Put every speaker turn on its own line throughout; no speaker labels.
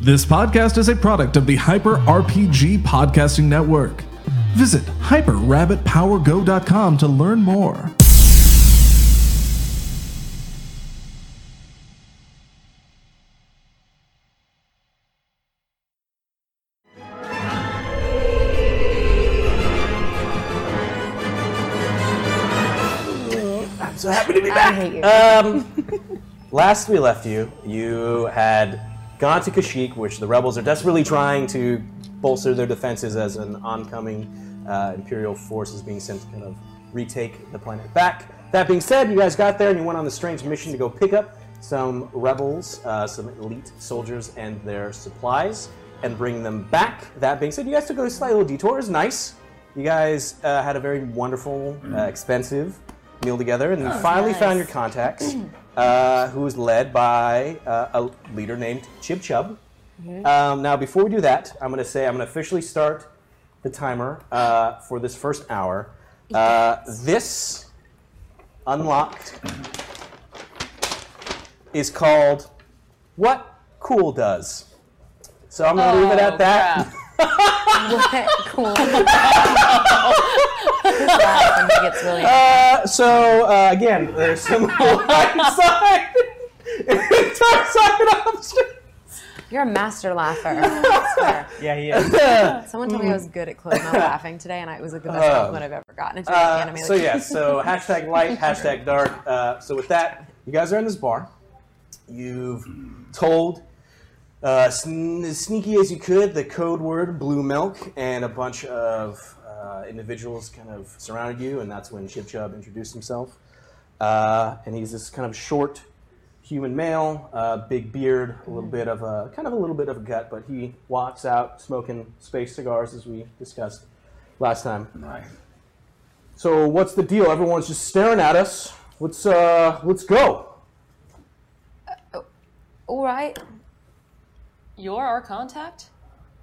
This podcast is a product of the Hyper RPG Podcasting Network. Visit hyperrabbitpowergo.com to learn more.
So happy to be back.
Uh,
Um, last we left you, you had gone to Kashyyyk, which the rebels are desperately trying to bolster their defenses as an oncoming uh, imperial force is being sent to kind of retake the planet back. That being said, you guys got there and you went on this strange mission to go pick up some rebels, uh, some elite soldiers, and their supplies, and bring them back. That being said, you guys took a slight little detour. It was nice. You guys uh, had a very wonderful, uh, expensive meal together, and then finally found your contacts, uh, who was led by uh, a leader named Chib Chub. Um, now, before we do that, I'm going to say I'm going to officially start the timer uh, for this first hour. Uh, this unlocked is called "What Cool Does." So I'm going to leave it at that.
cool. When he gets really-
So uh, again, there's some blind side and dark side options.
You're a master laugher. I swear.
Yeah, he is.
Someone told me I was good at closed mouth laughing today, and I, it was like the best compliment I've ever gotten. It's
Um, Uh,
anime.
so yeah, so hashtag light, hashtag dark. Uh, so with that, you guys are in this bar. You've told uh, sn- as sneaky as you could the code word blue milk, and a bunch of uh, individuals kind of surrounded you, and that's when Chip Chub introduced himself. Uh, and he's this kind of short human male, uh, big beard, a little bit of a kind of a little bit of a gut, but he walks out smoking space cigars as we discussed last time. So what's the deal? Everyone's just staring at us. Let's uh, let's go.
All right.
You're our contact?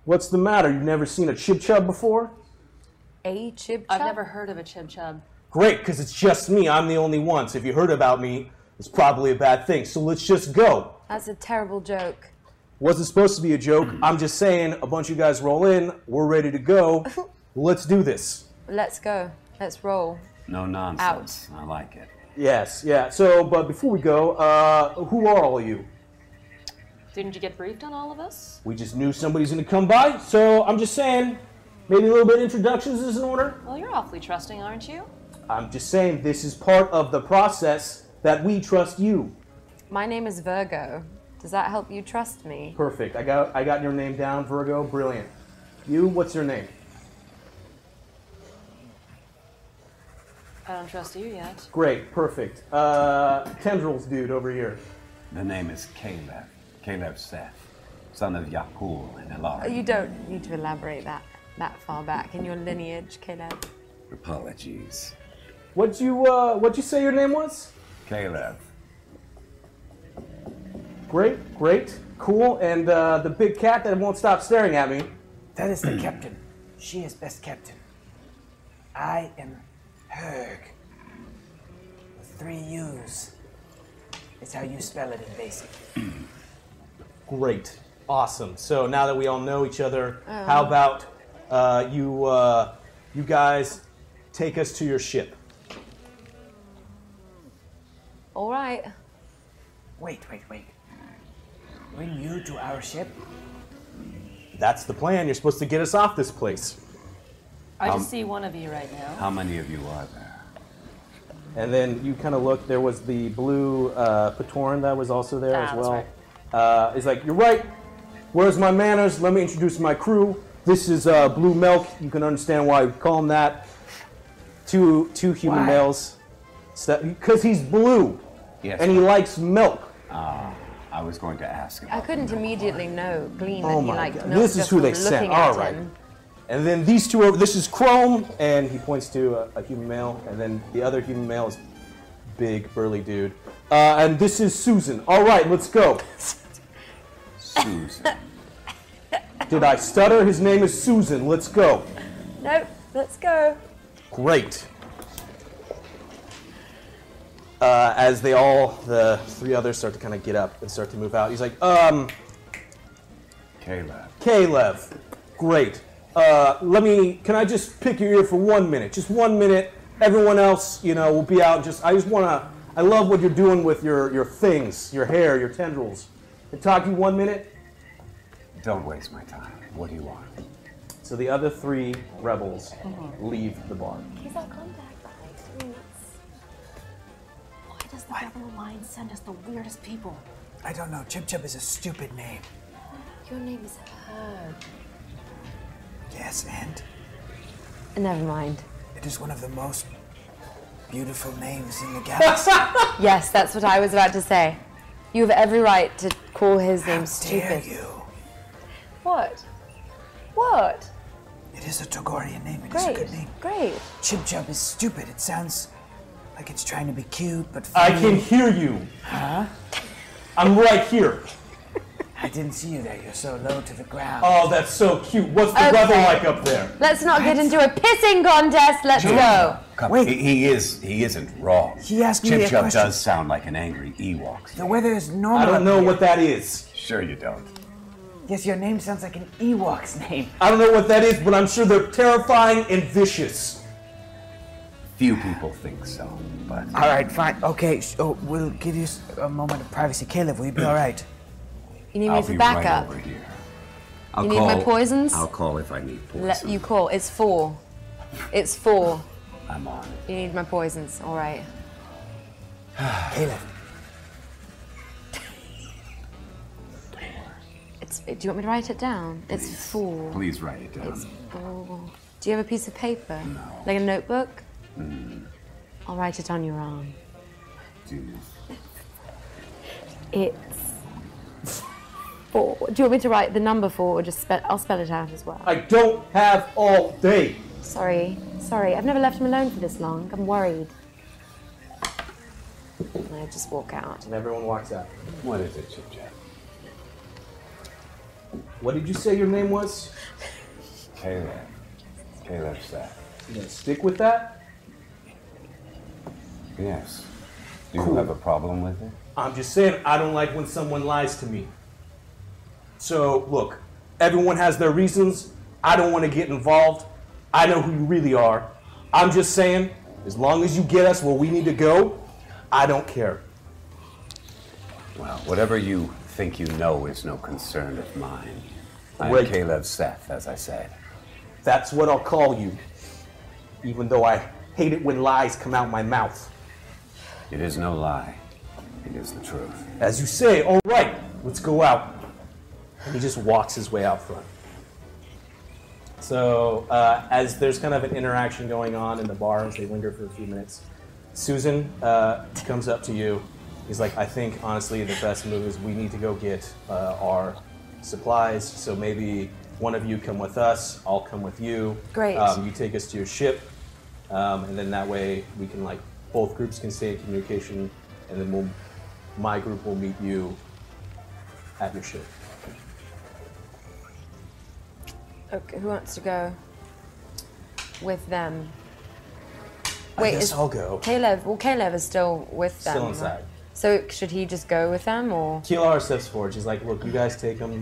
What's the matter? You've never seen a chip chub before?
A chip
I've
chop.
never heard of a chib chub.
Great, because it's just me. I'm the only one. So if you heard about me, it's probably a bad thing. So let's just go.
That's a terrible joke.
Wasn't supposed to be a joke. I'm just saying. A bunch of you guys roll in. We're ready to go. Let's do this.
Let's go. Let's roll.
No nonsense. I like it.
Yes, yeah. So, but before we go, uh, who are all you?
Didn't you get briefed on all of us?
We just knew somebody's gonna come by. So I'm just saying, maybe a little bit of introductions is in order.
Well, you're awfully trusting, aren't you?
I'm just saying this is part of the process that we trust you.
My name is Virgo. Does that help you trust me?
Perfect. I got I got your name down, Virgo. Brilliant. You, what's your name?
I don't trust you yet.
Great. Perfect. Uh, tendrils, dude, over here.
The name is Caleb. Caleb Seth, son of Yakul and Elara.
You don't need to elaborate that that far back in your lineage, Caleb.
Apologies.
What you uh, what you say your name was?
Caleb.
Great. Great. Cool. And uh, the big cat that won't stop staring at me.
That is the captain. She is best captain. I am Herg. With three U's. It's how you spell it in basic.
Great. Awesome. So now that we all know each other, how about uh, you uh, you guys take us to your ship?
All right.
Wait, wait, wait. We're new to our ship?
That's the plan. You're supposed to get us off this place.
I
Um,
just see one of you right now.
How many of you are there?
And then you kind of look. There was the blue uh, Patoran that was also there
Ah,
as
that's
well.
right.
Uh, it's like you're right. Where's my manners? Let me introduce my crew. This is uh, Blue Milk. You can understand why we call him that. Two two human
Why?
males. Because he's blue
Yes.
and he likes milk.
I was going to ask
I
about
couldn't
the milk.
immediately know, glean that
Oh
he
my
liked
God.
milk
This is
just
who
from
they sent.
looking
All
at
right.
him.
And then these two over. This is Chrome, and he points to a, a human male. And then the other human male is big burly dude. Uh, and this is Susan. All right, let's go.
Susan.
Did I stutter? His name is Susan. Let's go.
Nope. Let's go.
Great. Uh, as they all, the three others, start to kind of get up and start to move out, he's like, um,
Caleb.
Caleb. Great. Uh, let me. Can I just pick your ear for one minute? Just one minute. Everyone else, you know, will be out. Just I just wanna. I love what you're doing with your your things, your hair, your tendrils. Can talk to you one minute.
Don't waste my time. What do you want?
So the other three rebels leave the bar.
He's our contact for like three weeks. Why does the Devil Alliance send us the weirdest people?
I don't know. Chip Chip is a stupid name.
Your name is Herb.
Yes, and
Never mind.
it is one of the most beautiful names in the galaxy.
Yes, that's what I was about to say. You have every right to call his
How
name
dare
stupid.
you?
What? What?
It is a Togorian name. It is a
Great.
good name.
Great.
Chip Chip is stupid. It sounds like it's trying to be cute, but
I
funny.
can hear you. Huh? I'm right here.
I didn't see you there. You're so low to the ground.
Oh, that's so cute. What's the
Okay.
rebel like up there?
Let's not get into a pissing contest. Let's go.
Come,
Wait.
He, he is. He isn't wrong.
He asked me
Chip
a
Chub
question.
does sound like an angry Ewok.
The weather is normal.
I don't know
up
what that is.
Sure you don't.
here. Yes, your name sounds like an Ewok's name.
I don't know what that is, but I'm sure they're terrifying and vicious.
Few people think so, but
All right, fine. Okay, sh- oh, we'll give you s- a moment of privacy. Caleb, will you be all right?
You need me
I'll
for
be
backup.
right over here. I'll
You need my poisons?
I'll call if I need poison.
Let you call. It's four. It's four.
I'm on it.
You need my poisons. All right.
Caleb,
It's. Do you want me to write it down? It's four.
Please write it down.
It's four. Do you have a piece of paper? Like a notebook?
Mm.
I'll write it on your arm.
Do you?
It's four. Do you want me to write the number four, or just spell? I'll spell it out as well.
I don't have all day.
Sorry, sorry. I've never left him alone for this long. I'm worried. And I just walk out.
And everyone walks out.
What is it, Chip Chub?
What did you say your name was?
Caleb. Caleb said.
You gonna stick with that?
Yes. Do you have a problem with it?
I'm just saying, I don't like when someone lies to me. So, look, everyone has their reasons. I don't want to get involved. I know who you really are. I'm just saying, as long as you get us where we need to go, I don't care.
Well, whatever you think you know is no concern of mine. I'm
Wait.
Caleb Seth, as I said.
That's what I'll call you. Even though I hate it when lies come out my mouth.
It is no lie. It is the truth.
As you say, all right, let's go out. And he just walks his way out front. So, uh, as there's kind of an interaction going on in the bar as they linger for a few minutes, Susan uh, comes up to you. He's like, I think, honestly, the best move is we need to go get uh, our supplies. So maybe one of you come with us, I'll come with you.
Great.
Um, you take us to your ship, um, and then that way we can, like, both groups can stay in communication, and then we'll, my group will meet you at your ship.
Okay, who wants to go with them?
I
Wait,
guess
is
I'll go.
Caleb? Well, Caleb is still with them.
Still
right?
inside.
So should he just go with them, or
Keelar steps forward. She's like, "Look, you guys take him.
are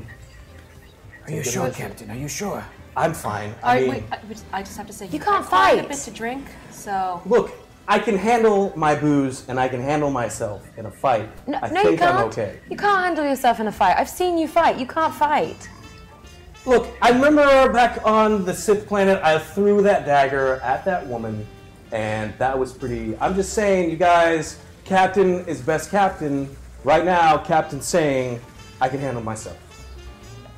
you
Take it
sure,
easy.
Captain? Are you sure?
I'm fine. I,
I,
mean,
wait, I, but I just have to say, you
can't
I quite
fight.
A bit to drink, so
look, I can handle my booze and I can handle myself in a fight.
no?
I
no,
think
you can't.
I'm okay.
You can't handle yourself in a fight. I've seen you fight. You can't fight.
Look, I remember back on the Sith planet, I threw that dagger at that woman, and that was pretty. I'm just saying, you guys, Captain is best captain right now. Captain's saying, I can handle myself.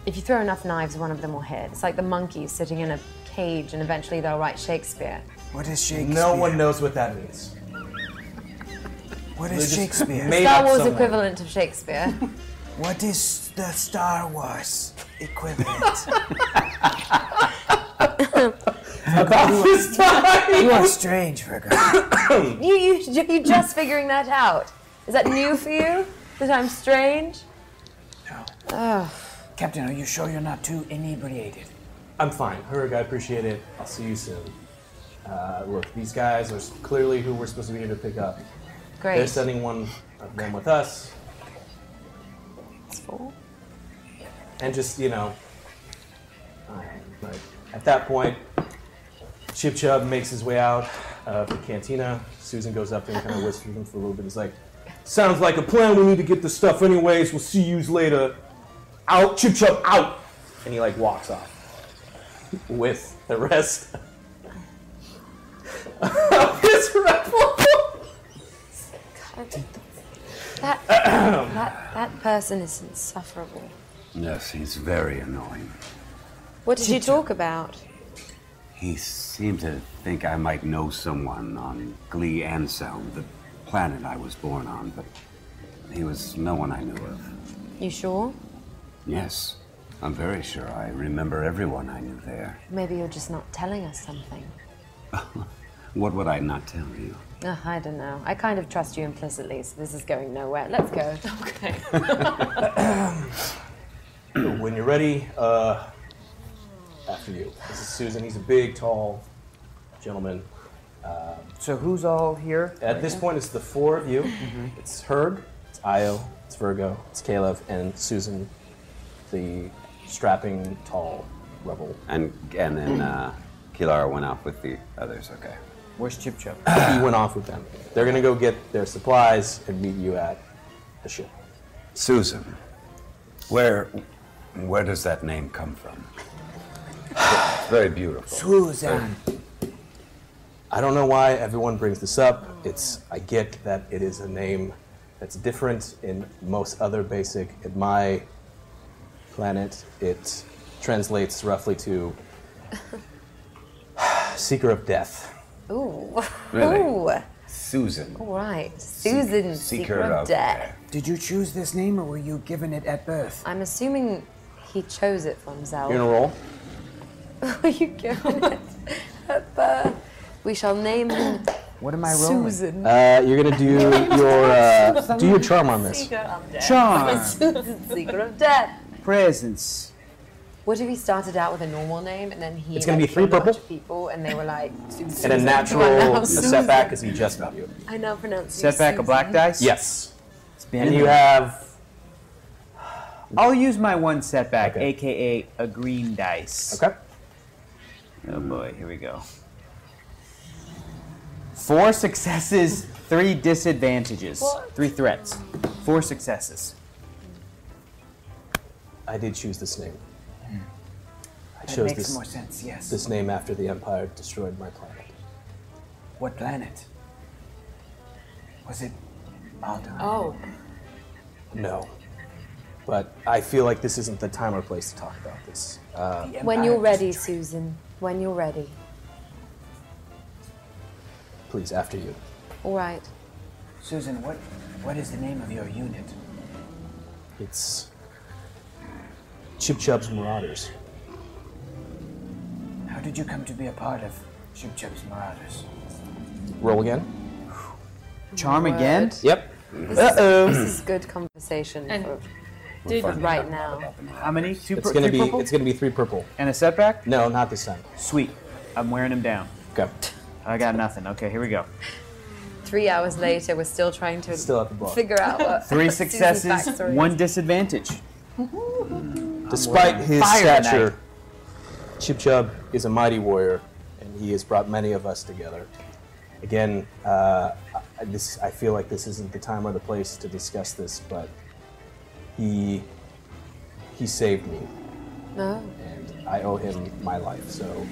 If you throw enough knives, one of them will hit. It's like the monkeys sitting in a cage, and eventually they'll write Shakespeare.
What is Shakespeare?
No one knows what that means.
What
They
is
just
Shakespeare?
made
Star
up
Wars
somewhere.
equivalent of Shakespeare.
What is the Star Wars equivalent?
About this
you
time.
are strange, Virgo.
You, you, you just figuring that out. Is that new for you? That I'm strange?
Captain, are you sure you're not too inebriated?
I'm fine. Herg, I appreciate it. I'll see you soon. Uh, look, these guys are clearly who we're supposed to be here to pick up. They're
Great.
sending one of them with us.
It's four.
and just you know. um, But at that point, Chip Chub makes his way out of the cantina. Susan goes up there and kind of whispers to him for a little bit. He's like, "Sounds like a plan. We need to get this stuff anyways. We'll see yous later. Out, Chip Chub, out." And he like walks off with the rest of his rifle.
That, that, that person is insufferable.
Yes, he's very annoying.
What did you talk about?
He seemed to think I might know someone on Glee Anselm, the planet I was born on, but he was no one I knew of.
You sure?
Yes, I'm very sure I remember everyone I knew there.
Maybe you're just not telling us something.
What would I not tell you?
Ugh, I don't know. I kind of trust you implicitly, so this is going nowhere. Let's go. Okay.
When you're ready, uh, after you. This is Susan. He's a big, tall gentleman.
So who's all here?
At this point, it's the four of you. It's Herg, it's Io, it's Virgo, it's Caleb, and Susan, the strapping, tall rebel.
And and then uh, Kilara went off with the others. Okay.
Where's Chip Chip?
He went off with them. They're gonna go get their supplies and meet you at the ship.
Susan, where where does that name come from? It's very beautiful.
Susan.
I don't know why everyone brings this up. It's I get that it is a name that's different in most other basic. In my planet, it translates roughly to seeker of death.
Ooh.
Really?
Ooh.
Susan.
All right. Oh. Susan, Secret of Death.
Did you choose this name or were you given it at birth?
I'm assuming he chose it for himself.
You're gonna roll.
Are you giving it at birth? We shall name him
What am I rolling?
Susan.
Uh, you're gonna do your uh, do your charm on this. Ah.
Charm.
Susan, Secret of Death.
Presence.
What if he started out with a normal name and then he?
It's gonna be
like,
three
killed a bunch
purple.
of people and they were like.
And a natural setback is he just got you.
I now pronounce you
Setback a black
Susan.
dice?
Yes.
It's been
And
in
you
there.
have
I'll use my one setback,
Okay.
aka a green dice.
okay.
Oh boy, here we go. Four successes, three disadvantages, three threats. Four successes.
I did choose this name.
Hmm.
I chose this.
sense, yes.
this name after the Empire destroyed my planet.
What planet? Was it Alderaan?
Oh,
No. But I feel like this isn't the time or place to talk about this. Uh,
The
When
Empire
you're ready,
destroyed-
Susan. When you're ready.
Please, after you.
All right.
Susan, what, what is the name of your unit?
It's Chip Chub's Marauders.
How did you come to be a part of Ship Chip's Marauders?
Roll again.
Charm again?
Yep.
This is good conversation
And-
for
did
right now.
How many? Two
It's
pur-
gonna
three
be
purple?
it's gonna be three purple.
and a setback?
No, not this time.
Sweet. I'm wearing them down.
Go.
I got nothing. Okay, here we go.
Three hours later, we're still trying to
Still at the bar.
figure out what
Three
Susan's
successes,
backstory
one
is.
disadvantage.
Despite his
Fire tonight.
stature, Chip Chub is a mighty warrior, and he has brought many of us together. Again, uh, I, this, I feel like this isn't the time or the place to discuss this, but he he saved me,
Oh.
No.
and I owe him my life. So,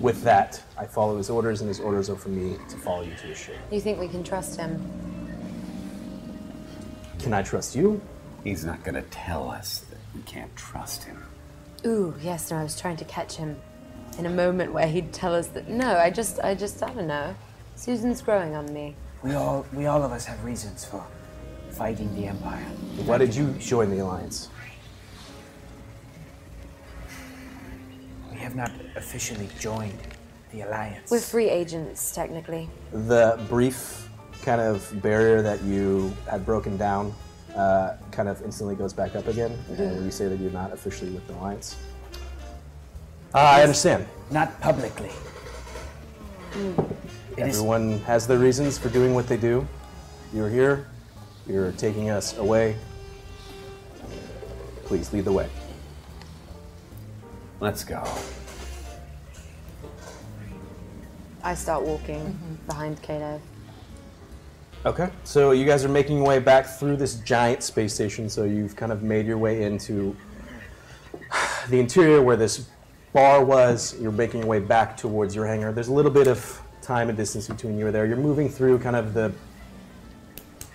with that, I follow his orders, and his orders are for me to follow you to your ship.
You think we can trust him?
Can I trust you?
He's not going to tell us that we can't trust him.
Ooh, yes. No, I was trying to catch him in a moment where he'd tell us that. No, I just, I just, I don't know. Susan's growing on me.
We all, we all of us have reasons for fighting the Empire.
Why did you join the alliance?
We have not officially joined the Alliance.
We're free agents, technically.
the brief kind of barrier that you had broken down uh, kind of instantly goes back up again, and you say that you're not officially with the alliance. Uh, I understand.
Not publicly.
Hmm.
It is-
Everyone has their reasons for doing what they do. You're here. You're taking us away. Please lead the way.
Let's go.
I start walking
Mm-hmm.
behind Kato.
Okay. So you guys are making your way back through this giant space station. So you've kind of made your way into the interior where this bar was. You're making your way back towards your hangar. There's a little bit of time and distance between you and there. You're moving through kind of the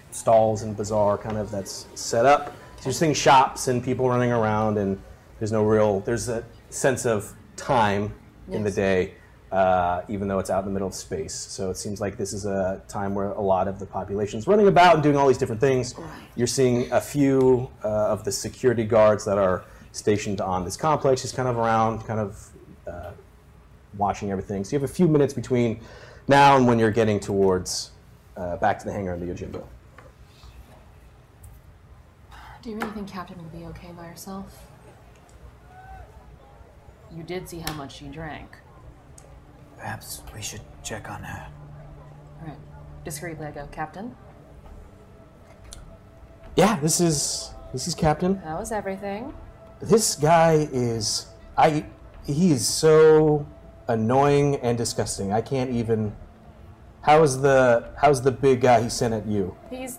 stalls and bazaar kind of that's set up. So you're seeing shops and people running around, and there's no real there's a sense of time in the
Yes.
day, uh, even though it's out in the middle of space. So it seems like this is a time where a lot of the population's running about and doing all these different things. You're seeing a few uh, of the security guards that are stationed on this complex, just kind of around, kind of uh, watching everything. So you have a few minutes between now and when you're getting towards uh, back to the hangar in the Yojimbo.
Do you really think Captain will be okay by herself? You did see how much she drank.
Perhaps we should check on her.
All right. Discreetly, I go, Captain.
Yeah, this is this is Captain.
That was everything.
This guy is I he is so annoying and disgusting. I can't even How's the how's the big guy he sent at you?
He's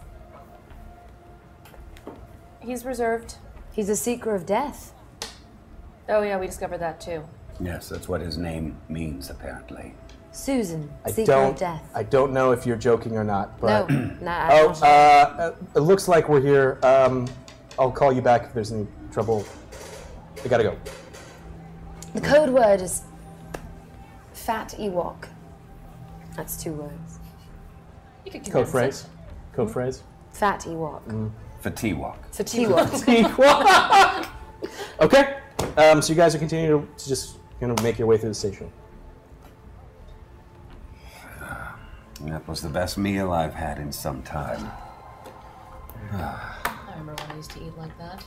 he's reserved.
He's a seeker of death.
Oh yeah, we discovered that too.
Yes, that's what his name means, apparently.
Susan,
I
seeker
don't
of death.
I don't know if you're joking or not,
no,
but
no, I
Oh,
don't.
uh, uh, it looks like we're here. Um, I'll call you back if there's any trouble. I gotta go.
the code word is fat Ewok. That's two words.
You could
Code
condense
phrase. Code phrase.
Fat Ewok.
Mm.
For T-Walk.
So T-Wok.
okay. Um, so you guys are continuing to just kind of make your way through the station.
That was the best meal I've had in some time.
it. I remember when I used to eat like that.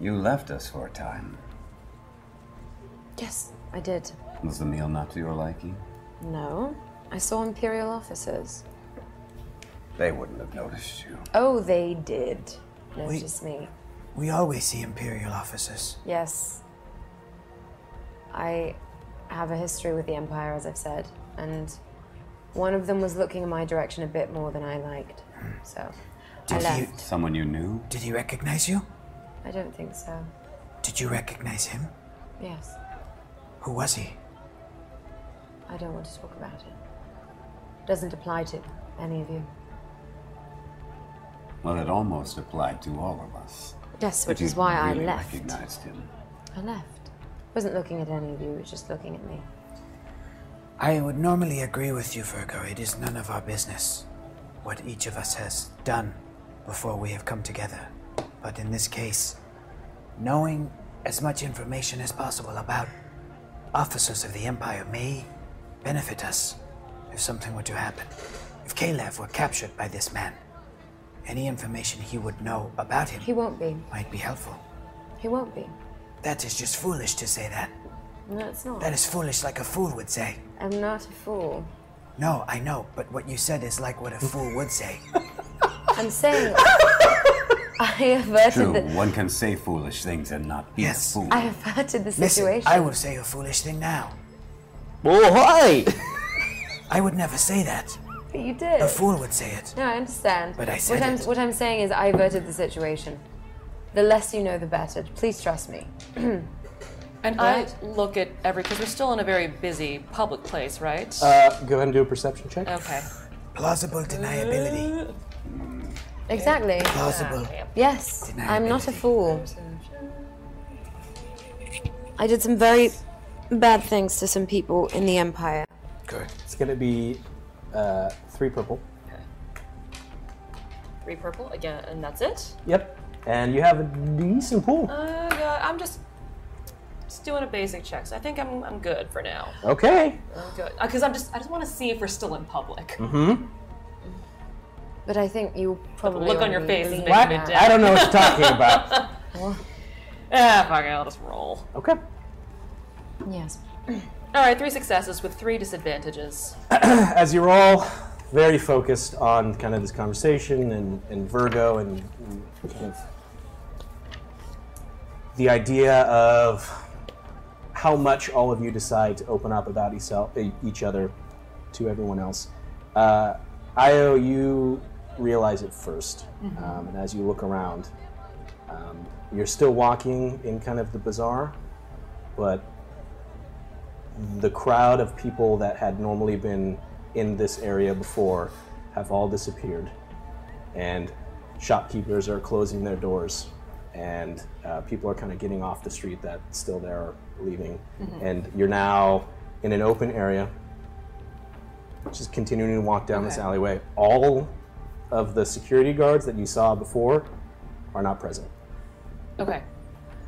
You left us for a time.
yes, I did.
Was the meal not to your liking?
No, I saw Imperial officers.
They wouldn't have noticed you.
Oh, they did. Notice me.
We always see Imperial officers.
Yes. I have a history with the Empire, as I've said, and one of them was looking in my direction a bit more than I liked. So I
Did you,
left.
Someone you knew?
did he recognize you?
I don't think so.
Did you recognize him?
Yes.
Who was he?
I don't want to talk about it. Doesn't apply to any of you.
Well, it almost applied to all of us.
Yes,
But
which
you
is why I
really
left.
recognized him.
I left. Wasn't looking at any of you, it was just looking at me.
I would normally agree with you, Virgo. It is none of our business what each of us has done before we have come together. But in this case, knowing as much information as possible about officers of the Empire may benefit us if something were to happen. If Kalev were captured by this man, any information he would know about
He
him
won't be.
might be helpful.
He won't be.
That is just foolish to say that.
No, it's not.
That is foolish, like a fool would say.
I'm not a fool.
No, I know, but what you said is like what a fool would say.
I'm saying I averted
True,
the
one can say foolish things and not be
Yes.
a fool.
I averted the
Listen,
situation.
I will say a foolish thing now.
Oh, hi!
I would never say that.
but you did.
A fool would say it.
No, I understand.
But I
what
said
I'm,
it.
What I'm saying is I averted the situation. The less you know, the better. Please trust me.
And I
Right.
look at every because we're still in a very busy public place, right?
Uh, go ahead and do a perception check.
okay.
Plausible deniability.
Exactly.
Plausible.
Yes, I'm not a
Deniability.
fool. I did some very bad things to some people in the Empire.
Good.
It's gonna be uh, three purple.
Three purple again, and that's it.
Yep. And you have a decent pool.
Uh, yeah, I'm just just doing a basic check. So I think I'm I'm good for now.
Okay.
I'm good because I'm just I just want to see if we're still in public.
But I think you probably
look on your
already
face is
believe
making me
that.
dead.
I don't know what you're talking about.
Ah, fuck it, I'll just roll.
Okay.
Yes.
All right, three successes with three disadvantages.
As you're all very focused on kind of this conversation and, and Virgo and, and kind of the idea of how much all of you decide to open up about each- each other to everyone else. Uh, Io, you realize it 1st um, and as you look around, um, you're still walking in kind of the bazaar, but the crowd of people that had normally been in this area before have all disappeared, and shopkeepers are closing their doors, and uh, people are kind of getting off the street that still there are leaving, and you're now in an open area. Just continuing to walk down this alleyway. All of the security guards that you saw before are not present.
Okay.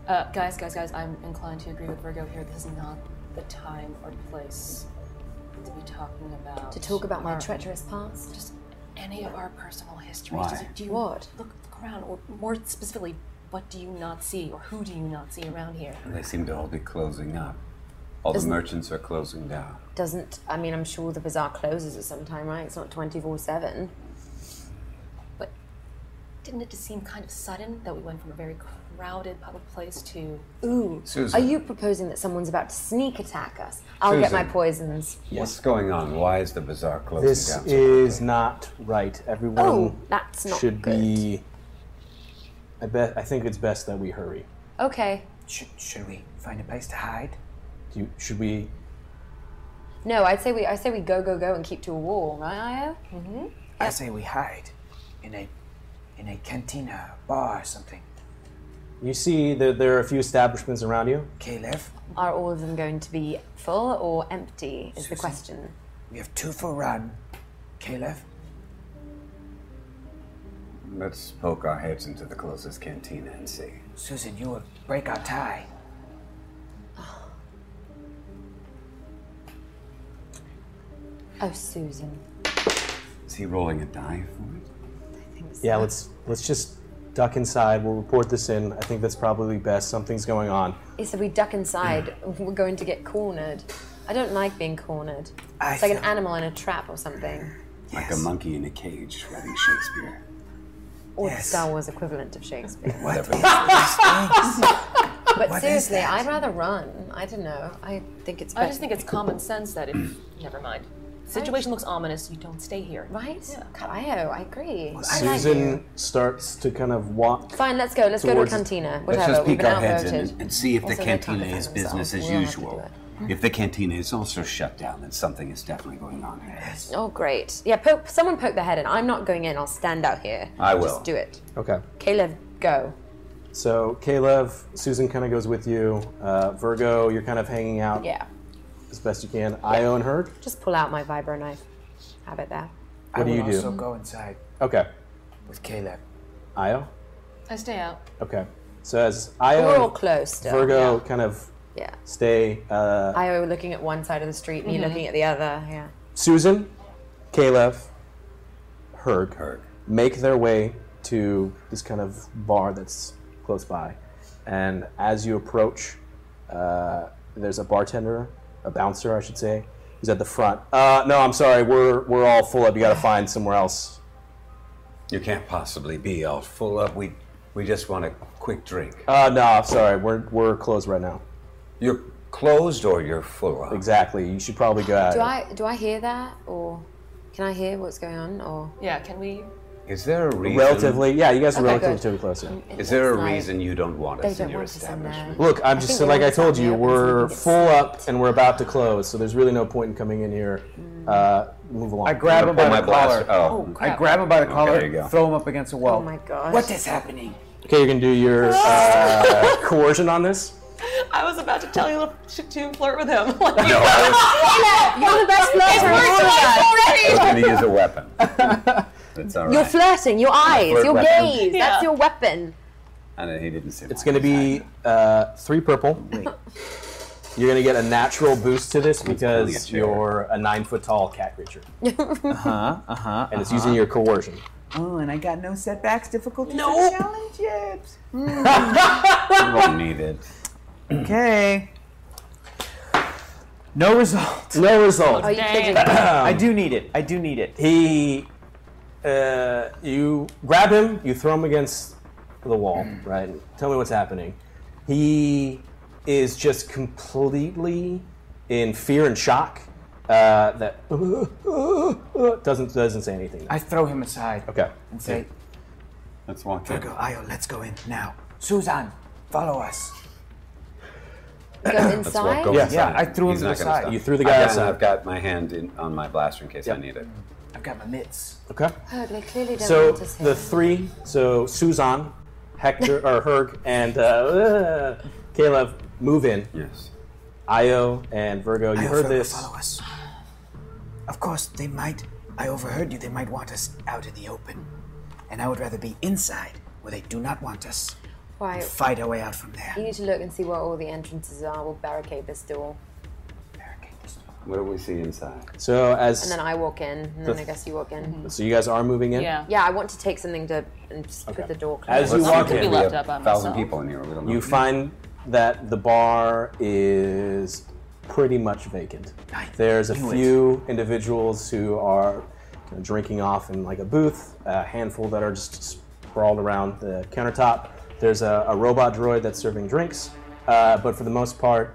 Uh, guys, guys, guys, I'm inclined to agree with Virgo here. This is not the time or place to be talking about.
To talk about my
our-
treacherous past?
Just any of our personal histories.
Why?
Just, do you
What?
Look, look around, or more specifically, what do you not see, or who do you not see around here?
They seem to all be closing up. All the
Isn't-
merchants are closing down.
Doesn't, I mean, I'm sure the bazaar closes at some time, right? It's not 24 7.
But didn't it just seem kind of sudden that we went from a very crowded public place to
Ooh,
Susan.
are you proposing that someone's about to sneak attack us? I'll get my
Susan.
poisons.
What's going on? Why is the bazaar closing
This
down? so
is not right. Everyone
Oh, that's not
should
good.
be. I bet. I think it's best that we hurry.
Okay.
Should, should we find a place to hide?
Do you, should we?
No, I'd say we, I say we go, go, go and keep to a wall, right, Io?
I say we hide in a in a cantina, bar, or something.
You see that there are a few establishments around you.
Caleb,
Are all of them going to be full or empty? Is the question.
we have two for run. Caleb,
Let's poke our heads into the closest cantina and see.
Susan, you will break our tie.
Oh, Susan.
Is he rolling a die for it?
Yeah, let's let's just duck inside. We'll report this in. I think that's probably best. Something's going on.
Is that we duck inside, we're going to get cornered. I don't like being cornered.
I
It's like an
feel-
animal in a trap or something.
Like a monkey in a cage reading Shakespeare.
Or the
Yes.
Star Wars equivalent of Shakespeare.
What is this thing?
But
What is
seriously,
that?
I'd rather run. I don't know. I think it's better.
I just think it's common sense that if. never mind. Situation looks ominous. You don't stay here.
Right? Kaio, I agree. I like
Susan
you.
starts to kind of walk.
Fine, let's go. Let's go to a
Towards-
cantina.
Let's
Whatever.
just
We've
peek
been
our heads in
outvoted.
and, and see if
Also,
the
they
cantina
can't
is
defend
business as
themselves. We'll have to
usual. If the cantina is also shut down, then something is definitely going on here.
Oh, great. Yeah, poke, someone poke their head in. I'm not going in. I'll stand out here.
I will.
Just do it.
Okay.
Caleb, go.
So Caleb, Susan kind of goes with you. Uh, Virgo, you're kind of hanging out
Yeah.
as best you can. Io and her.
Just pull out my vibro knife. Have it there.
I
What do
will
you do?
also go inside
Okay.
with Caleb.
Io.
I stay out.
Okay. So as Io
We're
and
all close still.
Virgo kind of
Yeah.
stay. Uh,
Io looking at one side of the street, me
Mm-hmm.
looking at the other. Yeah.
Susan, Caleb, Herg,
Herg.
make their way to this kind of bar that's close by. And as you approach, uh, there's a bartender, a bouncer, I should say, who's at the front. Uh, no, I'm sorry, we're, we're all full up. You gotta find somewhere else.
You can't possibly be all full up. We we just want a quick drink.
Uh, no, I'm sorry, we're, we're closed right now.
You're closed or you're full up.
Exactly, you should probably go out.
Do I do I hear that or can I hear what's going on or
Yeah, can we?
Is there a reason?
Relatively, yeah, you guys are
Okay, good.
relatively close. yeah.
Is there a
It's like-
reason you don't want
They
us in
don't
your
want us in there.
establishment?
Look, I'm
I
just
think we
like I
want
told
something
you,
open so we
we're
can get
full up and we're about to close, so there's really no point in coming in here.
Mm.
Uh, move along.
I grab him
Pull
by
my
the collar.
blaster. Oh,
I grab him by the collar,
there you go.
throw him up against a wall.
Oh my gosh.
What is happening?
Okay, you can do your uh, coercion on this.
I was about to tell you to, to flirt with him.
no, I
You're the best flirter in all of us.
was, I was going to use a weapon. That's all right.
You're flirting, your eyes,
flirt
your
weapon.
gaze, that's your weapon.
and he didn't say.
It's going to be uh, three purple. You're going to get a natural boost to this
pulling a
because
chair.
you're a nine foot tall cat creature. uh huh, uh huh. And it's using your coercion.
Oh, and I got no setbacks, difficulties,
No.
or challenges.
You won't need it.
Okay. No result.
No result.
Are you kidding?
I
Um,
do need it. I do need it.
He, uh, you grab him, you throw him against the wall, right? Tell me what's happening. He is just completely in fear and shock. Uh, that doesn't doesn't say anything.
I throw him aside.
Okay.
And say,
Let's walk in.
Virgo, Io, let's go in now. Susan, follow us.
We go inside.
Go
Yeah.
inside.
Yeah, I threw him
He's
to
not
the
gonna
side.
stop.
You threw the
I've
guy
got-
aside.
I've got my hand in, on my blaster in case I need it.
I've got my mitts.
Okay.
Oh, they clearly don't
So
want us here.
the three, so Susan, Hector or Herg, and uh, uh, Caleb move in.
Yes.
Io and Virgo, you
Io,
heard
Virgo,
this.
Follow us. Of course, they might. I overheard you. They might want us out in the open, and I would rather be inside where they do not want us.
Right,
Fight our way out from
You
there.
need to look and see where all the entrances are. We'll barricade this door,
What do we see inside?
So
and
as
then I walk in, and then I guess you walk in.
so you guys are moving in.
Yeah.
Yeah, I want to take something to and just put the door
As
closed.
you
I'm
walk
gonna be
in,
left
we have
out by
thousand
myself.
people in here. We don't know.
you find that the bar is pretty much vacant. There's a
knew it.
few individuals who are you know, drinking off in like a booth, a handful that are just sprawled around the countertop. There's a, a robot droid that's serving drinks, uh, but for the most part,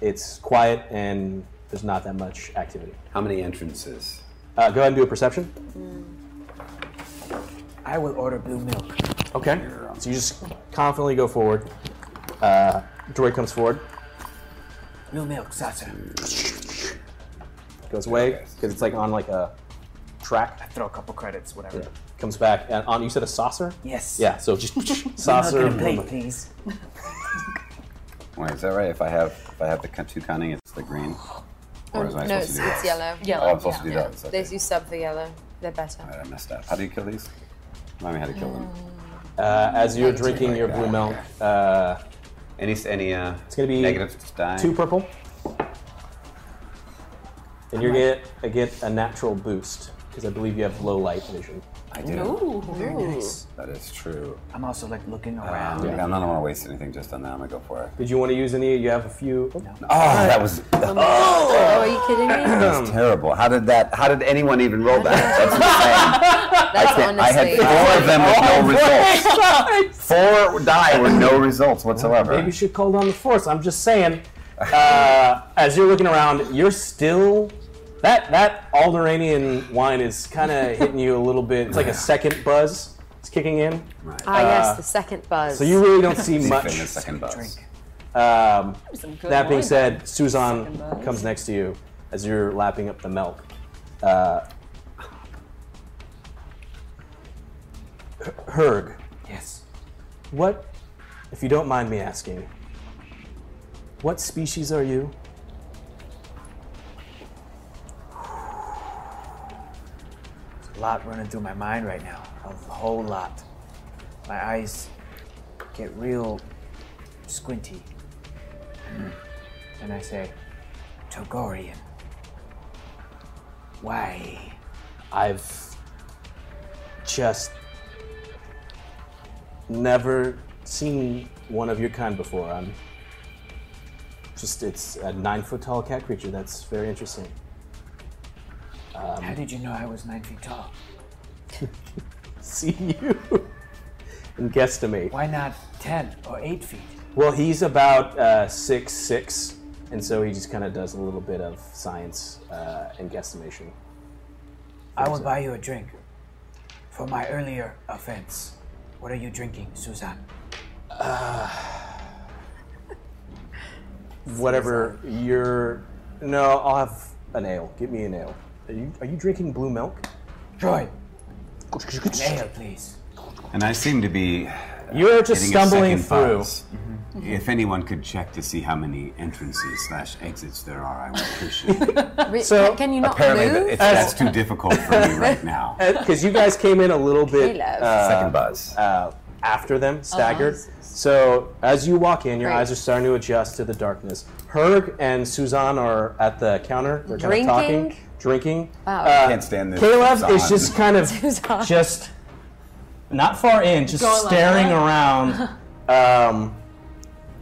it's quiet and there's not that much activity.
How many entrances?
Uh, go ahead and do a perception.
I will order blue milk.
Okay. So you just confidently go forward. Uh, droid comes forward.
Blue milk, Sasa.
goes away because it's like on like a track.
throw a couple credits, whatever.
Comes back and on. You said a saucer.
Yes.
Yeah. So just
Milk
saucer. um,
and a plate, please.
Wait, is that right? If I have if I have the con- two cunning, it's the green. Or am I
no,
supposed
it's,
to do that?
it's yellow.
Oh,
Yellow.
I'm supposed to do
yeah.
that. It's
They
okay.
you sub for yellow. They're better.
Alright, I messed up. How do you kill these? Remind me how to kill them.
Uh, as you're drinking your blue milk, uh,
Any any uh? It's
gonna be
negative die.
two purple, and you get I get a natural boost because I believe you have low light vision.
I do.
Very nice.
That is true.
I'm also like looking
Ah,
Um,
around.
I'm not gonna want to waste anything just on that. I'm gonna go for it.
Did you want to use any? You have a few.
Oh, that was that
Oh, are you kidding me?
was terrible. How did that? How did anyone even roll that? That's insane.
That's
I had
honestly. Oh
four of them with no results. Four die with no results whatsoever.
Maybe you should call down the force. I'm just saying. Uh, as you're looking around, you're still that that Alderanian wine is kind of hitting you a little bit. It's like a second buzz. It's kicking in.
ah, yes, the second buzz.
So you really don't see
Deep
much.
in the second bus.
Drink.
Um,
Some good
that being
wine.
said, Suzanne
Second buzz.
comes next to you as you're lapping up the milk. Uh, Herg,
Yes.
what, if you don't mind me asking, what species are you?
A lot running through my mind right now. A whole lot. My eyes get real squinty. And I say, Togorian. Why?
I've just never seen one of your kind before. I'm just, it's a nine foot tall cat creature. That's very interesting.
How did you know I was nine feet tall?
See you and guesstimate.
Why not ten or eight feet?
Well, he's about uh, six six, and so he just kind of does a little bit of science uh, and guesstimation.
I will buy you a drink for my earlier offense. What are you drinking, Suzanne?
Whatever you're, no, I'll have an ale. Give me an ale. Are you, are you drinking blue milk?
Uh,
Joy! An ale, please.
And I seem to be
You're just
getting a
stumbling
second
through.
buzz. Mm-hmm. If anyone could check to see how many entrances slash exits there are, I would appreciate it.
Re-
so,
can, can you not
Apparently, that-
move?
it's, that's too difficult for me right now.
Because you guys came in a little bit
Caleb.
Second buzz.
uh, after them,
Uh-huh.
staggered. So as you walk in, your
Right.
eyes are starting to adjust to the darkness. Herg and Suzanne are at the counter. They're kind of talking,
Drinking?
drinking.
Wow.
I can't stand this.
Caleb is
It's
just
on.
kind of
Suzanne.
just not far in, just
Going like
staring
that.
around. Um,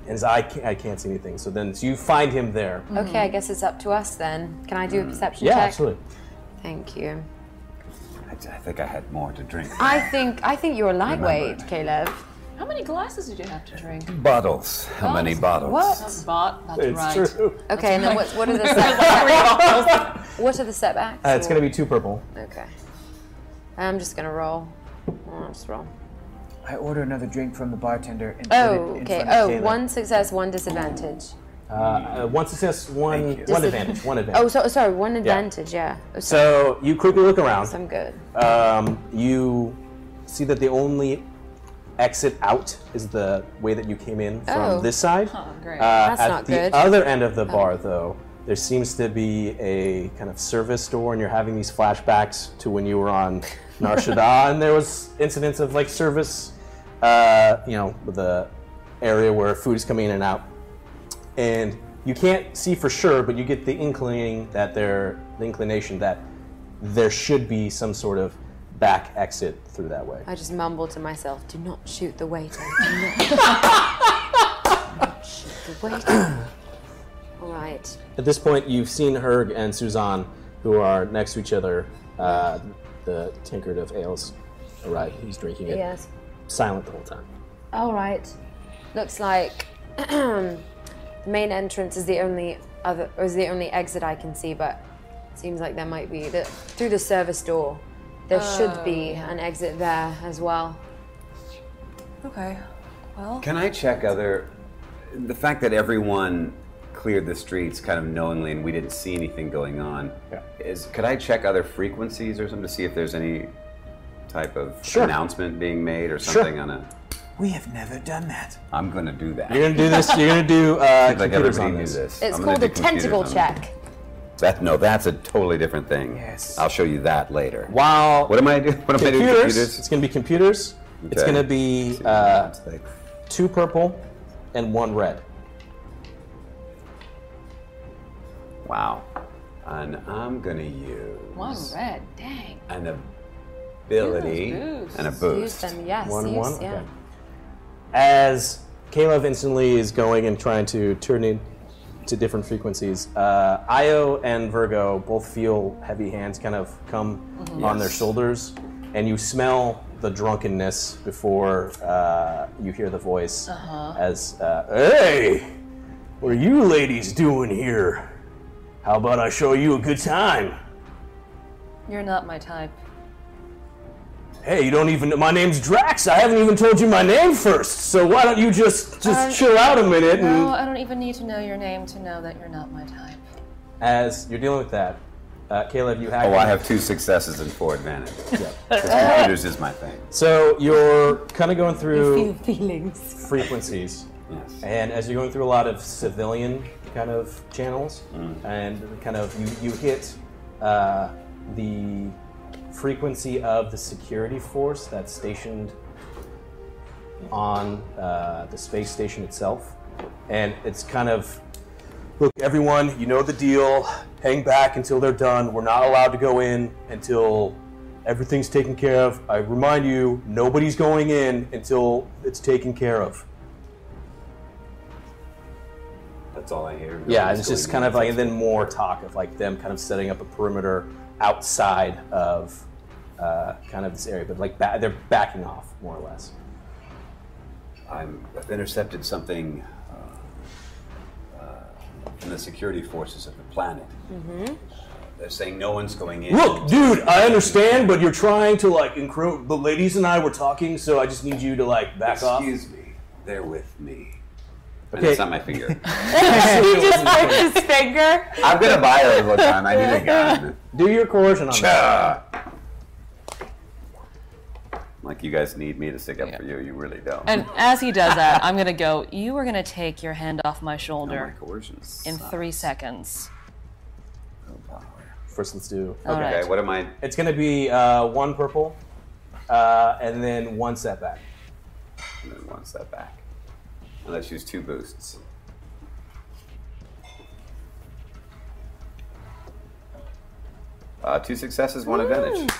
and his eye, ca- I can't see anything. So then so you find him there.
okay, I guess it's up to us then. Can I do a perception
Yeah,
check?
absolutely.
Thank you.
I, I think I had more to drink.
I think I think you're lightweight, Caleb.
How many glasses did you have to drink?
Bottles. How many bottles?
That's bot. That's
It's
right.
true.
Okay, and then what, what are the setbacks? what are the setbacks?
Uh, it's going to be two purple.
be. Okay. I'm just gonna roll. I'll just roll.
I order another drink from the bartender and
Oh,
put it in
okay.
front of
Oh,
Caleb.
one success, one disadvantage.
Uh, uh, one success, one one advantage. One advantage.
Oh, so, sorry, one advantage, yeah. Oh, so,
So you quickly look around.
I'm good.
Um, you see that the only exit out is the way that you came in from
Oh.
this side.
Oh, great.
Uh, at
not
the
good. Oh.
other end of the bar, though, there seems to be a kind of service door, and you're having these flashbacks to when you were on Nar Shaddaa, and there was incidents of like service, uh, you know, the area where food is coming in and out, and you can't see for sure, but you get the inclining that there, the inclination that there should be some sort of back exit through that way.
I just mumbled to myself, do not shoot the waiter. Do not, Do not shoot the waiter. All right.
At this point, you've seen Herg and Suzanne, who are next to each other. Uh, the tankard of ales arrived. He's drinking it.
Yes.
Silent the whole time.
All right. Looks like the main entrance is the only other, or is the only exit I can see. But seems like there might be the, through the service door. There should be an exit there as well.
okay. Well,
Can I check other. The fact that everyone cleared the streets kind of knowingly and we didn't see anything going on. Is, could I check other frequencies or something to see if there's any type of
Sure.
announcement being made or something on a.
We have never done that.
I'm going to do that.
You're gonna do this. You're gonna do uh,
Seems like
computers
everybody
on
knew
this.
this.
It's
I'm gonna
called
do
a
computers
tentacle
on it.
check.
That no, that's a totally different thing.
Yes.
I'll show you that later.
While
What am I doing? What am I doing?
computers,
Computers.
it's gonna be computers. It's
Okay.
gonna be uh, two purple and one red.
wow. And I'm gonna use
one red. Dang.
an ability
Use those boosts.
and a
Use
boost.
them, yes.
One
use,
one.
Yeah.
Okay. As Caleb instantly is going and trying to turn it to different frequencies, uh, Io and Virgo both feel heavy hands kind of come on their
Yes.
shoulders, and you smell the drunkenness before uh, you hear the voice as, uh, "Hey, what are you ladies doing here? How about I show you a good time?
You're not my type.
Hey, you don't even. My name's Drax. I haven't even told you my name first. So why don't you just just chill out a minute?
No,
And
Oh, I don't even need to know your name to know that you're not my type.
as you're dealing with that, uh, Caleb, you have.
Oh, I have two successes and four advantages. Because computers is my thing.
So you're kind of going through
Feelings.
frequencies,
Yes.
and as you're going through a lot of civilian kind of channels, and kind of you you hit uh, the frequency of the security force that's stationed on uh, the space station itself, and it's kind of look, everyone, you know the deal. Hang back until they're done. We're not allowed to go in until everything's taken care of. I remind you, nobody's going in until it's taken care of.
That's all I hear.
Yeah, it's just kind of like, and then more talk of like them kind of setting up a perimeter outside of uh, kind of this area, but like ba- they're backing off more or less.
I'm, I've intercepted something uh, uh, from the security forces of the planet.
Mm-hmm.
They're saying no one's going in.
Look, dude, I understand, but you're trying to like encroach. The ladies and I were talking, so I just need you to like back off.
Excuse me. They're with me. But
Okay.
it's not my finger.
Just like his finger.
I'm gonna buy her one time. I need a gun.
Do your coercion on that.
Ah. Like you guys need me to stick up for you, you really don't.
And as he does that, I'm gonna go. You are gonna take your hand off my
Oh, my
shoulder
coercion
in
sucks.
three seconds.
Oh, wow.
First, let's do.
All
Okay,
right.
what am I?
It's gonna be uh, one purple, uh, and then one setback.
And then one step back. And let's use two boosts. Uh, two successes, one advantage.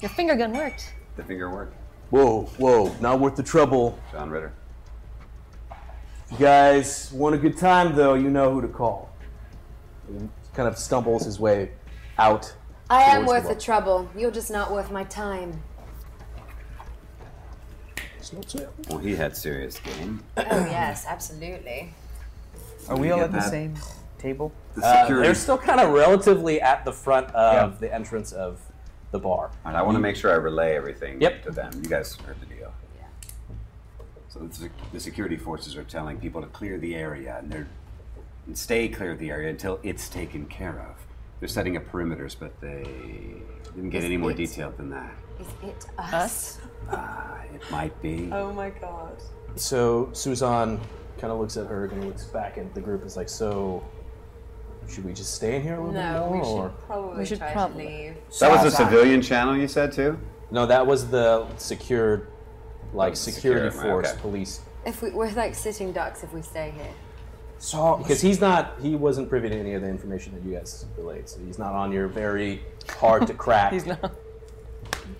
Your finger gun worked.
The finger work.
Whoa, whoa! Not worth the trouble.
John Ritter.
You guys want a good time though? You know who to call. He kind of stumbles his way out.
I am
Towards
worth
the
the trouble. You're just not worth my time.
It's not so.
Well, he had serious game.
Oh, yes, absolutely.
Are we all
get
at the
that.
same table?
Uh,
The security.
They're still kind of relatively at the front of the entrance of the bar.
And I want to make sure I relay everything
Yep.
to them. You guys heard the deal. Yeah. So the, sec- the security forces are telling people to clear the area and they're and stay clear of the area until it's taken care of. They're setting up perimeters, but they didn't get any more
it-
detailed than that.
Is it us?
Us?
Uh, it might be.
Oh my god.
So Suzanne kind of looks at her and looks back at the group. and is like, so should we just stay in here a little
No,
bit
we
more? or-
should probably
should
try
probably.
to leave.
that was a civilian channel you said too?
No, that was the secured, like security
secure, right,
force,
okay.
police.
If we, we're like sitting ducks if we stay here.
Saw
Because he's not, he wasn't privy to any of the information that you guys relayed. So he's not on your very hard to crack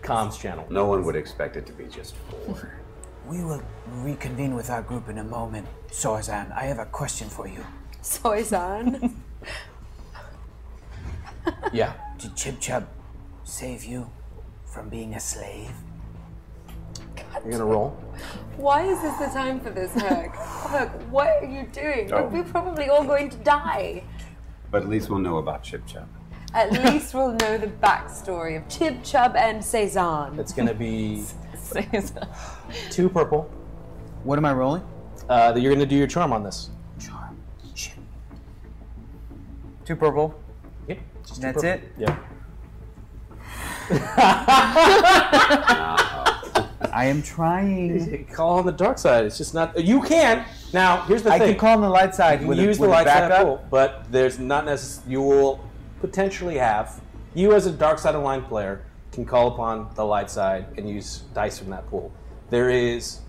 comms channel.
No one would expect it to be just four.
We will reconvene with our group in a moment. Sorzan, I have a question for you.
Soizan.
Yeah.
Did Chib Chub save you from being a slave?
You're gonna roll.
Why is this the time for this, Herc? Herc, what are you doing?
Oh.
We're probably all going to die.
But at least we'll know about Chip Chap.
At least we'll know the backstory of Chib Chub and Cezanne.
It's gonna be
Say it's not-
two purple.
What am I rolling?
Uh, that you're gonna do your charm on this.
Charm. Chib.
Two purple.
Yep.
And that's it.
Yeah.
I am trying.
Call on the dark side. It's just not. You can. Now, here's the
I
thing.
can call on the light side.
You
with
use
a,
the
with
light
a
side
backup.
pool, but there's not necessarily. You will potentially have you as a dark side aligned player can call upon the light side and use dice from that pool. There is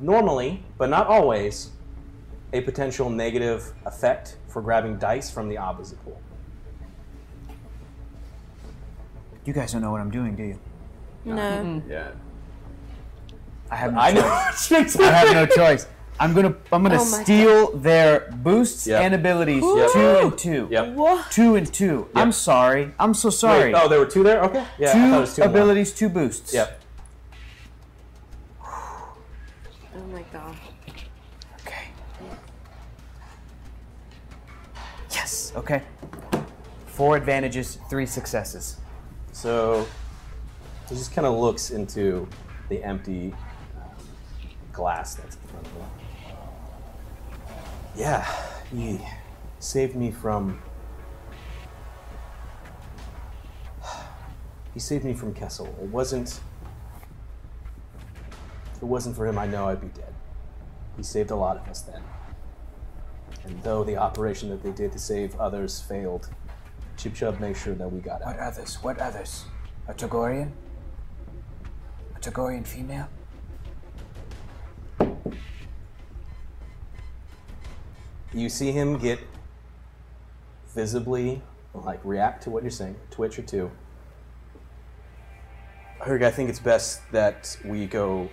normally, but not always, a potential negative effect for grabbing dice from the opposite pool.
You guys don't know what I'm doing, do you?
Yeah.
I have no
I know.
choice.
what you're
I
doing.
have no choice. I'm gonna I'm gonna
Oh my
steal their boosts
Yep.
and abilities.
Yep.
Two and two.
Yep.
Two and two. I'm sorry. I'm so sorry.
Wait, oh, there were two there. Okay. Yeah. I thought it was
two
two and one.
abilities, two boosts.
Yep.
Oh my god.
Okay. Yes. Okay. Four advantages, three successes.
So he just kind of looks into the empty um, glass that's in front of him. Yeah, he saved me from. He saved me from Kessel. It wasn't. If it wasn't for him, I know I'd be dead. He saved a lot of us then. And though the operation that they did to save others failed, Chip Chub made sure that we got out.
What others? What others? A Togorian? A Togorian female?
you see him get visibly like react to what you're saying, twitch or two. Herg, I think it's best that we go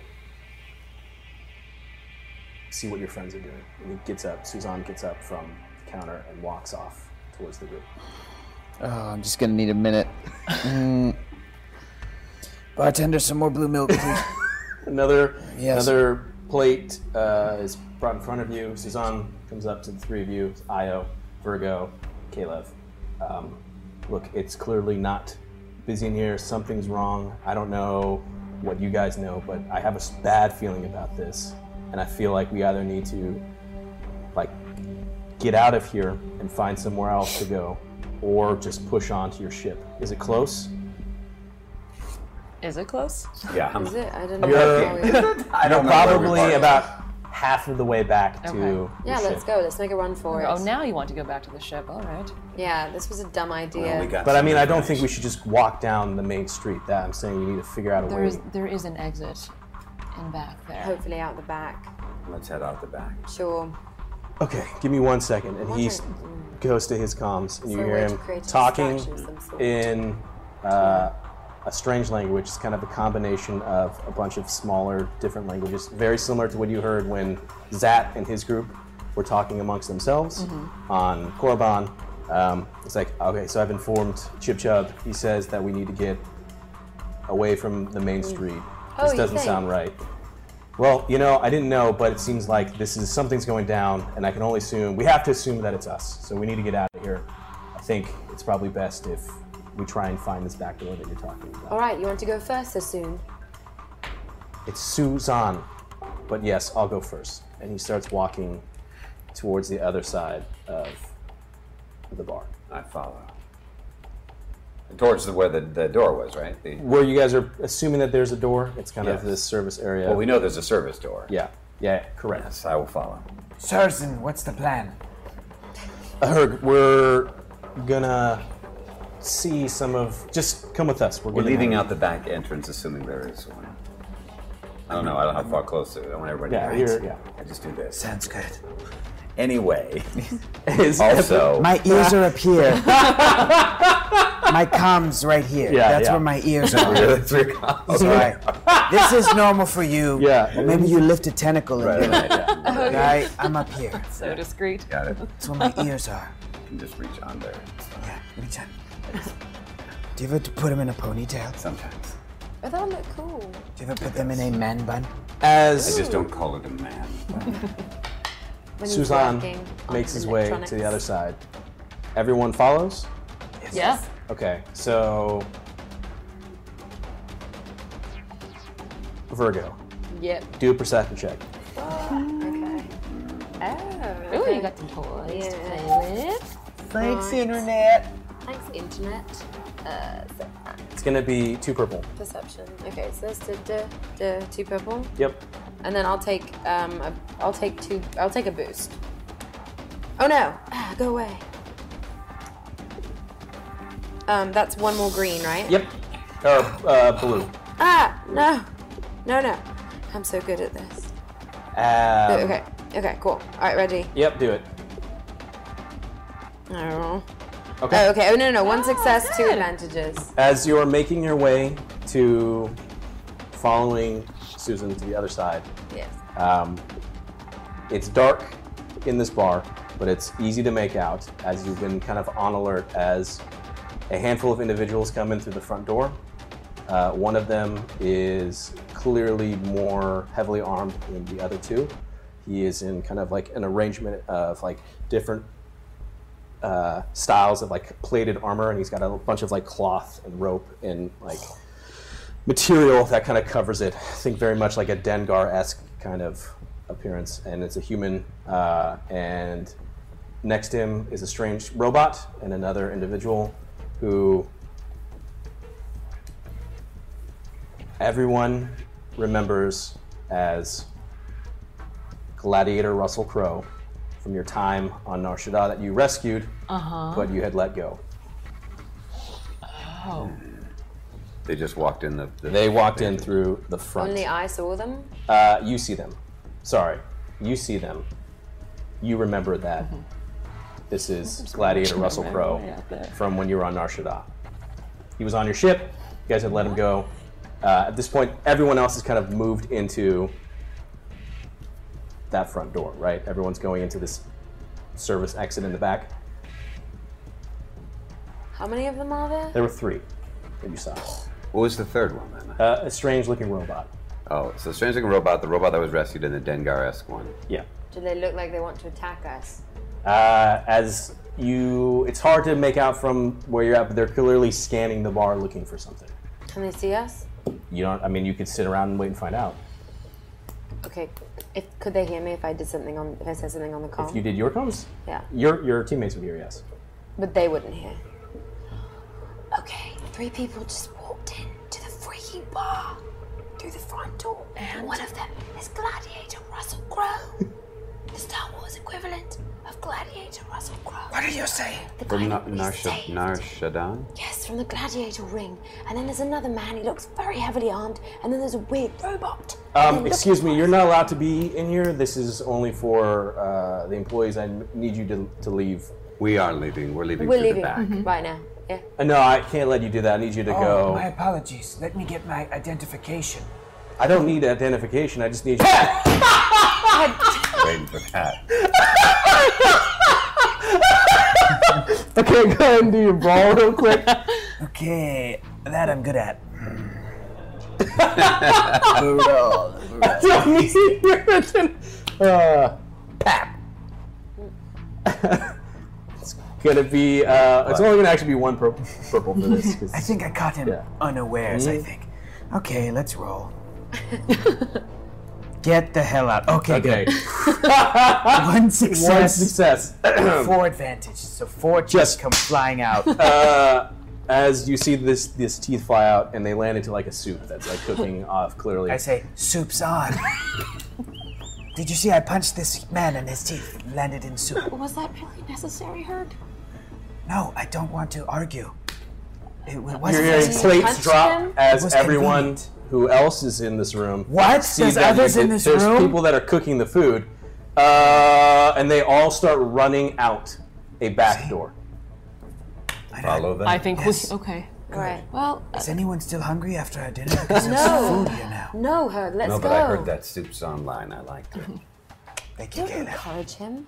see what your friends are doing. And he gets up, Suzanne gets up from the counter and walks off towards the group.
Oh, I'm just gonna need a minute. Mm. Bartender, some more blue milk, please.
Another
Yes.
another plate uh, is brought in front of you. Suzanne comes up to the three of you: Io, Virgo, Caleb. Um, look, it's clearly not busy in here. Something's wrong. I don't know what you guys know, but I have a s- bad feeling about this, and I feel like we either need to like get out of here and find somewhere else to go, or just push on to your ship. Is it close?
Is it close?
Yeah. I'm-
Is it? I don't know.
You're-
I don't know where we
Probably
are.
about half of the way back to.
Okay.
your
yeah,
ship.
let's go. Let's make a run for it.
Oh, now you want to go back to the ship. All right.
Yeah, this was a dumb idea.
Well, we got
But I
some
mean, I don't think
information.
we should just walk down the main street. That I'm saying we need to figure out a
There
way.
is there is an exit in back there.
Hopefully out the back.
Let's head out the back.
Sure.
Okay, give me one second. And he s-
second.
goes to his comms, and you
So
hear
way to
him
create a
talking
distraction of some sort.
in uh, a strange language. It's kind of a combination of a bunch of smaller, different languages, very similar to what you heard when Zat and his group were talking amongst themselves
Mm-hmm.
on Korban. Um, it's like, okay, so I've informed Chip Chub. He says that we need to get away from the main street.
Oh,
This
you
doesn't
think?
sound right. Well, you know, I didn't know, but it seems like this is something's going down, and I can only assume we have to assume that it's us. So we need to get out of here. I think it's probably best if we try and find this back door that you're talking about.
All right, you want to go first, Sassoon?
It's Suzanne. But yes, I'll go first. And he starts walking towards the other side of the bar.
I follow. Towards the, where the, the door was, right? The,
Where you guys are assuming that there's a door, it's kind
Yes.
of this service area.
Well, we know there's a service door.
Yeah, yeah, correct.
Yes, I will follow.
Surzen, what's the plan?
Uh, Herg, we're gonna see some of. Just come with us. We're,
We're
getting
leaving out the back entrance, assuming there is one. I don't know. I don't know how far close it is. I want everybody
Yeah,
to
here, yeah.
I just do this.
Sounds good.
Anyway,
Is-
also,
My ears are up here. my comms right here.
Yeah,
That's
yeah.
where my ears are.
That's weird.
All right. This is normal for you.
Yeah.
Or maybe you lift a tentacle and
Right,
do
right,
it.
yeah.
Right? I'm up here.
So discreet.
Got it.
That's where my ears are.
You can just reach on there
Yeah, reach on. Do you ever put them in a ponytail?
sometimes.
Oh, that'll look cool.
Do you ever put them in a man bun?
I
as
just don't call it a man.
When he's
Suzanne
working on
makes his way to the
electronics.
other side, everyone follows.
Yeah.
Okay, so Virgo,
Yep.
do a perception check.
Okay. Oh.
Ooh,
okay.
you got some toys to
Yeah.
play with.
Thanks, internet.
Thanks, internet. Uh, so, uh,
It's gonna be two purple.
perception. Okay, so that's the duh, duh, two purple,
Yep.
and then I'll take um, a, I'll take two, I'll take a boost. Oh no! Ah, go away. Um, that's one more green, right?
Yep. Or uh, blue.
Ah, no, no, no. I'm so good at this.
Um,
okay, okay, cool. All right, ready.
Yep. Do it.
Oh.
Okay.
Oh, okay. Oh no, no, one success, two
good.
advantages.
As you're making your way to following Susan to the other side,
Yes.
um, it's dark in this bar, but it's easy to make out as you've been kind of on alert as a handful of individuals come in through the front door. Uh, one of them is clearly more heavily armed than the other two. He is in kind of like an arrangement of like different uh, styles of like plated armor, and he's got a bunch of like cloth and rope and like material that kind of covers it. I think very much like a Dengar esque kind of appearance, and it's a human. Uh, and next to him is a strange robot and another individual who everyone remembers as Gladiator Russell Crowe from your time on Nar Shaddaa that you rescued, but you had let go.
They just walked in the. the
They walked in through the front.
Only I saw them.
Uh, you see them. Sorry. You see them. You remember that. This is Gladiator Russell Crowe from when you were on Nar Shaddaa. He was on your ship. You guys had let him go. Uh, at this point, everyone else has kind of moved into that front door, right? Everyone's going into this service exit in the back.
How many of them are there?
There were three that you saw.
What was the third one then?
Uh, a strange looking robot.
oh, so strange looking robot, the robot that was rescued, and the Dengar-esque one.
Yeah.
Do they look like they want to attack us?
Uh, as you, it's hard to make out from where you're at, but they're clearly scanning the bar looking for something.
Can they see us?
You don't. I mean, you could sit around and wait and find out.
Okay. If could they hear me if I did something on if I said something on the call?
If you did your comms,
Yeah.
your your teammates would hear yes.
But they wouldn't hear. Okay, three people just walked in to the freaking bar through the front door. And one of them is Gladiator Russell Crowe. the Star Wars equivalent of Gladiator Russell Crowe.
What are you saying?
The guy
From Na-
that we
Nar
saved.
Shadan?
Yes, from the gladiator ring. And then there's another man, he looks very heavily armed, and then there's a weird robot. And
Um,
then
excuse
look-
me, you're not allowed to be in here. This is only for uh, the employees. I need you to, to leave.
We are leaving. We're leaving
We're
through
leaving
the back.
right now. Yeah.
Uh, no, I can't let you do that. I need you to
Oh,
go.
my apologies. Let me get my identification.
I don't need identification. I just need you. to-
Waiting for that.
okay, go ahead and do your ball real quick.
Okay, that I'm good at.
Brutal. I don't need your attention. Uh, pap. it's gonna be. Uh, it's only gonna actually be one purple, purple for this. 'cause-
I think I caught him
Yeah.
unawares, I
Mhm.
think. Okay, let's roll. Get the hell out. Okay,
okay.
good. One
One
success.
success.
four advantages. So four just,
Just-
come flying out.
uh, as you see this, this teeth fly out and they land into like a soup that's like cooking off. Clearly,
I say, soup's on. Did you see I punched this man and his teeth landed in soup?
Was that really necessary, Herb?
No, I don't want to argue. It wa-
You're
wasn't
hearing
necessary.
plates
punched
drop
him?
as
was
everyone
convenient.
who else is in this room.
What?
see
There's
that
others
you-
in this
there's
room?
people that are cooking the food, uh, and they all start running out a back door.
Follow them.
I think
Yes.
we. Okay.
Right.
Well,
Is anyone still hungry after our dinner? Because there's
No.
food here now.
No, Herb, let's
no,
go.
but I heard that soup's online. I liked it. It
Thank you,
Don't
Caleb.
encourage him.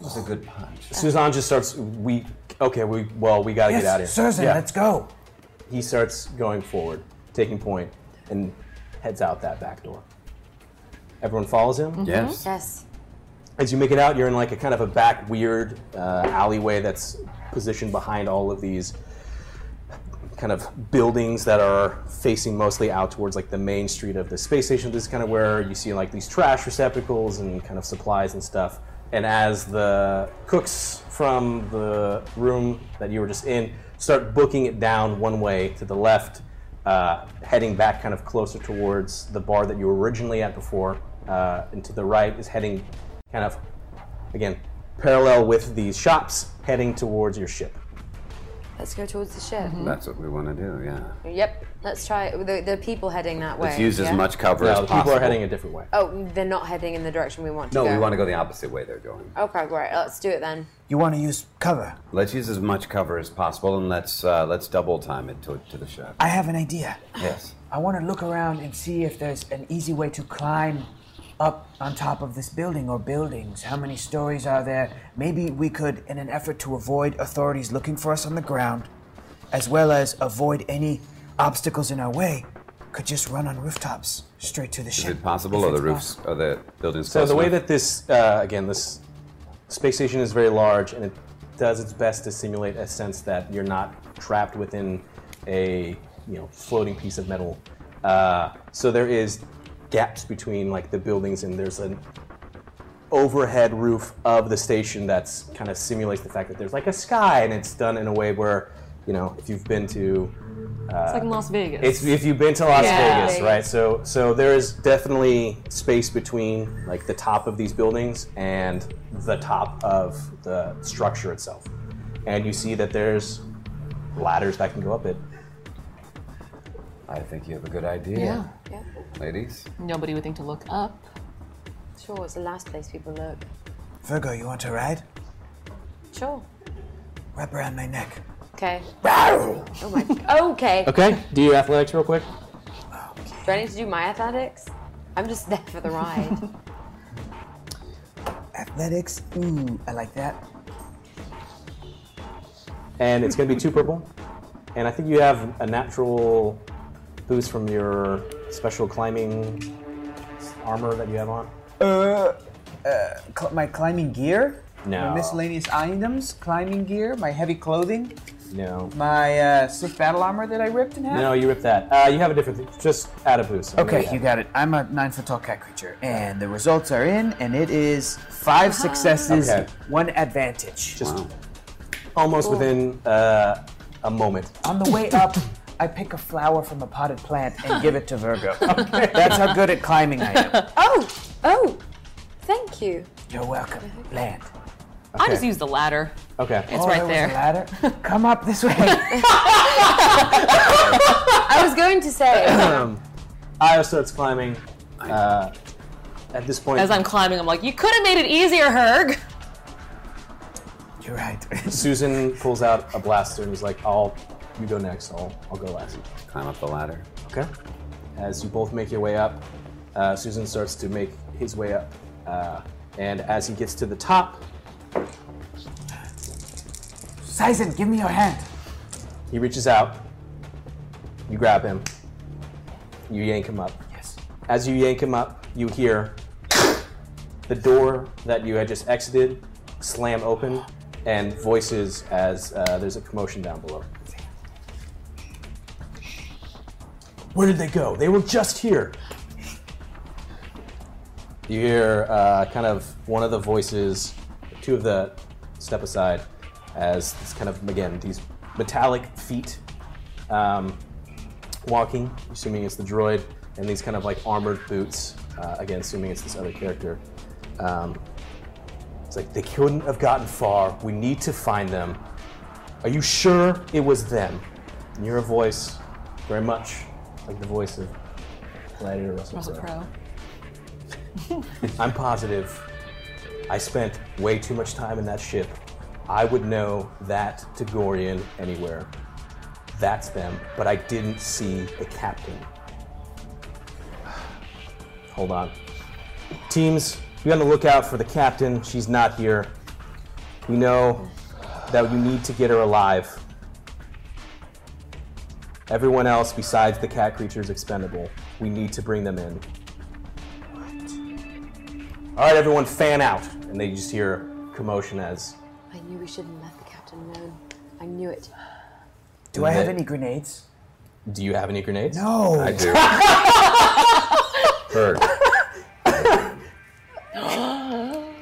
was a good punch.
Suzanne just starts. We okay. We well. We gotta
Yes,
get out of here.
Susan,
Yeah.
let's go.
He starts going forward, taking point, and heads out that back door. Everyone follows him.
Yes.
Yes.
As you make it out, you're in like a kind of a back weird uh, alleyway that's positioned behind all of these kind of buildings that are facing mostly out towards like the main street of the space station. This is kind of where you see like these trash receptacles and kind of supplies and stuff. And as the cooks from the room that you were just in start booking it down one way to the left, uh, heading back kind of closer towards the bar that you were originally at before, uh, and to the right is heading kind of again parallel with these shops, heading towards your ship.
Let's go towards the ship.
That's what we want to do. Yeah.
Yep. Let's try it. The, the people heading that way.
Let's use as
yeah?
much cover
No,
as
the
possible.
people are heading a different way.
Oh, they're not heading in the direction we want to
no,
go.
we want to go the opposite way they're going.
Okay, great. Let's do it then.
You want to use cover?
Let's use as much cover as possible, and let's uh, let's double time it to, to the shop.
I have an idea.
yes.
I want to look around and see if there's an easy way to climb up on top of this building or buildings. How many stories are there? Maybe we could, in an effort to avoid authorities looking for us on the ground, as well as avoid any obstacles in our way, could just run on rooftops straight to the
Is
ship.
it possible,
if
or the
it's
roofs,
possible.
or the buildings?
So
close
the way
enough?
that this, uh, again, this space station is very large, and it does its best to simulate a sense that you're not trapped within a you know floating piece of metal. Uh, so there is gaps between like the buildings, and there's an overhead roof of the station that's kind of simulates the fact that there's like a sky, and it's done in a way where you know if you've been to
it's like in Las Vegas.
it's if you've been to Las
Yeah.
Vegas, right? So so there is definitely space between like the top of these buildings and the top of the structure itself. And you see that there's ladders that can go up it.
I think you have a good idea,
yeah.
Yeah.
ladies.
Nobody would think to look up.
Sure. It's the last place people look.
Virgo, you want to ride?
Sure.
Wrap around my neck.
Okay. oh my. Okay.
Okay, do your athletics real quick.
Do I need to do my athletics? I'm just there for the ride.
Athletics? Ooh, I like that.
And it's gonna be two purple. And I think you have a natural boost from your special climbing armor that you have on.
Uh, uh, cl- my climbing gear?
No.
My miscellaneous items? Climbing gear? My heavy clothing?
No.
My uh, swift battle armor that I ripped in half?
No, you rip that. Uh, you have a different. Just add a boost.
Okay, you got it. I'm a nine foot tall cat creature, and the results are in, and it is five successes,
Okay.
one advantage.
just almost within uh, a moment.
On the way up, I pick a flower from a potted plant and give it to Virgo. That's how good at climbing I am.
oh. Oh. Thank you.
You're welcome. Land.
I just use the ladder.
Okay.
It's right
there.
there.
was a ladder. Come up this way.
I was going to say.
Io starts climbing. Uh, at this point,
As I'm climbing, I'm like, you could have made it easier, Herg.
You're right.
Susan pulls out a blaster and is like, "I'll, you go next. I'll, I'll go last."
Climb up the ladder.
Okay. As you both make your way up, uh, Susan starts to make his way up, uh, and as he gets to the top,
Sizen, give me your hand.
he reaches out. You grab him, You yank him up. Yes. As you yank him up, you hear the door that you had just exited slam open, and voices as uh, there's a commotion down below. Where did they go? They were just here. You hear uh, kind of one of the voices, two of the step aside, as this kind of again these metallic feet um, walking, assuming it's the droid, and these kind of like armored boots, uh, again assuming it's this other character. Um, it's like they couldn't have gotten far. We need to find them. Are you sure it was them? And you're a voice, very much like the voice of Gladiator Russell,
Russell
Crowe.
Crowe.
I'm positive. I spent way too much time in that ship. I would know that Tagorian anywhere. That's them, but I didn't see the captain. Hold on. Teams, be on the lookout for the captain. She's not here. We know that you need to get her alive. Everyone else besides the cat creature is expendable. We need to bring them in. All right, everyone, fan out. And they just hear commotion as
I knew we shouldn't let the captain know. I knew it.
Do I have
That-
any grenades?
Do you have any grenades?
No.
I do. Berg.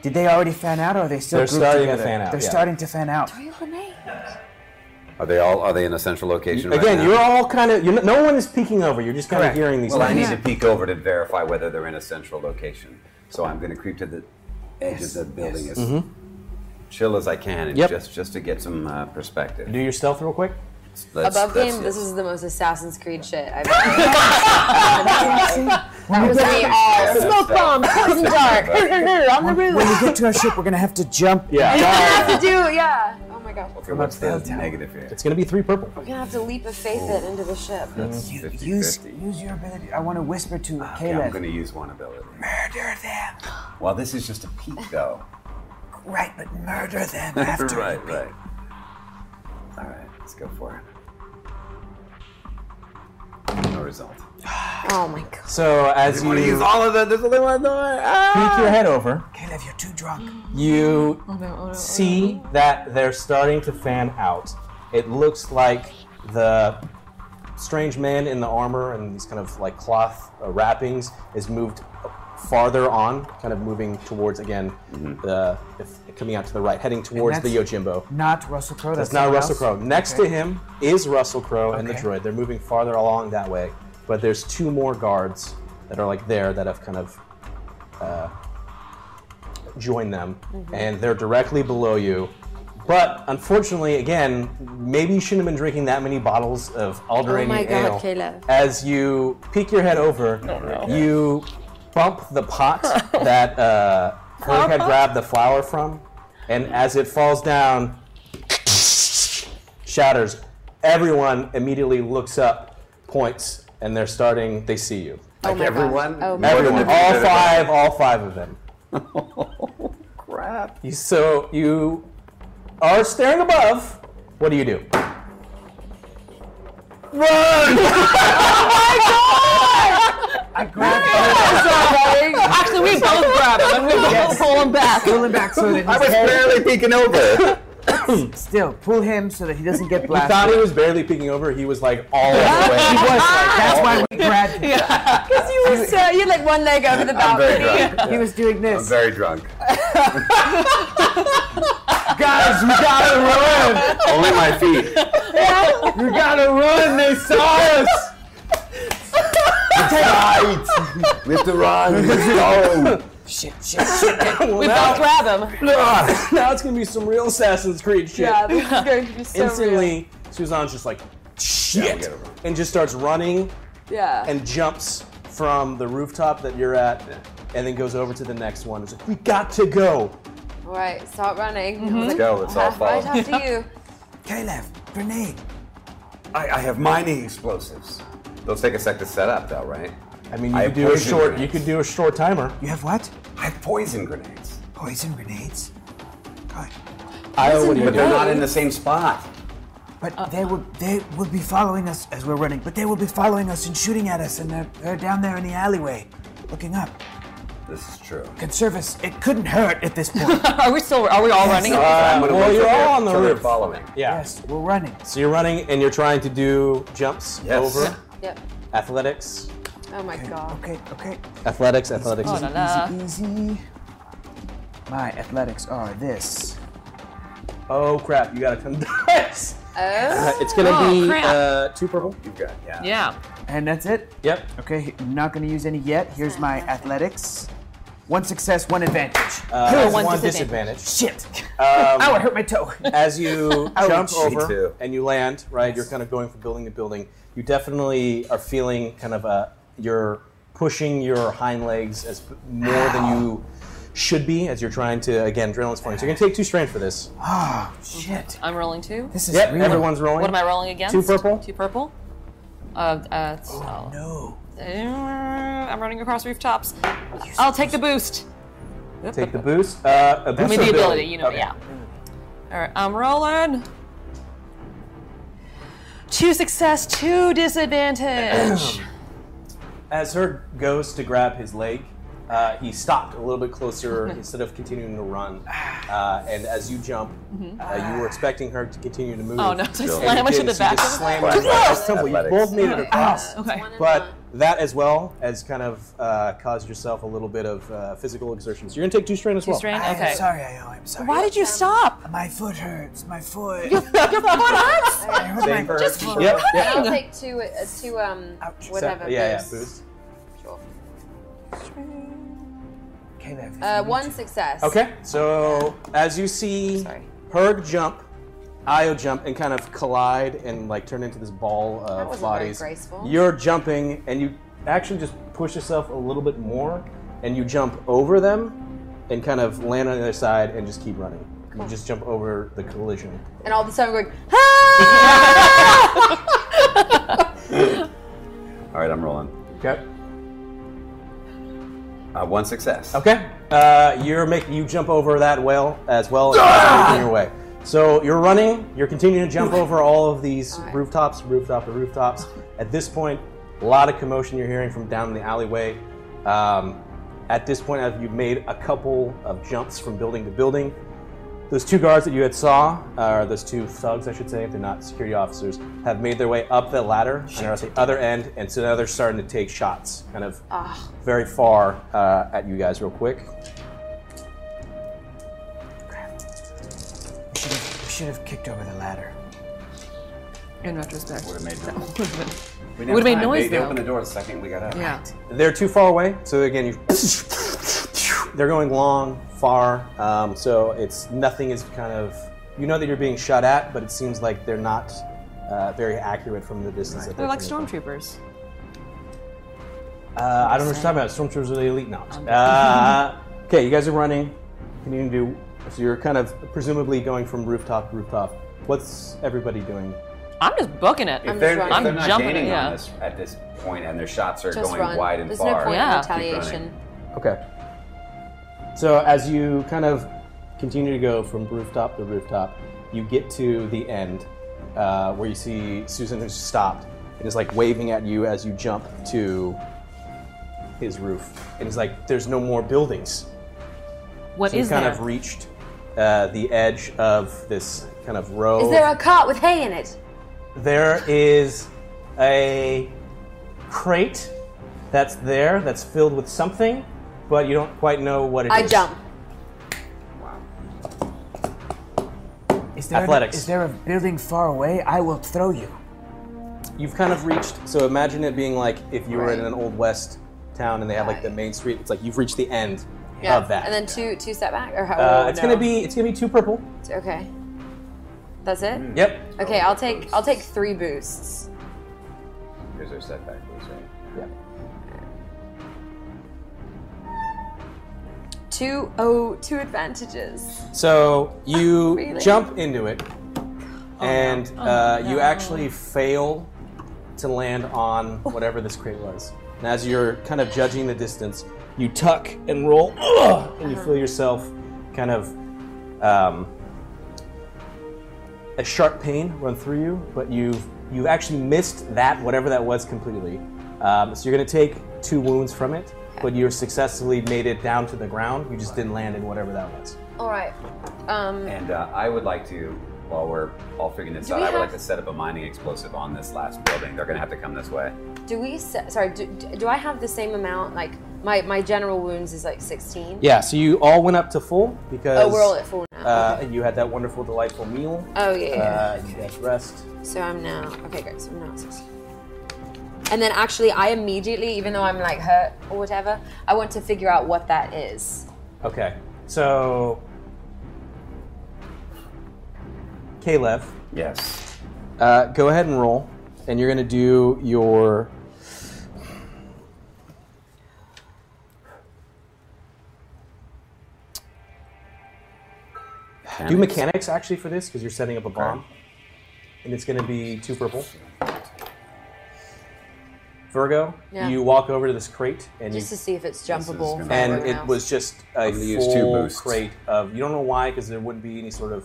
Did they already fan out, or are they still?
They're
grouped
starting to
together?
fan out,
They're
yeah.
starting to fan out.
Are they all? Are they in a central location? right
Again,
now?
you're all kind of. You're, no one is peeking over. You're just kind of hearing these.
Well, I
things.
need to peek over to verify whether they're in a central location. So I'm going to creep to the edge of the building as chill as I can, and
Yep.
just just to get some uh, perspective.
Do your stealth real quick.
Let's-
Above
let's-
him, this is the most Assassin's Creed shit I've ever That was me all.
Yeah,
Smoke
that's-
bomb, poison dart, on the roof.
When we get to our ship, we're gonna have to jump.
Yeah.
You're gonna have to do, yeah. Oh my god.
Okay, what's the
upside down.
negative here?
It's gonna be three purple.
We're gonna have to leap of faith it into the ship.
That's
You-
50,
use
50.
use your ability. I want to whisper to
Okay, I'm
Caleb.
going to use one ability.
Murder them.
Well, this is just a peek, though.
Right, but murder them after.
right, right. All right, let's go for it. No result.
Oh my god.
So as you peek
all of it. There's only one door.
ah!
your head over,
Caleb, you're too drunk.
you see that they're starting to fan out. It looks like the strange man in the armor and these kind of like cloth uh, wrappings is moved farther on, kind of moving towards again the if, coming out to the right, heading towards the
that's-
Yojimbo.
Not Russell Crowe.
That's not
someone
Russell
else?
Crowe. Next to
Okay.
him is Russell Crowe and the
Okay.
droid. They're moving farther along that way, but there's two more guards that are like there that have kind of uh, joined them, and they're directly below you. But unfortunately, again, maybe you shouldn't have been drinking that many bottles of Alderaanian
Oh my God,
ale.
Caleb.
As you peek your head over, you bump the pot that uh, Herc had grabbed the flower from, and as it falls down, shatters. Everyone immediately looks up, points, and they're starting. They see you.
Oh my
everyone?
God. Oh my
Everyone.
Everyone,
Wouldn't it be
all
better
five, all five of them.
Crap.
You, so you are staring above. What do you do? Run!
Actually, we both grabbed him and we both pull him back.
Pulling back so that
I
his
was
head.
barely peeking over.
Still, pull him so that he doesn't get
I
blasted.
thought he was barely peeking over. He was like all the way.
That's why we grabbed him.
You were so, you had like one leg over the
I'm very
balcony.
drunk.
He was doing
I'm
this.
very drunk.
Guys, we gotta run!
Only my feet.
We gotta run! They saw us!
Right. We have to run. Let's go.
shit, shit, shit.
We both grab him.
now it's gonna be some real Assassin's Creed shit.
Yeah, this is going to be so real.
Instantly, Suzanne's just like, shit!
gotta run.
and just starts running
Yeah.
and jumps from the rooftop that you're at and then goes over to the next one. It's like, we got to go.
all right, start running.
Let's go. It's all
Right
fall.
after you.
Caleb, grenade.
I, I have mining explosives. Those take a sec to set up, though, right?
I mean, you
I
could do a
poison
short,
grenades.
you could do a short timer.
You have what?
I have poison grenades,
Poison grenades. Good.
I what do you
but they're
do?
not in the same spot.
But
Uh,
they will they will be following us as we're running. But they will be following us and shooting at us, and they're, they're down there in the alleyway, looking up.
This is true.
Could service. It couldn't hurt at this point.
are we still? Are we all running?
So I'm gonna
Uh, well,
wait
you're
till
all
they're-
on the
till they're
roof.
following.
Yeah.
yes, we're running.
So you're running and you're trying to do jumps
Yes.
over
Yep.
athletics.
Oh my god.
Okay, okay.
Athletics, athletics.
Oh, Uh, la, la.
Easy. My athletics are this.
Oh crap, you gotta come dice.
Oh.
It's gonna
Oh,
be
crap.
uh, two purple.
You've got yeah.
Yeah.
And that's it.
Yep. Uh,
Okay, I'm not gonna use any yet. Here's my athletics. One success, one advantage.
Uh, that's
one
one
disadvantage.
disadvantage.
Shit! Ow,
Um,
I hurt my toe.
as you
Ouch.
jump
Me
over
too.
and you land, right, you're kind of going from building to building. You definitely are feeling kind of a you're pushing your hind legs as more than you should be as you're trying to again adrenaline's flowing. So you're gonna take two strain for this.
Oh, shit.
I'm rolling too.
This is
Yep,
real.
everyone's rolling.
What am I rolling against?
Two purple.
Two purple. Uh, uh,
Oh,
so-
No.
Uh, I'm running across rooftops. I'll take the boost.
Take the boost. Uh, a boost
I mean,
or
the
ability?
ability, you know,
Okay.
yeah. All right, I'm rolling. Two success, two disadvantage.
As her goes to grab his leg, uh, he stopped a little bit closer instead of continuing to run. Uh, and as you jump, uh, you were expecting her to continue to move.
Mm-hmm. oh no, so I
And you
slam it to
didn't,
the
so you
back
just
of the
slammed
Right,
into
right,
the temple. You
athletics.
both made it across.
Okay.
But that as well as kind of uh, caused yourself a little bit of uh, physical exertion. So you're going to take two strain as well.
Strain?
I'm
Okay.
sorry, I know. I'm sorry.
Why did you stop?
My foot hurts. My foot.
Your foot hurts?
I hurt
Same
my
for-
just foot.
yep, yep.
I'll take two, uh, two um,
Ouch.
whatever.
yeah, yeah,
boosts.
boost.
Sure.
Caleb, if
Uh,
you
one
need
success.
Okay, so as you see
Sorry.
Herg jump, Io jump, and kind of collide and like turn into this ball of
wasn't very
bodies.
graceful.
You're jumping, and you actually just push yourself a little bit more, and you jump over them, and kind of land on the other side, and just keep running. You just jump over the collision.
And all of a sudden, I'm going, ah!
All right, I'm rolling.
Okay.
Uh, one success.
Okay. Uh, you're making you jump over that well as well
Ah!
as in your way. So you're running. You're continuing to jump over all of these
All right.
rooftops, rooftop to rooftops. At this point, a lot of commotion you're hearing from down in the alleyway. Um, at this point, as you've made a couple of jumps from building to building, those two guards that you had saw, uh, or those two thugs, I should say, if they're not security officers, have made their way up the ladder and are at the other end, and so now they're starting to take shots, kind of very far uh, at you guys, real quick.
to- Should have, should have kicked over the ladder.
In retrospect.
Would've made no- We
Would've made
time.
noise,
They, they
though.
opened the door the second we got out.
Yeah.
They're too far away, so again, you they're going long, far, um, so it's nothing is kind of you know that you're being shot at, but it seems like they're not uh, very accurate from the distance. That
They're like
coming from.
stormtroopers.
Uh, I don't know what you're talking about. Stormtroopers are the elite now. Uh, okay, you guys are running. Continuing to do. So you're kind of presumably going from rooftop to rooftop. What's everybody doing?
I'm just booking it.
If
just
they're,
running.
if they're
I'm
not
jumping it,
gaining
yeah.
on us at this point, and their shots are
Just
going
run.
wide and
There's
far.
no point
Yeah.
in retaliation.
Okay. So as you kind of continue to go from rooftop to rooftop, you get to the end uh, where you see Susan who's stopped and is like waving at you as you jump to his roof. And he's like, "There's no more buildings."
What
So you
is
kind
there?
of reached uh, the edge of this kind of row.
Is there a cart with hay in it?
there is a crate that's there that's filled with something, but you don't quite know what it is.
I jump.
Is there
Athletics.
A, is there a building far away? I will throw you.
You've kind of reached. So imagine it being like if you were in an old west town and they have like the main street. It's like you've reached the end of that.
And then two two step back or how?
uh,
oh,
it's
no.
gonna be it's gonna be two purple.
okay. That's it.
Yep.
Okay, I'll take I'll take three boosts.
There's their setback, please,
Yep.
right?
Two oh two advantages.
So you
Really?
jump into it, and uh, you actually fail to land on whatever this crate was. And as you're kind of judging the distance, you tuck and roll, and you feel yourself kind of um, a sharp pain run through you, but you've you've actually missed that whatever that was completely. Um, so you're going to take two wounds from it, but you successfully made it down to the ground. You just didn't land in whatever that was.
All right. Um,
And uh, I would like to, while we're all figuring this
Do
out,
we
I would
have-
like to set up a mining explosive on this last building. They're going to have to come this way.
do we? se- Sorry. Do, do I have the same amount? Like my my general wounds is like 16.
Yeah, so you all went up to full because
Oh, we're all at full now.
Uh, you had that wonderful, delightful meal.
Oh, yeah, yeah,
Uh, you guys rest.
So I'm now okay, great. So I'm now at 16. And then actually, I immediately, even though I'm like hurt or whatever, I want to figure out what that is.
Okay, so Kalev.
Yes.
Uh, go ahead and roll, and you're gonna do your. Do mechanics actually for this because you're setting up a bomb, and it's gonna be two purple. Virgo,
Yeah.
you walk over to this crate and
Just
you
to see if it's jumpable. from
and
everyone
it
else.
was just a
I'm gonna use two
full
boosts.
crate of you don't know why because there wouldn't be any sort of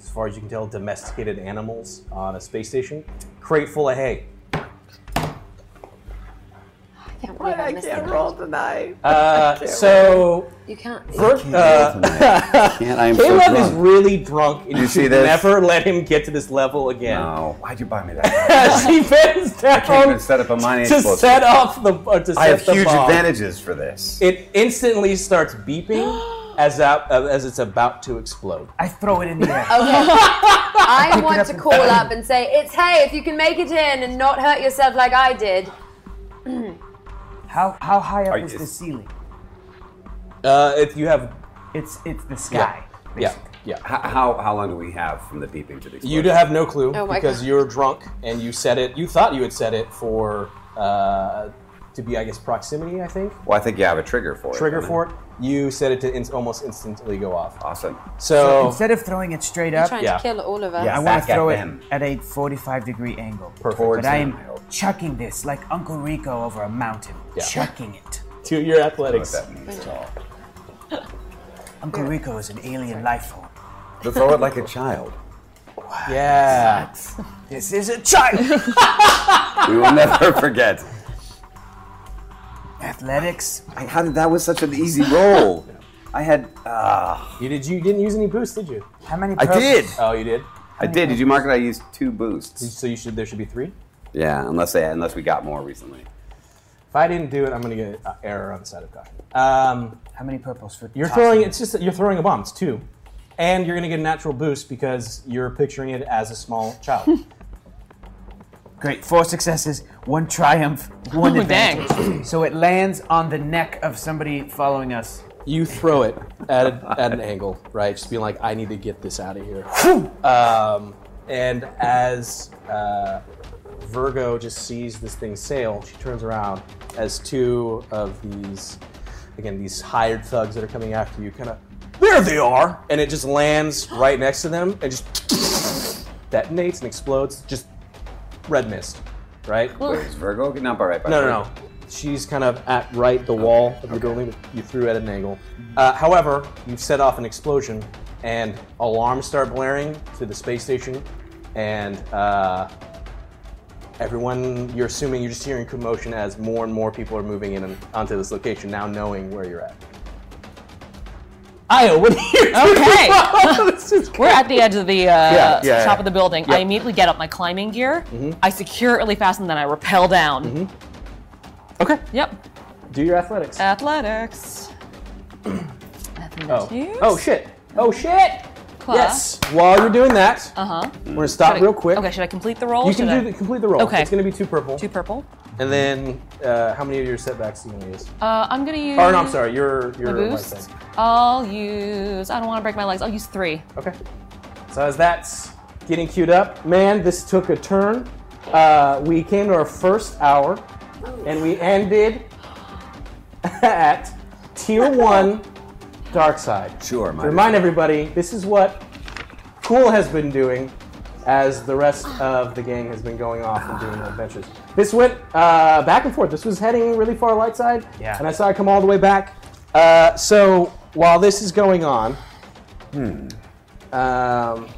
as far as you can tell domesticated animals on a space station crate full of hay
I can't believe I, missed that.
tonight.
uh, so
You can't.
Vir- uh,
Can't I am so
Caleb is
drunk.
really drunk and you,
You see
should
this?
never let him get to this level again
No, why'd you buy me that?
she bends down
can't even set up a mining
to
explosive.
set off the uh, to set
I have
the
huge
bomb.
advantages for this.
it instantly starts beeping as out, uh, as it's about to explode
I throw it in the air.
I want
up
to
and-
call up and say, "It's hey, if you can make it in and not hurt yourself like I did."
How how high up
you-
is the ceiling?
uh, if you have
It's it's the sky.
yeah yeah
How, how, how long do we have from the beeping to the explosion?
You do have no clue
Oh my
because
God.
you're drunk and you said it. You thought you had said it for uh, to be, I guess, proximity. I think
Well, I think you have a trigger for it.
trigger
don't
for it. You said it to in- almost instantly go off.
you? Awesome.
Uh, So
Instead of throwing it straight
You're
up,
trying
yeah.
to kill all of us.
I
Yeah.
want
Back
to
at
throw it
them.
at a 45 degree angle.
Towards
But I am
them, I hope.
chucking this like Uncle Rico over a mountain.
Yeah.
Chucking it.
to your
I don't
athletics,
know what that means at all.
Uncle Rico is an alien life form.
But throw it like a child.
yeah.
This is a child.
We will never forget.
Athletics.
I, how did that was such an easy roll? I had. Uh,
You did. You didn't use any boost, did you?
How many?
I
purples-
did.
Oh, you did.
I did. Did you mark it? I used two boosts.
So you should. There should be three.
Yeah, unless they, unless we got more recently.
If I didn't do it, I'm gonna get an error on the side of caution. Um,
How many purples for?
you're
tossing
throwing.
it?
It's just that you're throwing a bomb. It's two, and you're gonna get a natural boost because you're picturing it as a small child.
Great. Four successes, one triumph, one
Oh,
advantage. So it lands on the neck of somebody following us.
you throw it at, a, at an angle, right? Just being like, I need to get this out of here. um, and as uh, Virgo just sees this thing sail, she turns around as two of these, again, these hired thugs that are coming after you kind of, there they are! And it just lands right next to them and just detonates and explodes. Just red mist, right?
Wait, is Virgo getting up all right? By
No, no,
Virgo?
no. She's kind of at right the wall of the building that you threw at an angle. Uh, however, you've set off an explosion, and alarms start blaring to the space station, and uh, everyone, you're assuming you're just hearing commotion as more and more people are moving in and onto this location, now knowing where you're at. Io, what are you doing?
Okay.
this is
We're at the edge of the uh,
Yeah, yeah,
top
yeah.
of the building. I immediately get up my climbing gear.
Mm-hmm.
I secure it really fast and then I rappel down.
Mm-hmm. Okay.
Yep.
Do your athletics.
Uh, Athletics.
oh.
Athletics.
oh, shit. Oh, shit.
Class.
Yes. While you're doing that,
Uh huh.
we're going to stop real quick.
Okay, should I complete the roll?
You can
Should I-
do the, complete the roll.
Okay.
It's going to be two purple.
Two purple.
And then, uh, how many of your setbacks do you want to use?
Uh, I'm gonna use.
Or no, I'm sorry, your
My
your
boost.
life
I'll use. I don't want to break my legs. I'll use three.
thing. Okay. So as that's getting queued up, man, this took a turn. Uh, we came to our first hour, and we ended at tier one, dark side. To
Sure, my
remind everybody, this is what Cool has been doing as the rest of the gang has been going off and doing adventures. This went uh, back and forth. This was heading really far light side,
Yeah.
and I saw it come all the way back. Uh, so while this is going on, um,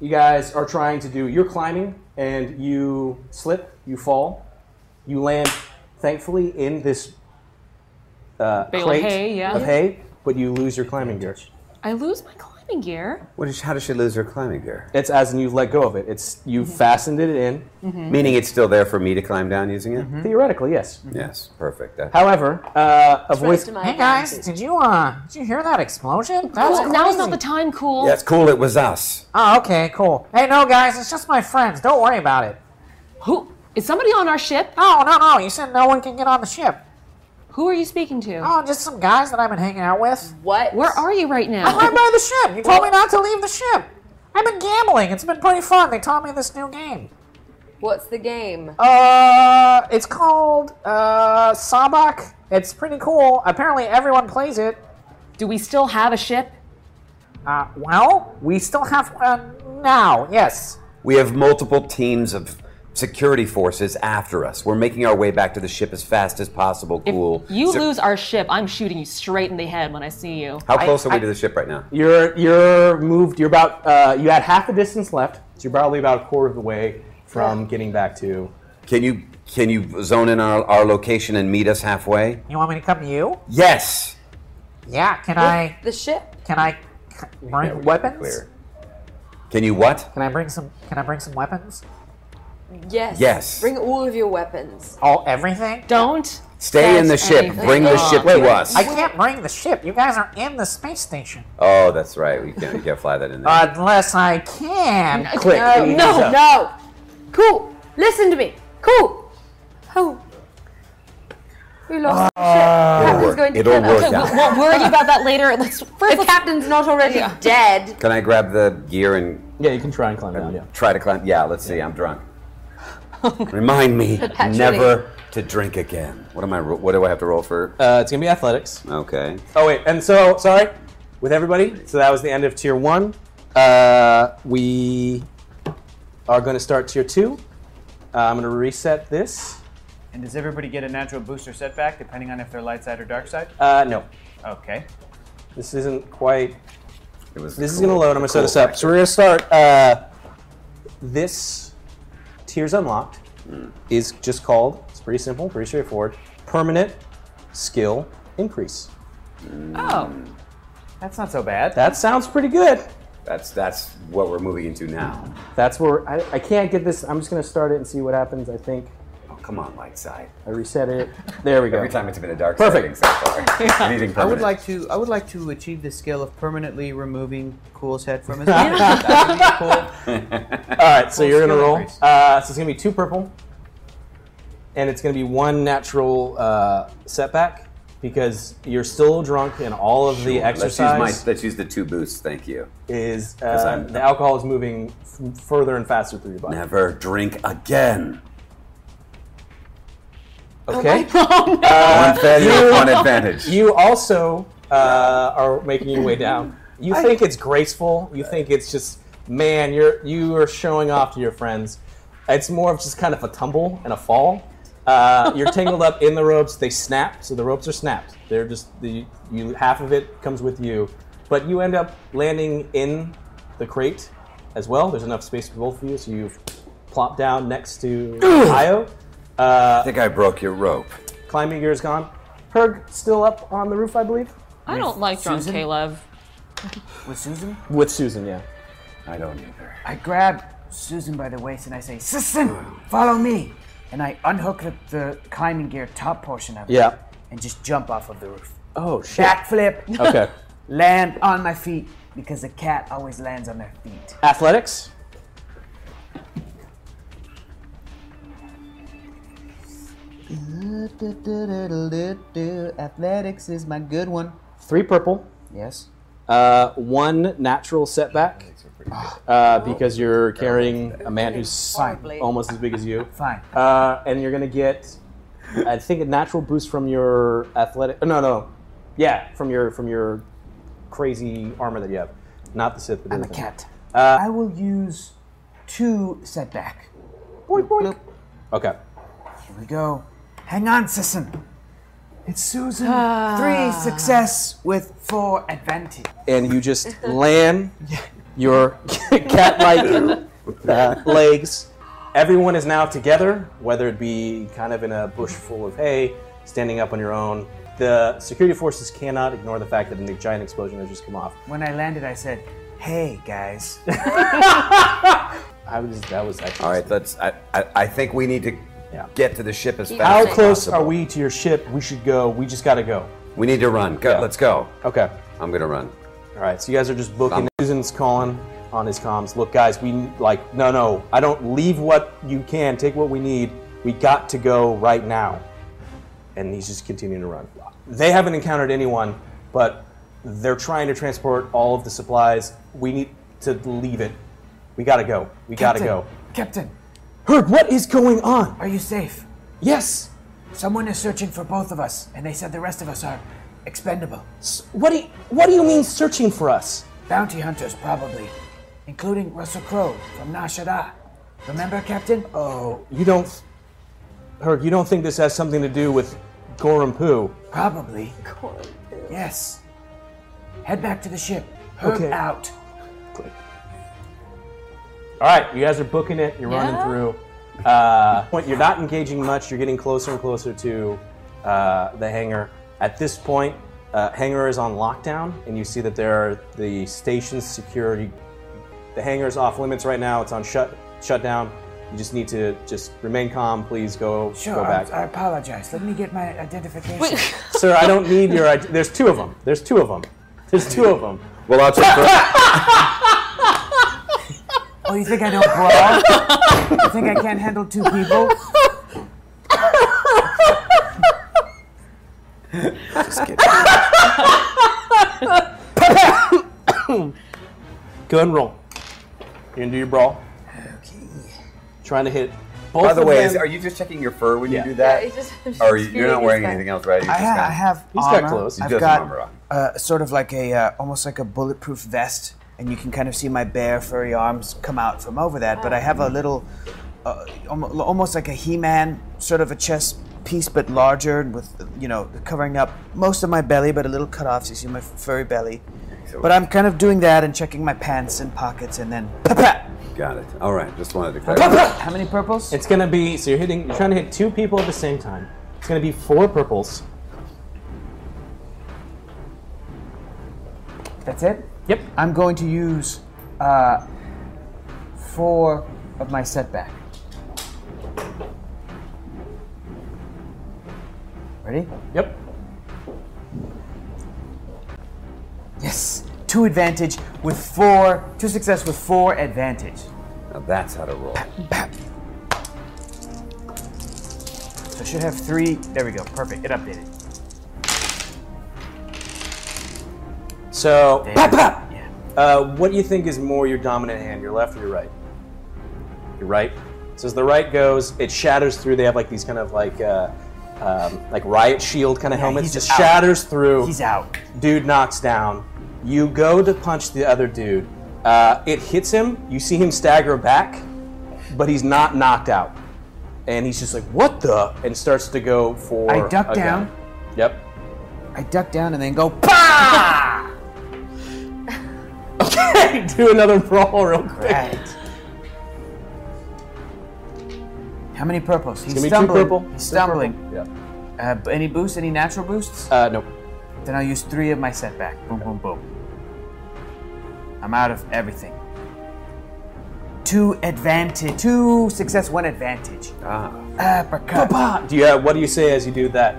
You guys are trying to do. You're climbing and you slip, you fall, you land, thankfully, in this uh,
Bale of
crate
hay, yeah.
of hay, but you lose your climbing gear.
I lose my climbing gear.
What is, how does she lose her climbing gear?
It's as in you've let go of it. It's you
Mm-hmm.
fastened it in.
Meaning it's still there for me to climb down using it?
Mm-hmm. Theoretically, yes.
Yes, perfect. That-
However, uh, a
Throw it
voice.
Mm-hmm. to my
Hey
hand,
guys,
please.
did you uh did you hear that explosion? That was
Cool. Now's not
crazy.
the time, cool.
That's cool, it was us.
Oh, okay, cool. Hey, no, guys, it's just my friends. Don't worry about it.
Who is somebody on our ship?
No, no, no. You said no one can get on the ship.
Who are you speaking to?
Uh,
Oh, just some guys that I've been hanging out with.
What?
Where are you right now?
uh,
I'm right by the ship. You told me not to leave the ship. I've been gambling. It's been pretty fun. They taught me this new game.
What's the game?
Oh.
Uh, it's called uh Sabak. It's pretty cool. Apparently, everyone plays it.
Do we still have a ship?
Uh, well, we still have one now. Yes.
We have multiple teams of security forces after us. We're making our way back to the ship as fast as possible,
If
cool.
you
So-
lose our ship, I'm shooting you straight in the head when I see you.
How close are we
I-
to the ship right now?
You're you're moved. You're about. Uh, you had half the distance left. So you're probably about a quarter of the way from getting back to.
Can you can you zone in our, our location and meet us halfway?
You want me to come to you?
Yes.
Yeah. Can I?
The ship?
Can I c- bring
Yeah, we should be
weapons?
clear. Can you what?
Can I bring some? Can I bring some weapons?
Yes.
Yes.
Bring all of your weapons.
All everything?
Don't.
Stay in the
That's
ship.
anything.
Bring the
Oh,
ship to us.
I can't bring the ship. You guys are in the space station.
Oh, that's right. We can't, you can't fly that in
Uh,
there.
Unless I can.
Click.
No,
It
Uh, no,
is up.
no. Cool. Listen to me. Cool. Oh. We lost
Uh,
the ship.
It'll
Captain's
work.
going to
It'll
kill us.
work
Okay,
out.
we'll, we'll worry about that later. Let's first.
The
Let's,
captain's not already dead.
Can I grab the gear and
Yeah, you can try and climb down. Yeah.
try to climb? Yeah, let's see. I'm drunk. Remind me
Perpetually.
never to drink again. What am I? ro- What do I have to roll for?
Uh, it's gonna be athletics.
Okay.
Oh wait, and so sorry, with everybody. So that was the end of tier one. Uh, we are going to start tier two. Uh, I'm going to reset this.
And does everybody get a natural booster setback depending on if they're light side or dark side?
Uh, no,
Okay.
this isn't quite.
It was
This is
cool-
going to load. I'm going to set
cool
this up. So we're going to start. Uh, this tiers unlocked
Hmm.
is just called. It's pretty simple, pretty straightforward. Permanent skill increase.
oh,
That's not so bad.
That sounds pretty good.
That's that's what we're moving into now.
That's where I, I can't get this. I'm just going to start it and see what happens. I think
Oh, come on, light side.
I reset it. There we go.
Every time it's been a dark
Perfect.
setting so far. Anything
I would
permanent.
like to. I would like to achieve the skill of permanently removing Cool's head from his body. That would be cool.
All right, so you're gonna
skill
roll.
increase.
Uh, so it's gonna be two purple, and it's gonna be one natural uh, setback because you're still drunk, and all of the exercise
Let's use, my, let's use the two boosts. Thank you.
is uh,
I'm-
the alcohol is moving f- further and faster through your body.
Never drink again.
Okay.
one failure, one advantage.
You also uh, are making your way down. You think it's graceful. You think it's just, man, you're you are showing off to your friends. It's more of just kind of a tumble and a fall. Uh, you're tangled up in the ropes. They snap, so the ropes are snapped. They're just the you half of it comes with you, but you end up landing in the crate as well. There's enough space for both of you, so you plop down next to Io.
I think I broke your rope.
Climbing gear is gone. Herg still up on the roof, I believe,
I don't like drunk
Susan?
Caleb.
With Susan?
with Susan. Yeah.
I don't either.
I grab Susan by the waist and I say, Susan, follow me. And I unhook the, the climbing gear top portion of it
Yeah.
and just jump off of the roof.
Oh shit.
Backflip,
Okay.
land on my feet because a cat always lands on their feet.
Athletics.
Athletics is my good one.
Three purple.
Yes?
Uh, one natural setback. Uh, because you're carrying a man who's
Fine.
almost as big as you.
Fine.
Uh, and you're gonna get, I think, a natural boost from your athletic. No, no, yeah, from your from your crazy armor that you have. Not the Sith. But the
I'm a
other thing.
cat.
uh,
I will use two setback.
Okay.
Here we go. Hang on, Susan. It's Susan. Three success with four advantage.
And you just land
your cat-like uh,
legs. Everyone is now together, whether it be kind of in a bush full of hay, standing up on your own. The security forces cannot ignore the fact that a giant explosion has just come off.
When I landed, I said, "Hey guys."
I was that was actually.
All right, let's. I, I, I think we need to get to the ship as fast.
How
as
close
possible.
are we to your ship? We should go. We just gotta go.
We need to run. Go. Let's go.
Okay.
I'm gonna run.
All right. So you guys are just booking. Susan's calling on his comms. Look, guys, we like no, no. I don't leave what you can. Take what we need. We got to go right now. And he's just continuing to run. They haven't encountered anyone, but they're trying to transport all of the supplies. We need to leave it. We gotta go. We gotta
Captain,
go.
Captain,
Herb, what is going on?
Are you safe?
Yes.
Someone is searching for both of us, and they said the rest of us are expendable.
what do you, What do you mean searching for us?
Bounty hunters, probably, including Russell Crowe from Nashada. Remember, Captain?
Oh, you don't, Herb. You don't think this has something to do with Gorum Poo?
Probably. Yes. Head back to the ship. Herb
Okay.
out.
All right, you guys are booking it. You're running
Yeah.
through. Uh, point- you're not engaging much. You're getting closer and closer to uh, the hangar. At this point, uh, hangar is on lockdown, and you see that there are the station's security. The hangar is off limits right now. It's on shut shutdown. You just need to just remain calm. Please go
Sure,
go
I,
back,
I apologize. Let me get my identification.
sir. I don't need your. id- There's two of them. There's two of them. There's two of them.
Well, I'll take.
Oh, you think I don't brawl? you think I can't handle two people?
Just kidding. Go ahead and roll. You're gonna do your brawl. Trying to hit both.
By the
of
way,
them.
is, are you just checking your fur when
Yeah.
you do that?
Yeah, he's just- I'm just
or you, are not
scooting
wearing
his back.
anything else, right? You're
I,
just
ha-
kinda-
I have armor.
armor. He
I've
does
got
have armor on.
Uh, sort of like a uh, almost like a bulletproof vest, and you can kind of see my bare furry arms come out from over that. But I have a little, uh, almo- almost like a He-Man sort of a chest piece, but larger and with you know covering up most of my belly, but a little cut off. So you see my furry belly. But I'm kind of doing that and checking my pants and pockets, and then
Got it. All right, just wanted to clarify.
how many purples?
It's gonna be so you're hitting. You're trying to hit two people at the same time. It's gonna be four purples.
That's it?
Yep.
I'm going to use uh, four of my setback. Ready?
Yep.
Yes. Two advantage with four, two success with four advantage.
Now that's how to roll.
So I should have three. There we go. Perfect. It updated.
So, pop, pop. Uh, what do you think is more your dominant hand, your left or your right? Your right. So as the right goes, it shatters through. They have like these kind of like uh, um, like riot shield kind of
Yeah,
helmets.
he's
Just
out.
shatters through.
He's out.
Dude knocks down. You go to punch the other dude. Uh, it hits him. You see him stagger back, but he's not knocked out. And he's just like, "What the?" and starts to go for.
I duck
a gun.
down.
Yep.
I duck down and then go pa.
Okay, do another brawl real quick.
How many purples? He's
gonna be two
stumbling.
purple.
He's stumbling.
Yeah.
Uh, b- any boosts? Any natural boosts?
Uh, nope.
Then I'll use three of my setback. Boom, boom, boom. I'm out of everything. Two advantage. Two success, one advantage.
Ah.
Apricot.
Do you have, what do you say as you do that?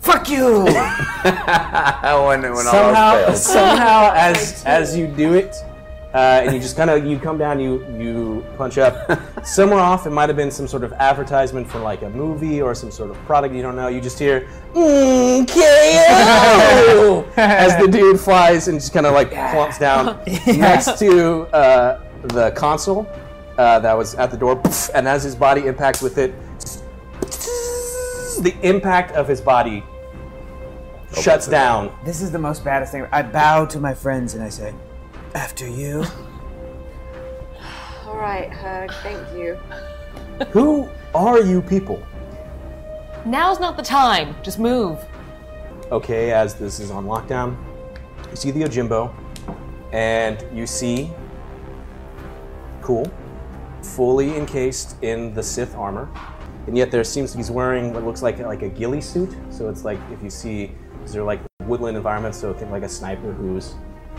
Fuck you!
when, when all
somehow,
else fails.
somehow, as as you do it, uh, and you just kind of you come down, you you punch up. Somewhere off, it might have been some sort of advertisement for like a movie or some sort of product you don't know. You just hear "Mm, KO!" as the dude flies and just kind of like plumps down next to uh, the console uh, that was at the door, Poof, and as his body impacts with it. The impact of his body shuts down
This is the most baddest thing. I bow to my friends and I say, after you.
All right, Herg, thank you.
Who are you people?
Now's not the time. Just move.
okay, as this is on lockdown. You see the Ojimbo, and you see Cool, fully encased in the Sith armor, and yet there seems he's wearing what looks like like a ghillie suit. So it's like if you see, these are like woodland environments, so think like a sniper who's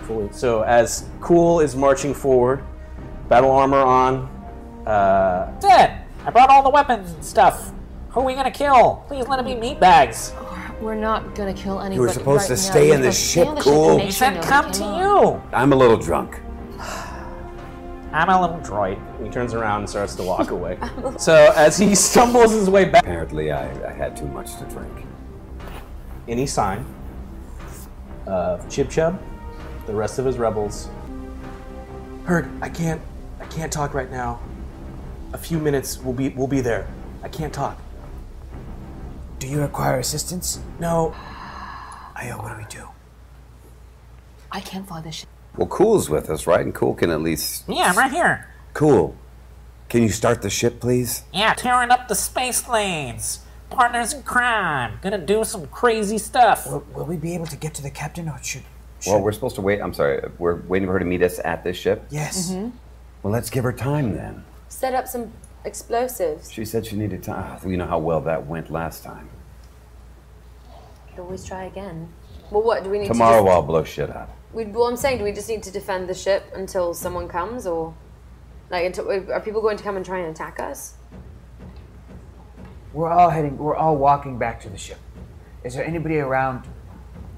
fully. So as Cool is marching forward, battle armor on. Uh,
That's it. I brought all the weapons and stuff. Who are we gonna kill? Please let it be meatbags.
We're not gonna kill anyone.
were supposed to stay in this ship, cool.
He said, "Come to you."
I'm a little drunk.
I'm a little droid. He turns around and starts to walk away. so as he stumbles his way back.
Apparently, I, I had too much to drink.
Any sign of Chib Chub, the rest of his rebels. Heard, I can't I can't talk right now. A few minutes we'll be we'll be there. I can't talk.
Do you require assistance?
No.
Aya, what do we do?
I can't fly this ship.
Well, Cool's with us, right? And Cool can at least.
Yeah, I'm right here.
Cool. Can you start the ship, please?
Yeah, tearing up the space lanes. Partners in crime. Gonna do some crazy stuff.
Will, will we be able to get to the captain, or should?
Well, we're supposed to wait. I'm sorry. We're waiting for her to meet us at this ship.
Yes.
Mhm.
Well, let's give her time then.
Set up some explosives.
She said she needed time. You know how well that went last time.
Could always try again. Well, what do we need
Tomorrow
To
I'll blow shit up.
we well, I'm saying, do we just need to defend the ship until someone comes, or like, until, are people going to come and try and attack us?
We're all heading. We're all walking back to the ship. Is there anybody around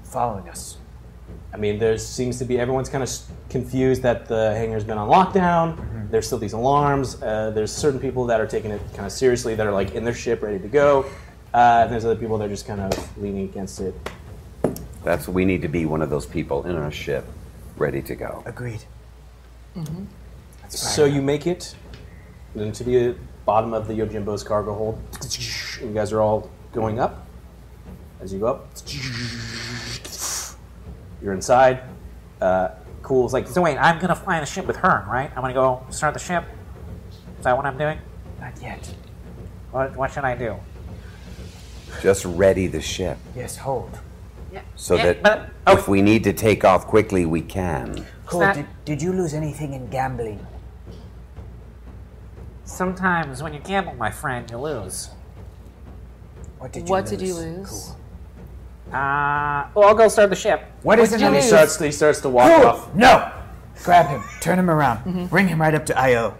following us?
I mean, there seems to be everyone's kind of confused that the hangar's been on lockdown. There's still these alarms. Uh, there's certain people that are taking it kind of seriously that are like in their ship, ready to go. Uh, and there's other people that are just kind of leaning against it.
That's what we need to be one of those people in our ship, ready to go.
Agreed.
Mm-hmm.
So you make it into the bottom of the Yojimbo's cargo hold. You guys are all going up. As you go up, you're inside. Uh, cool. It's like
So wait, I'm gonna fly the ship with her, right? I'm gonna go start the ship. Is that what I'm doing?
Not yet.
What, what should I do?
Just ready the ship
Yes, hold.
so
Yeah,
that
but-
if we need to take off quickly, we can.
Cool.
that-
Did, did you lose anything in gambling?
Sometimes when you gamble, my friend, you lose.
What
What did you lose?
Uh, well, I'll go start the ship.
What is it?
And he starts. He starts to walk
Cool.
off.
No. Grab him. Turn him around. Bring him right up to Io.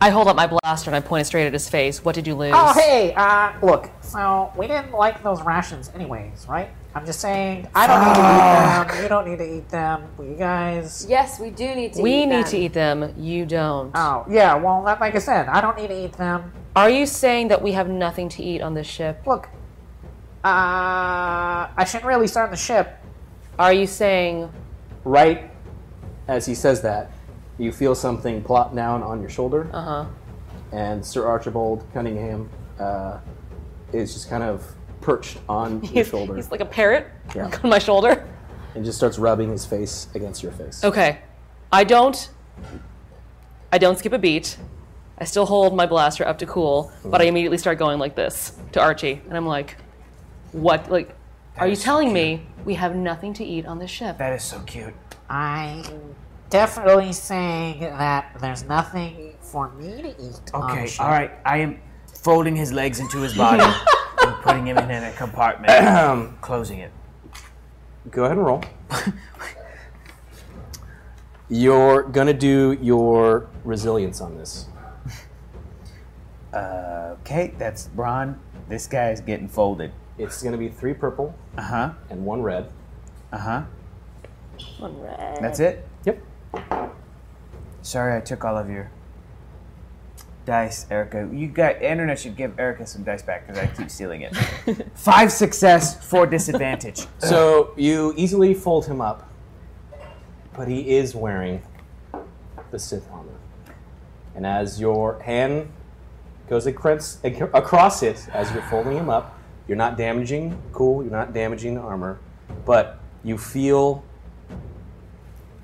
I hold up my blaster and I point it straight at his face. What did you lose?
Oh, hey, uh, look. So, we didn't like those rations anyways, right? I'm just saying, I don't need to eat them. You don't need to eat them. Will you guys?
Yes, we do need to.
we
eat
need
them.
to eat them. You don't.
Oh, yeah, well, that- like I said, I don't need to eat them.
Are you saying that we have nothing to eat on this ship?
Look, Uh, I shouldn't really start the ship.
Are you saying
Right as he says that, you feel something plop down on your shoulder.
Uh huh.
And Sir Archibald Cunningham uh, is just kind of perched on your
he's,
shoulder
he's like a parrot
Yeah.
on my shoulder?
and just starts rubbing his face against your face.
Okay. I don't. I don't skip a beat. I still hold my blaster up to cool, but I
Mm.
immediately start going like this to Archie, and I'm like, "What? Like, are you telling me we have nothing to eat on this ship?"
That is so cute.
I'm definitely saying that there's nothing for me to eat. on the
Okay,
ship.
all right. I am folding his legs into his body and putting him in a compartment, closing it.
Go ahead and roll. You're gonna do your resilience on this.
Okay, that's Bron. This guy's getting folded.
It's gonna be three purple
Uh huh.
and one red.
Uh huh.
One red.
That's it.
Yep.
Sorry, I took all of your dice, Erica. You got internet should give Erica some dice back because I keep stealing it. Five success, four disadvantage.
So you easily fold him up, but he is wearing the Sith armor. And as your hand goes across, across it, as you're folding him up, you're not damaging cool, you're not damaging the armor, but you feel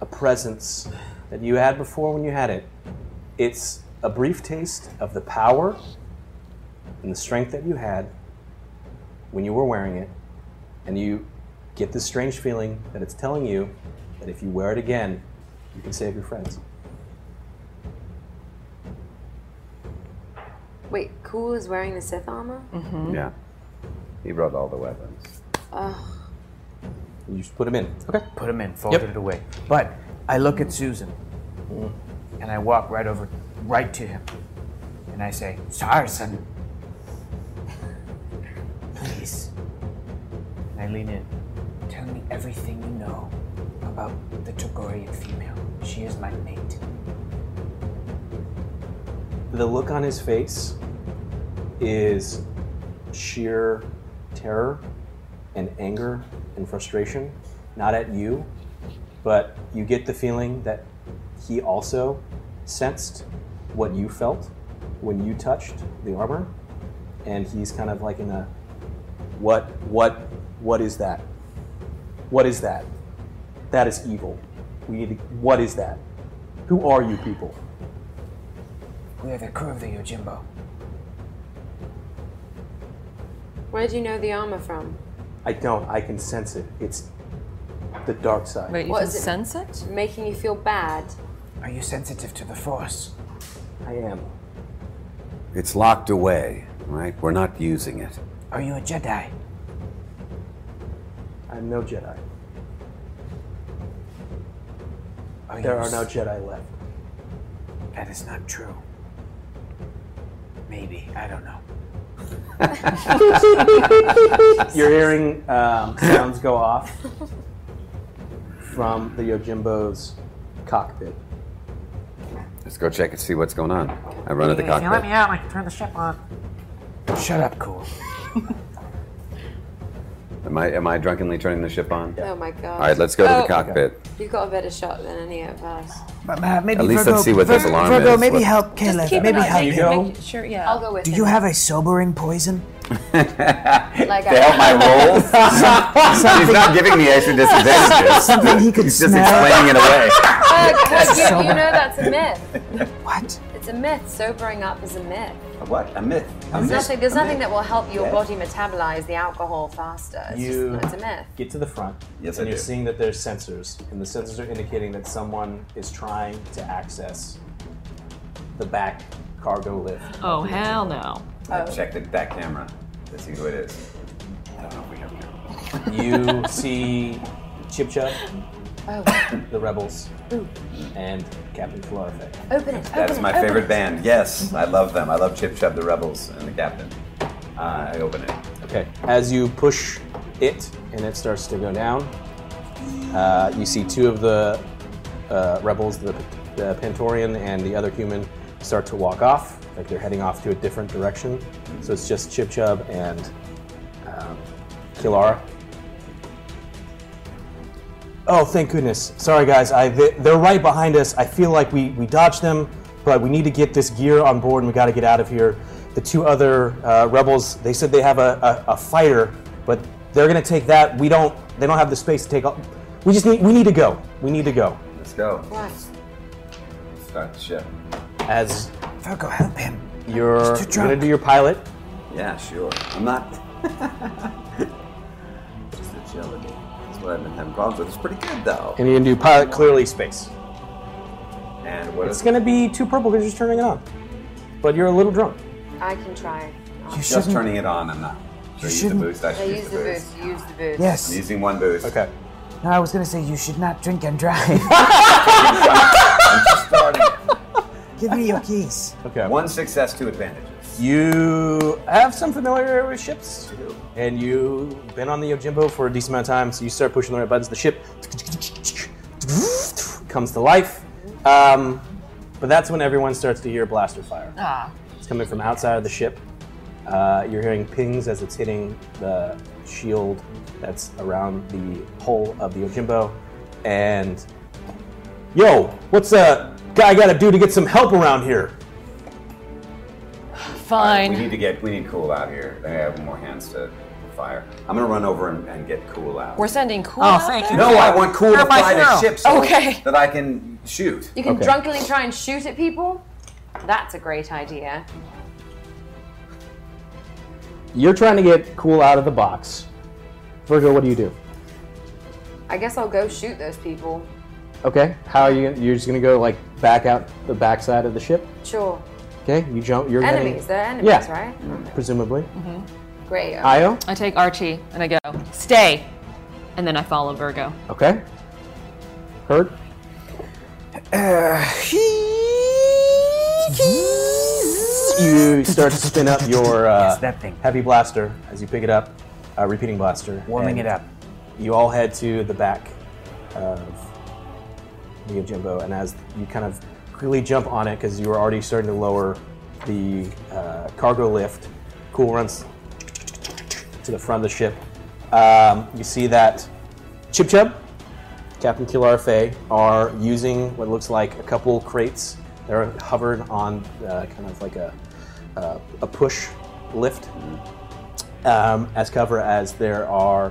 a presence that you had before when you had it. It's a brief taste of the power and the strength that you had when you were wearing it, and you get this strange feeling that it's telling you that if you wear it again, you can save your friends.
Wait, Cool is wearing the Sith armor? Mm-hmm.
Yeah. He brought all the weapons.
Oh,
You just put them in. Okay.
Put them in, folded it away. But I look at Susan and I walk right over, right to him. And I say, Sarson, please. And I lean in. Tell me everything you know about the Togorian female. She is my mate.
The look on his face is sheer terror and anger and frustration, not at you, but you get the feeling that he also sensed what you felt when you touched the armor, and he's kind of like in a what what what is that? What is that? That is evil. We need to, what is that? Who are you people?
We are the crew of the Yojimbo.
Where do you know the armor from?
I don't. I can sense it. It's the dark side.
sense it? Making you feel bad.
Are you sensitive to the Force?
I am.
It's locked away, right? We're not using it.
Are you a Jedi?
I'm no Jedi.
Are
there
you
are no
s-
Jedi left.
That is not true. Maybe. I don't know.
You're hearing um, sounds go off from the Yojimbo's cockpit.
Let's go check and see what's going on. I run to the
If you let
cockpit.
me out, I can turn the ship on.
Shut up, cool.
Am I am I drunkenly turning the ship on?
Oh my god.
All right, let's go to
Oh,
the cockpit.
You've got a better shot than any of us.
But uh, maybe
At least
Virgo,
let's see what this
Vir-
alarm
Virgo,
is.
maybe
What-
help Caleb. maybe help him.
Sure, yeah. I'll go with
Do
him.
you have a sobering poison?
like
To help my role? He's not giving me extra disadvantages.
Something he could
He's
smell.
just explaining it away.
Fuck, fuck, you,
So
you know
bad.
that's a myth.
What?
It's a myth. Sobering up is a myth.
What? A myth.
There's nothing, there's nothing that will help your
Yes.
body metabolize the alcohol faster. It's,
You
just, it's a myth.
get to the front,
Yes,
and
I
you're
do.
seeing that there's sensors, and the sensors are indicating that someone is trying to access the back cargo lift.
Oh, hell no.
I checked the back camera to see who it is. I don't know if we have
You see Chip Chub,
Oh.
the rebels,
Ooh.
and Captain Florife.
Open it.
That's
open
my
it, open
favorite
it.
band. Yes, I love them. I love Chip Chub, the Rebels, and the Captain. Uh, I open it.
Okay. As you push it and it starts to go down, uh, you see two of the uh, rebels, the, the Pantorian and the other human, start to walk off. Like they're heading off to a different direction. So it's just Chip Chub and um, Kilara. Oh, thank goodness. Sorry, guys. I they, they're right behind us. I feel like we we dodged them, but we need to get this gear on board, and we got to get out of here. The two other uh, rebels, they said they have a, a, a fighter, but they're gonna take that. We don't. They don't have the space to take. All, we just need. We need to go. We need to go.
Let's go.
What?
Start the ship.
As
Virgo, help him.
you're
He's too
gonna
drunk.
do your pilot.
Yeah, sure. I'm not. Just agility. That's what I've been having problems with. It's pretty good though.
And you're gonna do pilot clearly space.
And what
It's
is
gonna be two purple because you're just turning it on. But you're a little drunk.
I can try.
You
just
shouldn't.
turning it on? I'm not. Should I use the
shouldn't-
boost? I
They
should
use the boost. Use the boost.
Yes.
I'm using one boost.
Okay.
No, I was gonna say you should not drink and drive.
I'm just starting.
Give me your keys.
Okay.
One success, two advantages.
You have some familiarity with ships, and you've been on the Yojimbo for a decent amount of time, so you start pushing the right buttons. The ship comes to life, um, but that's when everyone starts to hear blaster fire.
Ah.
It's coming from outside of the ship. Uh, you're hearing pings as it's hitting the shield that's around the hull of the Ojimbo. And, yo, what's a guy got to do to get some help around here?
Fine.
We need to get we need Cool out here. They have more hands to fire. I'm gonna run over and, and get Cool out.
We're sending cool.
Oh,
out
thank
there?
you.
no, I want Cool to
You're my
fly the
hero.
ship so
Okay.
that I can shoot.
You can
Okay.
drunkenly try and shoot at people. That's a great idea.
You're trying to get Cool out of the box.
Virgo, what do you do?
I guess I'll go shoot those people.
Okay, how are you? You're just gonna go like back out the backside of the ship.
Sure.
Okay, you jump. You're heading-
enemies. eh? They're enemies,
Yeah.
right?
Presumably.
Great. um,
Io.
I take Archie and I go, stay. And then I follow Virgo.
Okay. Heard.
You start to spin up your uh, heavy blaster as you pick it up, uh, repeating blaster.
Warming
and
it up.
You all head to the back of the Jimbo, and as you kind of quickly jump on it, because you were already starting to lower the uh, cargo lift, Cool runs to the front of the ship. Um, you see that Chip Chub, Captain Kilar Fey, are using what looks like a couple crates. They're hovered on uh, kind of like a, uh, a push lift um, as cover, as there are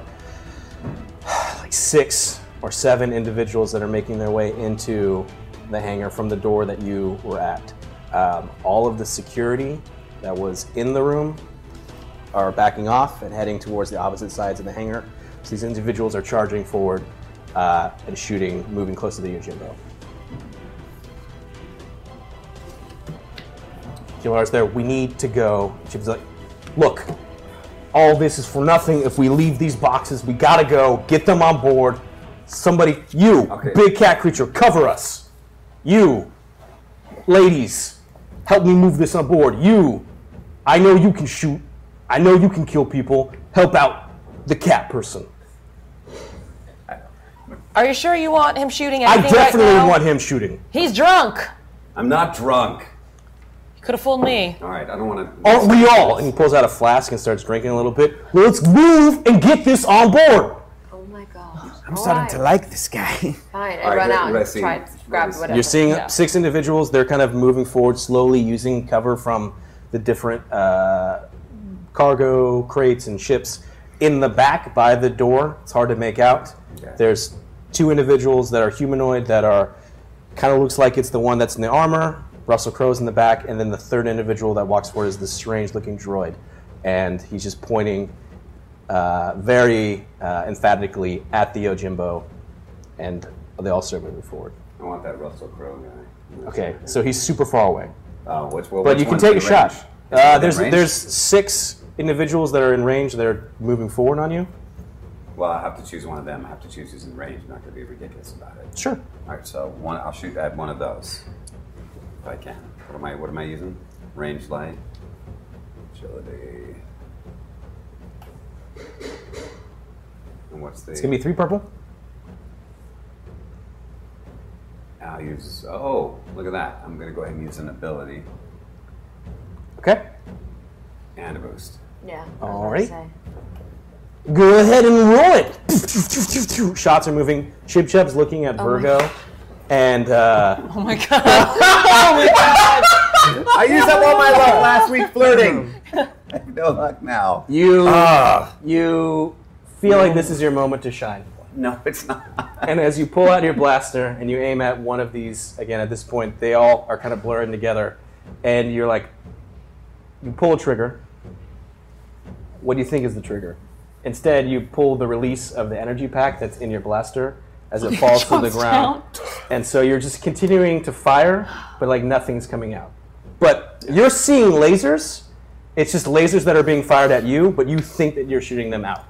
like six or seven individuals that are making their way into the hangar from the door that you were at. Um, all of the security that was in the room are backing off and heading towards the opposite sides of the hangar. So these individuals are charging forward uh, and shooting, moving close to the Yojimbo. Kilar's there. We need to go. Chip's like, look, all this is for nothing if we leave these boxes. We gotta go. Get them on board. Somebody, you, big cat creature, cover us. You, ladies, help me move this on board. You, I know you can shoot. I know you can kill people. Help out the cat person.
Are you sure you want him shooting
I
anything
definitely
right now?
want him shooting.
He's drunk.
I'm not drunk.
You could have fooled me.
All right, I don't want to.
Aren't we all? And he pulls out a flask and starts drinking a little bit. Let's move and get this on board.
Oh my god.
I'm
starting to
like this guy.
Fine. I
All right,
run
what-
out
what I
and
see-
tried to grab whatever.
You're seeing
Yeah.
six individuals. They're kind of moving forward slowly, using cover from the different uh, cargo crates and ships. In the back by the door, it's hard to make out. There's two individuals that are humanoid that are kind of looks like it's the one that's in the armor. Russell Crowe's in the back, and then the third individual that walks forward is this strange-looking droid, and he's just pointing uh, very uh, emphatically at the Ojimbo, and they all start moving forward.
I want that Russell Crowe guy.
Okay, so he's super far away.
Uh, which, well,
but
which
you can
one's
take a
in
shot.
range? Is it
Uh,
in
there's
range?
there's six individuals that are in range that are moving forward on you.
Well, I have to choose one of them. I have to choose who's in range. I'm not going to be ridiculous about it.
Sure.
All right, so one, I'll shoot at one of those if I can. What am I? What am I using? Range light, agility. And what's the?
It's gonna be three purple.
I'll use. Oh, look at that! I'm going to go ahead and use an ability
Okay.
and a boost.
Yeah.
All right. Go ahead and roll it. Shots are moving. Chip Chub's looking at
Oh my
Virgo, and uh,
Oh my god.
I used up all my luck last week flirting. I have no luck now.
You
Ah.
you uh, feel like this is your moment to shine.
No, it's not.
and as you pull out your blaster and you aim at one of these, again at this point they all are kind of blurring together, and you're like, you pull a trigger. What do you think is the trigger? Instead, you pull the release of the energy pack that's in your blaster as it falls to the
Drops
ground, and so you're just continuing to fire, but like nothing's coming out. But you're seeing lasers. It's just lasers that are being fired at you, but you think that you're shooting them out.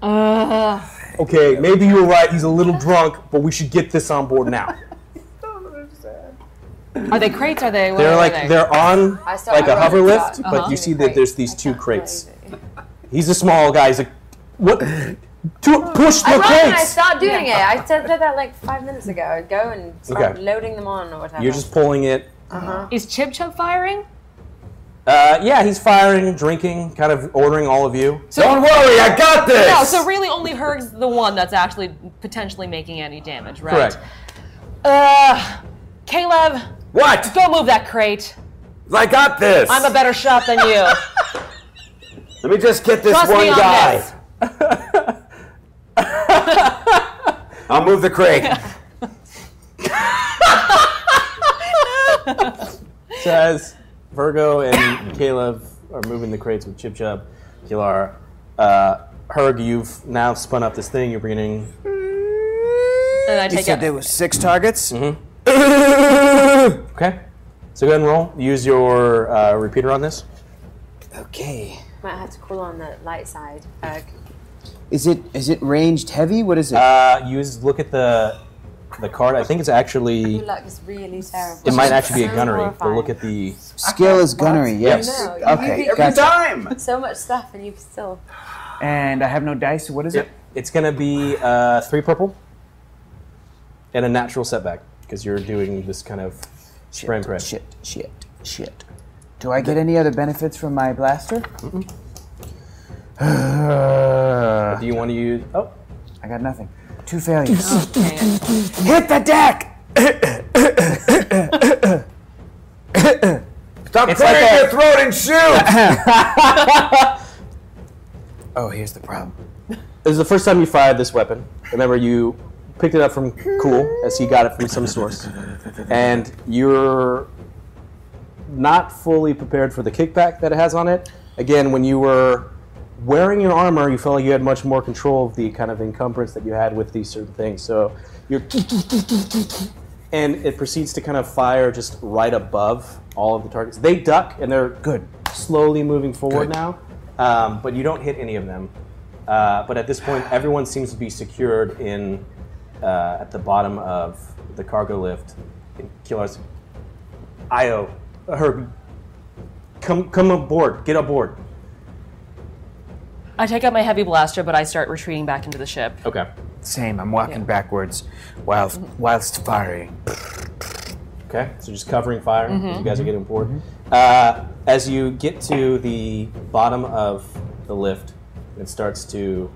Uh,
Okay, maybe you're right. He's a little drunk, but we should get this on board now.
are they crates? Are they? what
They're
are
like
they?
they're on
I saw-
like
I
a
wrote
hover
it
lift,
down.
but
Uh-huh.
you see that there's these two crates. He's a small guy. He's like, what? Two, push
I
the
run and I
crates.
start doing it. I said said that like five minutes ago. I go and start
Okay.
loading them on or whatever.
You're just pulling it.
Uh-huh.
Is Chip Chip firing?
Uh, yeah, he's firing, drinking, kind of ordering all of you.
So- No, so really only Herg's the one that's actually potentially making any damage, right?
Correct.
Uh, Caleb.
What?
Go move that crate.
I got this.
I'm a better shot than you.
Let me just get this
Trust
one
me on
guy. I'll move the crate.
So as Virgo and Caleb are moving the crates with Chip Chub, Kilar, uh, Herg, you've now spun up this thing. You're beginning.
And I
You
take
said
out.
there was six targets.
Mm-hmm. okay. So go ahead and roll. Use your uh, repeater on this.
Okay.
Might have to call on the light side. Uh, Erg.
Is it is it ranged heavy? What is it?
Uh, use look at the the card. I think it's actually.
Your luck is really terrible.
It might actually be a
So
gunnery, but
horrifying.
look at the
Skill is gunnery.
Yes.
Yes.
No, you
Okay.
get-
gotcha.
So much stuff, and you still.
And I have no dice. So what is it?
It's gonna be uh, three purple and a natural setback because you're doing this kind of spray and pray. Shit,
shit, shit. Do I get any other benefits from my blaster?
Do you want to use? Oh,
I got nothing. Two failures.
Hit the deck! Stop
It's
clearing
like a-
your throat and shoot!
oh, here's the problem.
This is the first time you fired this weapon. Remember, you picked it up from Cool as he got it from some source, and you're not fully prepared for the kickback that it has on it. Again, when you were wearing your armor, you felt like you had much more control of the kind of encumbrance that you had with these certain things. So you're and it proceeds to kind of fire just right above all of the targets. They duck and they're good, slowly moving forward
Good.
now, um, but you don't hit any of them. Uh, but at this point, everyone seems to be secured in uh, at the bottom of the cargo lift. And Killar's, Io, her, come come aboard, get aboard.
I take out my heavy blaster, but I start retreating back into the ship.
Okay.
Same. I'm walking
Yeah.
backwards whilst whilst firing.
Okay, so just covering fire as
Mhm.
you guys are getting aboard. Uh, as you get to the bottom of the lift, it starts to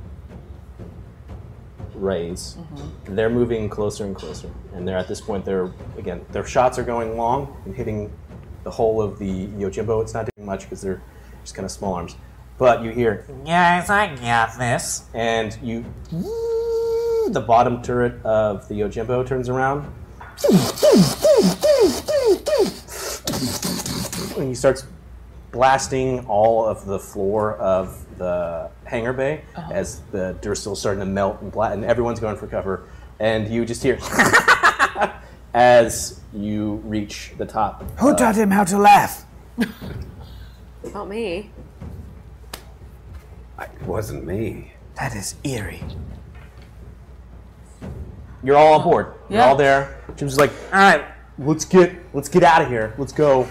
raise. They're moving closer and closer, and they're at this point. They're again, their shots are going long and hitting the whole of the Yojimbo. It's not doing much because they're just kind of small arms. But you hear,
Guys, I got this.
and you, the bottom turret of the Yojimbo turns around, and he starts blasting all of the floor of the hangar bay as the Dursil's starting to melt and bla- and everyone's going for cover. And you just hear as you reach the top.
Who taught him how to laugh?
Not me.
It wasn't me.
That is eerie.
You're all
Oh,
on board. You're
Yeah.
all there. Jim's like, all right, let's get let's get out of here. Let's go.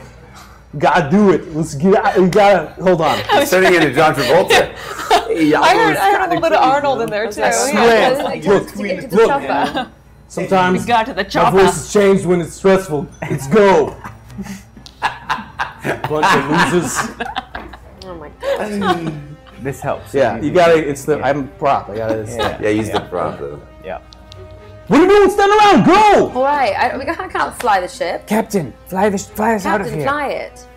Gotta do it. Let's get out. We gotta hold on.
I'm turning into John Travolta.
I heard, I heard a little bit of Arnold in there too.
I swear. Look, look, man. Sometimes
We got to the
my
chopper.
voice has changed when it's stressful. Let's go. Bunch of losers.
Oh my god.
This helps. Yeah, you gotta. It's the. I'm prop. I gotta.
Yeah, yeah use the prop though.
Yeah. What are you doing? Stand around. Go.
All right, I, we can't, I can't fly the ship.
Captain, fly the fly us out of
Captain,
here.
fly it.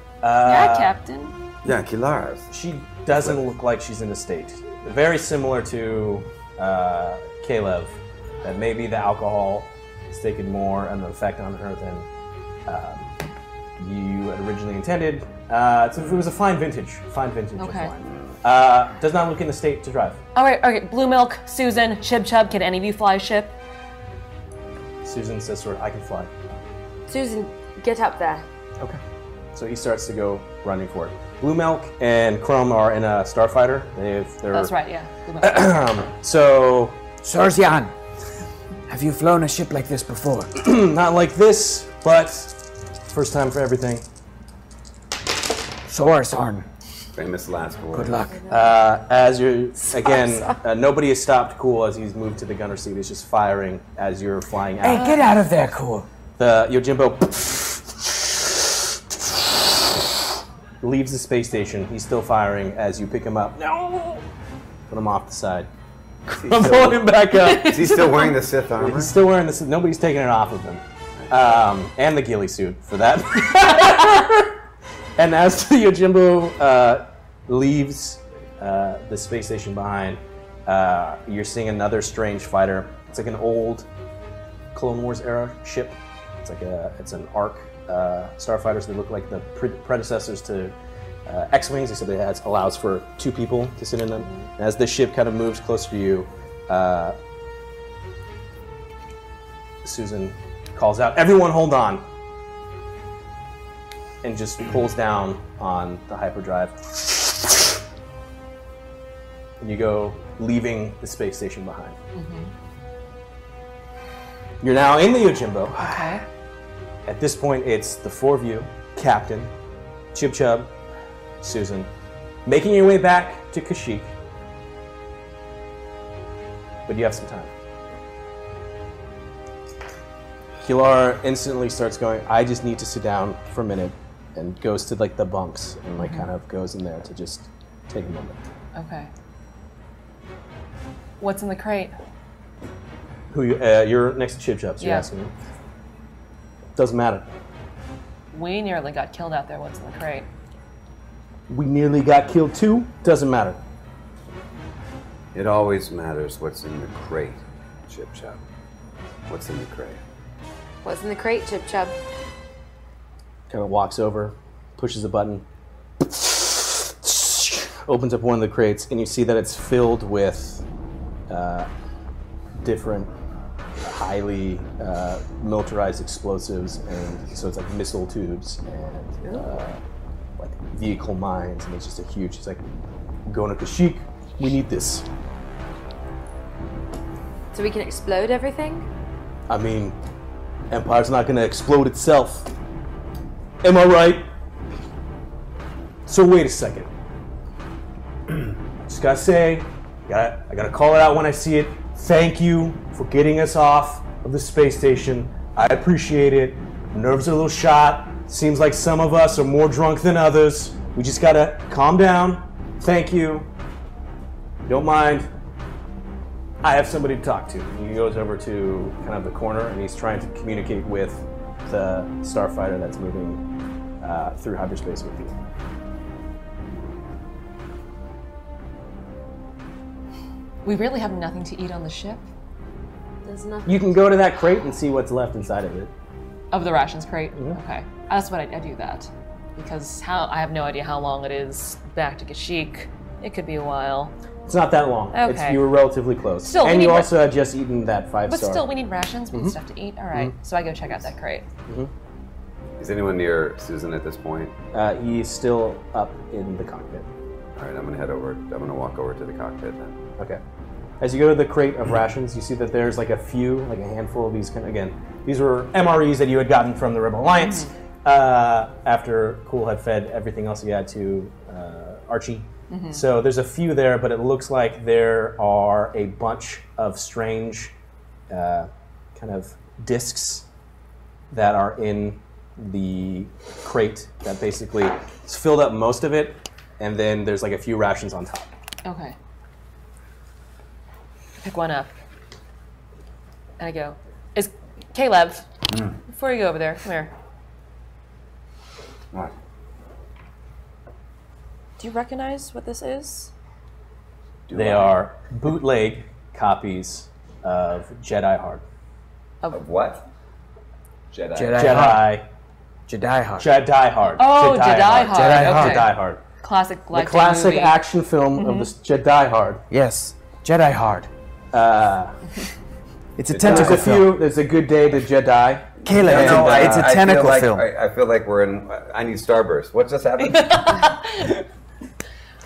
Captain.
Yeah, Kilara.
She doesn't look like she's in a state. Very similar to uh, Caleb, that maybe the alcohol has taken more of an effect on her than um, you had originally intended. Uh, so it was a fine vintage, fine vintage. of
Okay.
wine. Uh, does not look in a state to drive.
All right, all right. Blue Milk, Susan, Chib Chub. Can any of you fly a ship?
Susan says to her, "I can fly."
Susan, get up there.
Okay. So he starts to go running for it. Blue Milk and Chrome are in a starfighter. They've, they're
That's right. Yeah. Blue Milk.
so,
Sorzian, have you flown a ship like this before?
not like this, but first time for everything.
Sorsarn.
Famous last word.
Good luck.
Uh, as you're again, uh, nobody has stopped Cool as he's moved to the gunner seat. He's just firing as you're flying out.
Hey, get out of there, cool.
The Yojimbo leaves the space station. He's still firing as you pick him up. No. Put him off the side. I'm pulling him back up.
Is he still wearing the Sith armor?
He's still wearing this. Nobody's taking it off of him. Um, and the ghillie suit for that. and as the Yojimbo uh, leaves uh, the space station behind, uh, you're seeing another strange fighter. It's like an old Clone Wars era ship. It's like a it's an arc uh, starfighters. They look like the pre- predecessors to uh, X wings, except it has, allows for two people to sit in them. As the ship kind of moves closer to you, uh, Susan calls out, "Everyone, hold on!" and just pulls down on the hyperdrive. And you go leaving the space station behind. You're now in the Yojimbo.
Okay.
At this point, it's the four of you, Captain, Chib Chub, Susan, making your way back to Kashyyyk. But you have some time. Kilar instantly starts going, I just need to sit down for a minute, and goes to like the bunks and like kind of goes in there to just take a moment.
Okay. What's in the crate?
Who you, uh, you're next to Chib Chub, so you're
Yeah.
asking me. Doesn't matter.
We nearly got killed out there. What's in the crate?
We nearly got killed too. Doesn't matter.
It always matters what's in the crate, Chip Chop. What's in the crate?
What's in the crate, Chip Chub?
Kind of walks over, pushes a button, opens up one of the crates, and you see that it's filled with uh, different highly uh, militarized explosives, and so it's like missile tubes and uh, like vehicle mines, and it's just a huge. It's like going to Kashyyyk. We need this.
So we can explode everything?
I mean, Empire's not gonna explode itself. Am I right? So wait a second. Just gotta say, gotta, I gotta call it out when I see it. Thank you for getting us off of the space station. I appreciate it. Nerves are a little shot. Seems like some of us are more drunk than others. We just gotta calm down. Thank you. Don't mind. I have somebody to talk to. And He goes over to kind of the corner and he's trying to communicate with the starfighter that's moving uh, through hyperspace with you.
We really have nothing to eat on the ship.
There's nothing.
You can go to that crate and see what's left inside of it.
Of the rations crate. Okay, that's what I, I do that because how I have no idea how long it is back to Kashyyyk. It could be a while.
It's not that long. It's,
Okay.
you were relatively close.
Still, we
and you
need re-
also had just eaten that five
but
star.
still, we need rations. We
Mhm.
Mm-hmm.
need stuff to eat. All right. So I go check out that crate.
Is anyone near Susan at this point?
Uh, he's still up in the cockpit.
All right, I'm gonna head over. I'm gonna walk over to the cockpit then.
Okay. As you go to the crate of rations, you see that there's like a few, like a handful of these. Kind of, again, these were MREs that you had gotten from the Rebel Alliance uh, after Cool had fed everything else he had to uh, Archie.
Mhm.
So there's a few there, but it looks like there are a bunch of strange uh, kind of discs that are in the crate that basically it's filled up most of it, and then there's like a few rations on top.
Okay. Pick one up. And I go, is Caleb,
Mm.
before you go over there, come here.
What?
Do you recognize what this is?
they are bootleg copies of Jedi Heart.
Of,
what? Jedi.
Jedi. Jedi.
Jedi Heart.
Jedi Heart.
Oh, Jedi Hard,
Jedi Heart.
okay. Mm-hmm.
Jedi Heart.
Classic
The
like
classic
movie.
action film of the s- Jedi Hard.
Yes, Jedi Hard.
Uh,
it's a
tentacle
there's a few, There's a good day to Jedi.
No,
And,
no,
uh,
I- I feel like- I, I feel like we're in. I I need Starburst. What's just happened?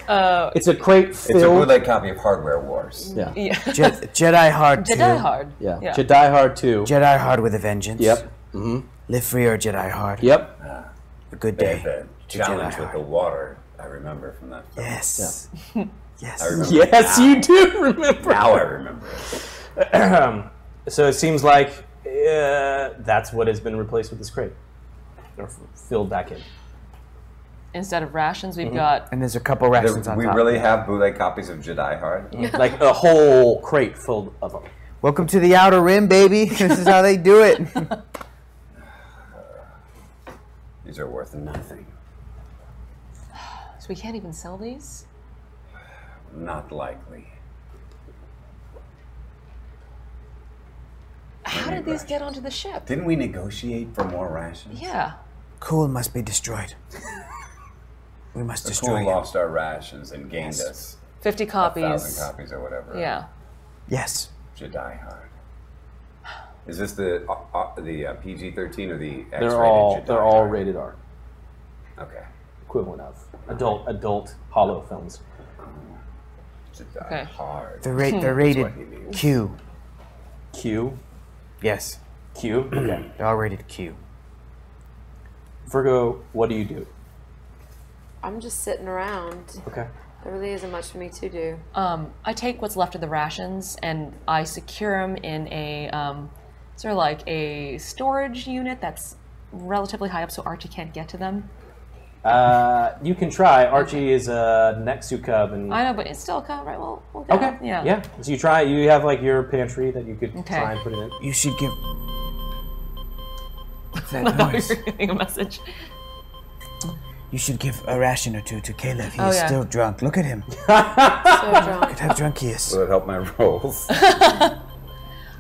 Uh,
It's a crate
it's a bootleg copy of Hardware Wars.
Yeah.
Yeah.
Jedi Hard.
Jedi
2.
Hard. Yeah. Yeah.
Jedi Hard 2.
Jedi Hard with a vengeance.
Yep. Mm-hmm.
Live free or Jedi Hard.
Yep.
A good
They
day.
had the
to
challenge
Jedi
with the water. I remember from that. Film.
Yes. Yes.
I remember.
Yes,
now.
you do remember.
Now I remember.
Ahem. so it seems like uh, that's what has been replaced with this crate, or f- filled back in.
Instead of rations, we've
Mhm.
got
And there's a couple
There-
rations on
we
top.
really have bootleg copies of Jedi Hard.
like a whole crate full of them.
Welcome to the Outer Rim, baby. This is how they do it.
These are worth nothing.
so we can't even sell these.
Not likely.
How did these get onto the ship?
Didn't we negotiate for more rations?
Yeah.
Cool must be destroyed. We must
The
destroy
cool
him.
lost our rations and gained
Yes.
us
50 copies.
thousand copies or whatever.
Yeah.
Yes. Jedi Hard. Is this the uh, uh, the uh, PG-13 or the X-rated
They're all
Jedi
they're all
Hard?
rated R.
Okay.
Equivalent of adult adult hollow films.
Jedi
Okay.
Hard.
They're,
Hmm.
ra- they're rated Q.
Q.
Yes.
Q. Okay.
They're all rated Q.
Virgo, what do you do?
I'm just sitting around.
Okay.
There really isn't much for me to do.
Um, I take what's left of the rations and I secure them in a um, sort of like a storage unit that's relatively high up so Archie can't get to them.
Uh, you can try. Archie is a Nexu cub, and
I know, but it's still kind of right. Well, we'll
okay,
Yeah.
yeah. So you try. You have like your pantry that you could
Okay.
try and put it in.
You should give.
What's
I thought we were getting a message.
You should give a ration or two to Caleb. He
Oh,
is
yeah.
still drunk. Look at him.
drunk.
Look at how drunk he is.
Will it help my rolls?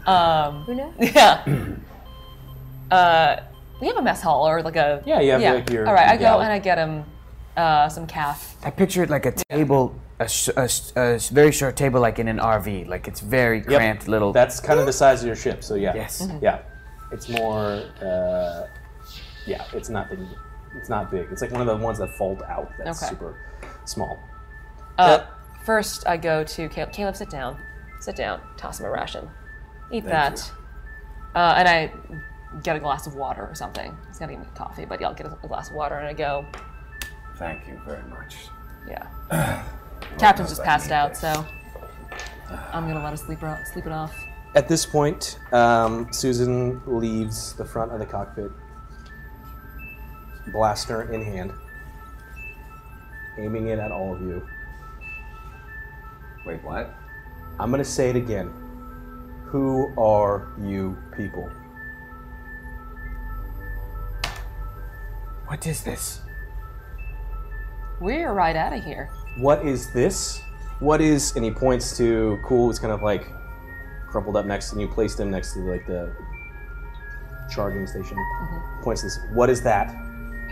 Um,
Who knows?
Yeah. uh, we have a mess hall or like a
Yeah, you have, like, your
All right, I go
galley.
and I get him uh, some calf.
I picture it like a table, a, sh- a, sh- a sh- very short table, like in an RV. Like it's very cramped little.
That's kind of the size of your ship. So yeah.
Yes.
Mm-hmm.
Mhm.
Yeah. It's more. Uh, yeah. It's not big. It's not big. It's like one of the ones that fold out. That's
Okay.
super small.
Uh, First, I go to Caleb. Caleb, sit down. Sit down. Toss him a ration.
Thank
Eat that. Uh, and I get a glass of water or something. He's gonna give me coffee, but yeah, I'll get a, a glass of water and I go.
Thank you very much.
Yeah. Captain's
knows
just
I
passed
need
out, so I'm gonna let him sleep, ro- sleep it off.
At this point, um, Susan leaves the front of the cockpit, blaster in hand, aiming it at all of you.
Wait, what?
I'm going to say it again. Who are you people?
What is this?
We're right out of here.
What is this? What is? And he points to Cool, who's kind of like crumpled up next, and you placed him next to like the charging station. Points to this. What is that?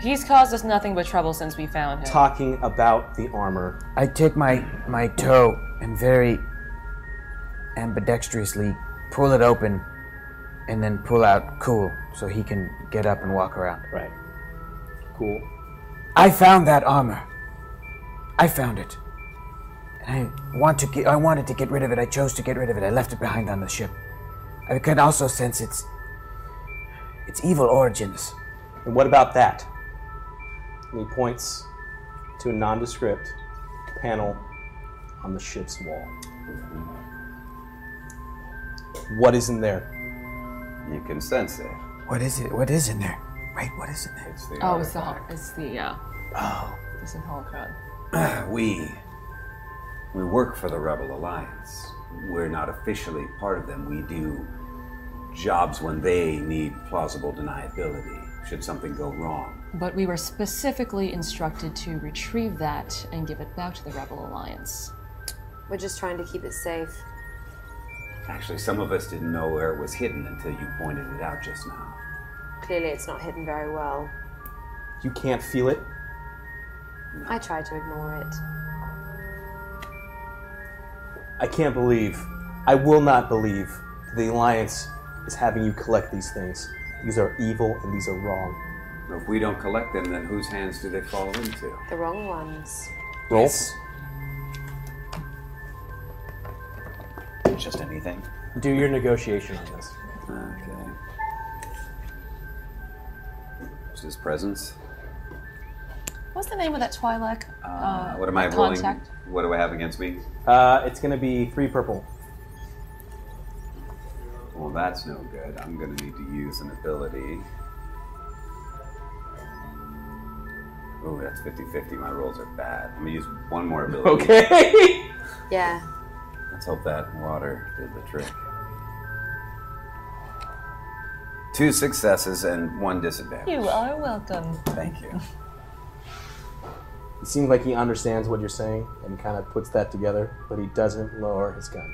He's caused us nothing but trouble since we found him.
Talking about the armor.
I take my my toe and very ambidextrously pull it open, and then pull out Cool so he can get up and walk around.
Right. Cool.
I found that armor. I found it, and I want to get. I wanted to get rid of it. I chose to get rid of it. I left it behind on the ship. I can also sense its its evil origins.
And what about that? And he points to a nondescript panel on the ship's wall. What is in there?
You can sense it.
What is it? What is in there? Wait, what is in there?
It's the
Oh, it's the hol- it's the uh, oh, it's in Holocron.
we we work for the Rebel Alliance. We're not officially part of them. We do jobs when they need plausible deniability. Should something go wrong,
But we were specifically instructed to retrieve that and give it back to the Rebel Alliance.
We're just trying to keep it safe.
actually, some of us didn't know where it was hidden until you pointed it out just now.
Clearly, it's not hidden very well.
You can't feel it.
I try to ignore it.
I can't believe, I will not believe, the Alliance is having you collect these things. These are evil and these are wrong.
If we don't collect them, then whose hands do they fall into?
The wrong ones.
Roll.
Just anything.
Do your negotiation on this.
Okay. Just his presence.
What's the name of that Twi'lek? Uh,
what am I rolling?
contact?
What do I have against me?
Uh, it's going to be three purple.
Well, that's no good. I'm going to need to use an ability. Ooh, that's 50 50. My rolls are bad. I'm going to use one more ability.
Okay.
Yeah.
Let's hope that water did the trick. Two successes and one disadvantage.
You are welcome.
Thank you.
It seems like he understands what you're saying and kind of puts that together, but he doesn't lower his gun.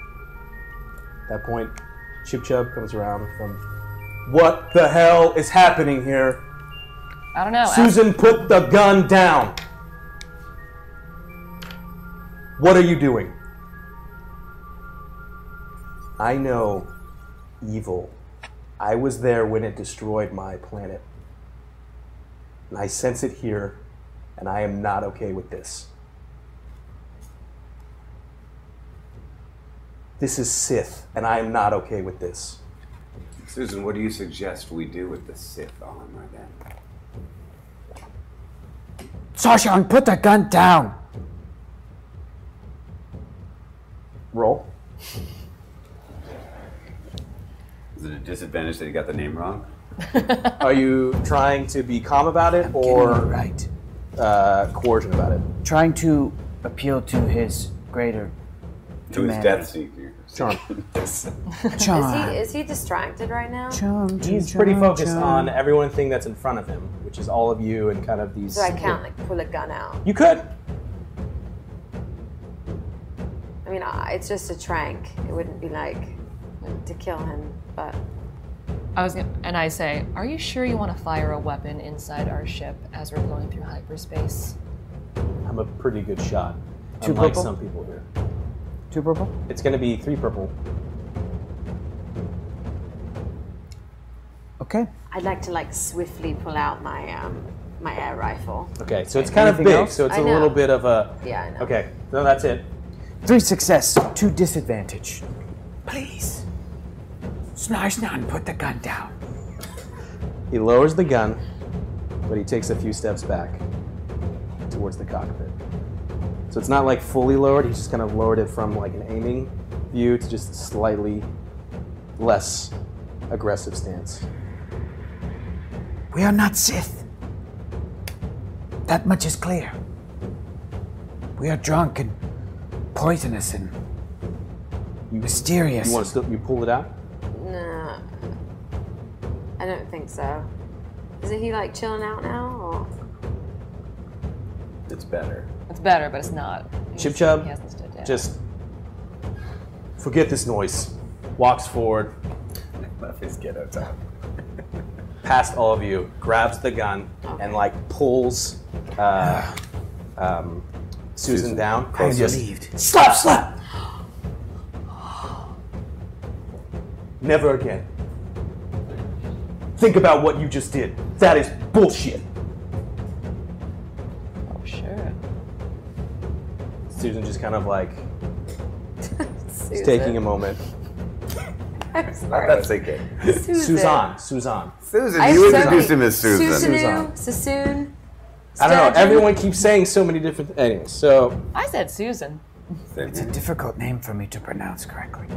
At that point, Chip Chub comes around from, What the hell is happening here?
I don't know.
Susan, put the gun down. What are you doing? I know evil. I was there when it destroyed my planet. And I sense it here, and I am not okay with this. This is Sith, and I am not okay with this.
Susan, what do you suggest we do with the Sith armor then?
Sasha, put the gun down.
Roll.
Is it a disadvantage that you got the name wrong?
Are you trying to be calm about it or
right.
uh, coercion about it?
Trying to appeal to his greater
To his
humanity.
Death Seeker.
Charm.
Is he, is he distracted right now?
He's pretty focused on everyone thing that's in front of him, which is all of you and kind of these.
So I can't like pull a gun out.
You could.
I mean, I- it's just a trank. It wouldn't be like to kill him, but
I was gonna, and I say, are you sure you want to fire a weapon inside our ship as we're going through hyperspace?
I'm a pretty good shot.
Two
unlike
purple?
some people here.
Two purple?
It's going to be three purple.
Okay.
I'd like to like swiftly pull out my um my air rifle.
Okay, so it's kind of
Anything
big,
else?
so it's
I
a
know.
little bit of a.
Yeah, I know.
Okay, no, that's it.
Three success, two disadvantage.
Please. Snarsnan, put the gun down.
He lowers the gun, but he takes a few steps back towards the cockpit. So it's not like fully lowered, he's just kind of lowered it from like an aiming view to just slightly less aggressive stance.
We are not Sith.
That much is clear.
We are drunk and poisonous and mysterious.
You want to still, you pull it out?
Nah, I don't think so. Isn't he like chilling out now? Or?
It's better.
It's better, but it's not.
Chip
He's-
Chub
He hasn't stood down.
just forget this noise. Walks forward. Left his ghetto top. Past all of you, grabs the gun and like pulls uh, um, Susan, down.
I am
Close just-
relieved.
Slap, slap! Never again. Think about what you just did. That is bullshit.
Oh, sure.
Susan just kind of like is
Susan.
taking a moment.
I'm sorry.
That's okay.
Susan.
Suzanne. Suzanne.
Susan,
I
you
have so
introduced
many-
him as Susan.
Susanu, Sassoon.
I don't know.
Sturgeon.
Everyone keeps saying so many different things. So
I said Susan.
It's a difficult name for me to pronounce correctly.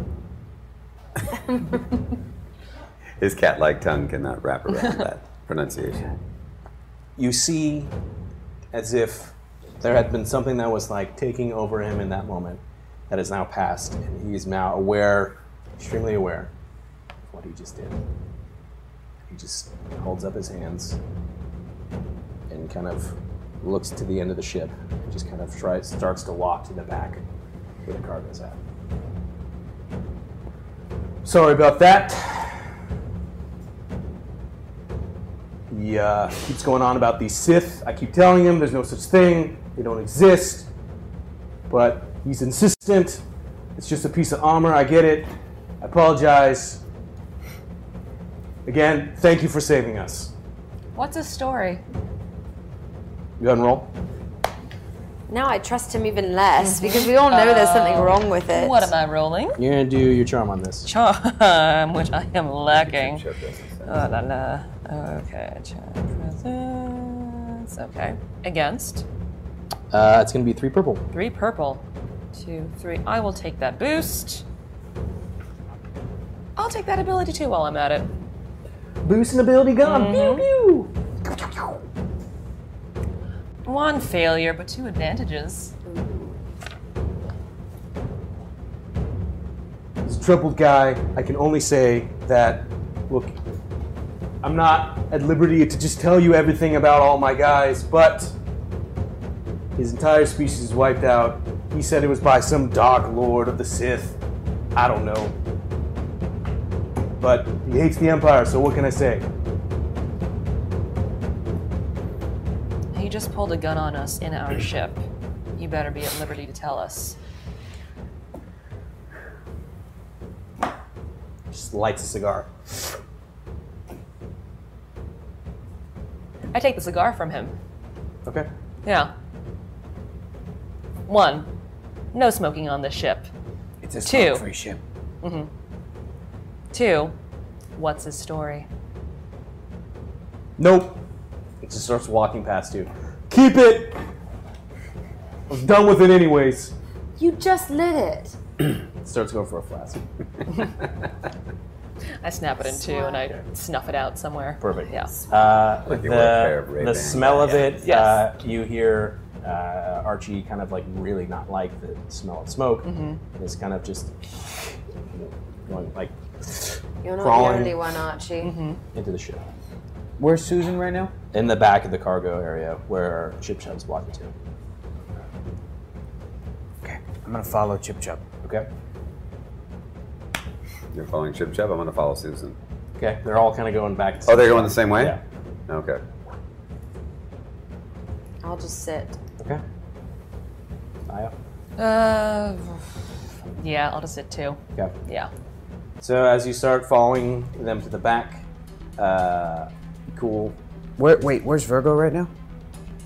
His cat like tongue cannot wrap around that pronunciation.
you see, as if there had been something that was like taking over him in that moment, that is now past, and he is now aware, extremely aware, of what he just did. He just holds up his hands and kind of looks to the end of the ship, and just kind of tries, starts to walk to the back where the cargo's at. Sorry about that. He uh, keeps going on about these Sith. I keep telling him there's no such thing, they don't exist. But he's insistent. It's just a piece of armor, I get it. I apologize. Again, thank you for saving us.
What's his story?
You unroll?
Now I trust him even less because we all know there's something wrong with it.
Oh. What am I rolling?
You're gonna do your charm on this.
Charm, which I am lacking. Oh, la, la. Okay, charm presence. Okay. Against
Uh, it's gonna be three purple.
three purple. Two, three. I will take that boost. I'll take that ability too while I'm at it.
Boost and ability gone. Pew,
One failure, but two advantages.
He's a troubled guy. I can only say that, look, I'm not at liberty to just tell you everything about all my guys, but his entire species is wiped out. He said it was by some dark lord of the Sith. I don't know. But he hates the Empire, so what can I say?
He just pulled a gun on us in our ship. You better be at liberty to tell us.
Just lights a cigar.
I take the cigar from him.
Okay.
Yeah. One, no smoking on this ship.
It's a
Two.
smoke-free ship.
hmm Two, what's his story?
Nope. It just starts walking past you. Keep it. I was done with it anyways.
You just lit it.
Starts going for a flask.
I snap it in two and I snuff it out somewhere.
Perfect.
Yeah.
Uh,
Like
the,
you wear a pair of
the
Ray-Bans.
smell of
Yeah.
it, uh, you hear uh, Archie kind of like really not like the smell of smoke.
Mhm.
And it's kind of just going like
You're not
Crawling.
the only one, Archie.
Mm-hmm.
into the ship.
Where's Susan right now?
In the back of the cargo area where Chip Chub's walking to.
I'm gonna follow Chip Chub.
Okay.
You're following Chip Chub. I'm going to follow Susan.
Okay. They're all kind of going back.
Oh, they're going the same way.
Yeah.
Okay.
I'll just sit.
Okay. Aya.
Uh, yeah, I'll just sit two.
Okay.
Yeah.
So as you start following them to the back, uh, cool.
Where, wait, where's Virgo right now?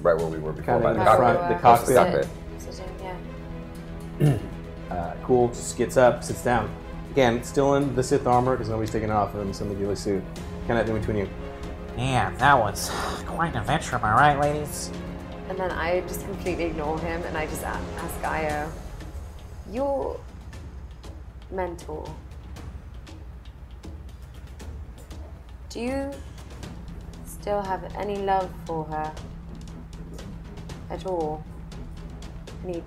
Right where we were before,
Kinda
by
in
the
the
cockpit.
front, the cockpit.
cockpit.
Sitting, yeah.
Uh, cool just gets up, sits down. Again, still in the Sith armor because nobody's taken off of him, so in the ghillie suit. Kind of in between you.
Man, that was quite an adventure, am I right, ladies?
And then I just completely ignore him and I just a- ask Io, your mentor, do you still have any love for her at all? Any,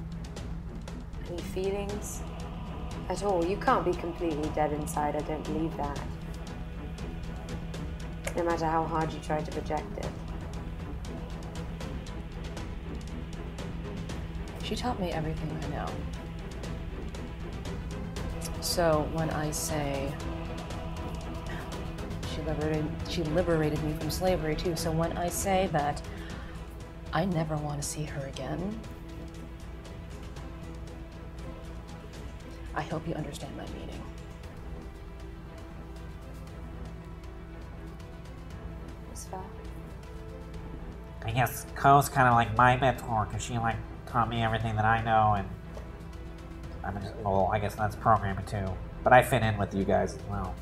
any feelings at all? You can't be completely dead inside, I don't believe that. No matter how hard you try to project it.
She taught me everything I know. So when I say she liberated, she liberated me from slavery too. So when I say that I never want to see her again, I hope you understand my meaning.
It's fair.
I guess Ko's kind of like my mentor because she like taught me everything that I know, and I'm just, well, I guess that's programming too. But I fit in with you guys as well.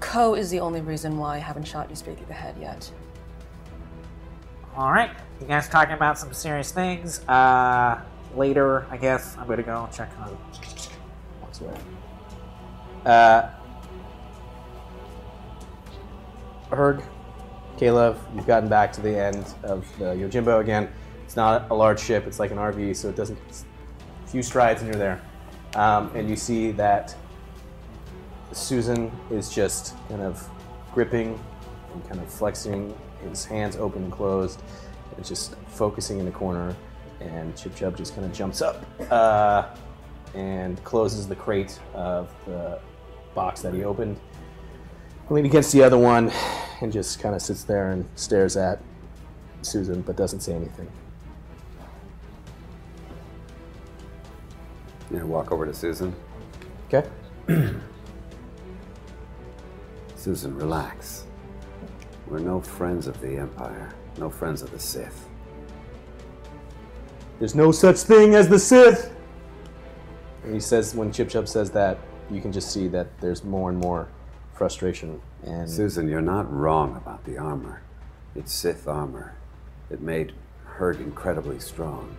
Ko is the only reason why I haven't shot you straight through the head yet.
All right, you guys talking about some serious things. Uh, later, I guess I'm gonna go check on.
Walks away. Uh, Herg, Caleb, you've gotten back to the end of the Yojimbo again. It's not a large ship, it's like an RV, so it doesn't. It's a few strides and you're there. Um, and you see that Susan is just kind of gripping and kind of flexing his hands open and closed and just focusing in a corner. And Chip Chub just kind of jumps up uh, and closes the crate of the box that he opened lean against the other one and just kind of sits there and stares at Susan, but doesn't say anything.
Yeah, walk over to Susan.
Okay.
Susan, relax. We're no friends of the Empire, no friends of the Sith.
There's no such thing as the Sith. And he says, when Chip Chub says that, you can just see that there's more and more frustration. And
Susan, you're not wrong about the armor. It's Sith armor. It made Hurd incredibly strong.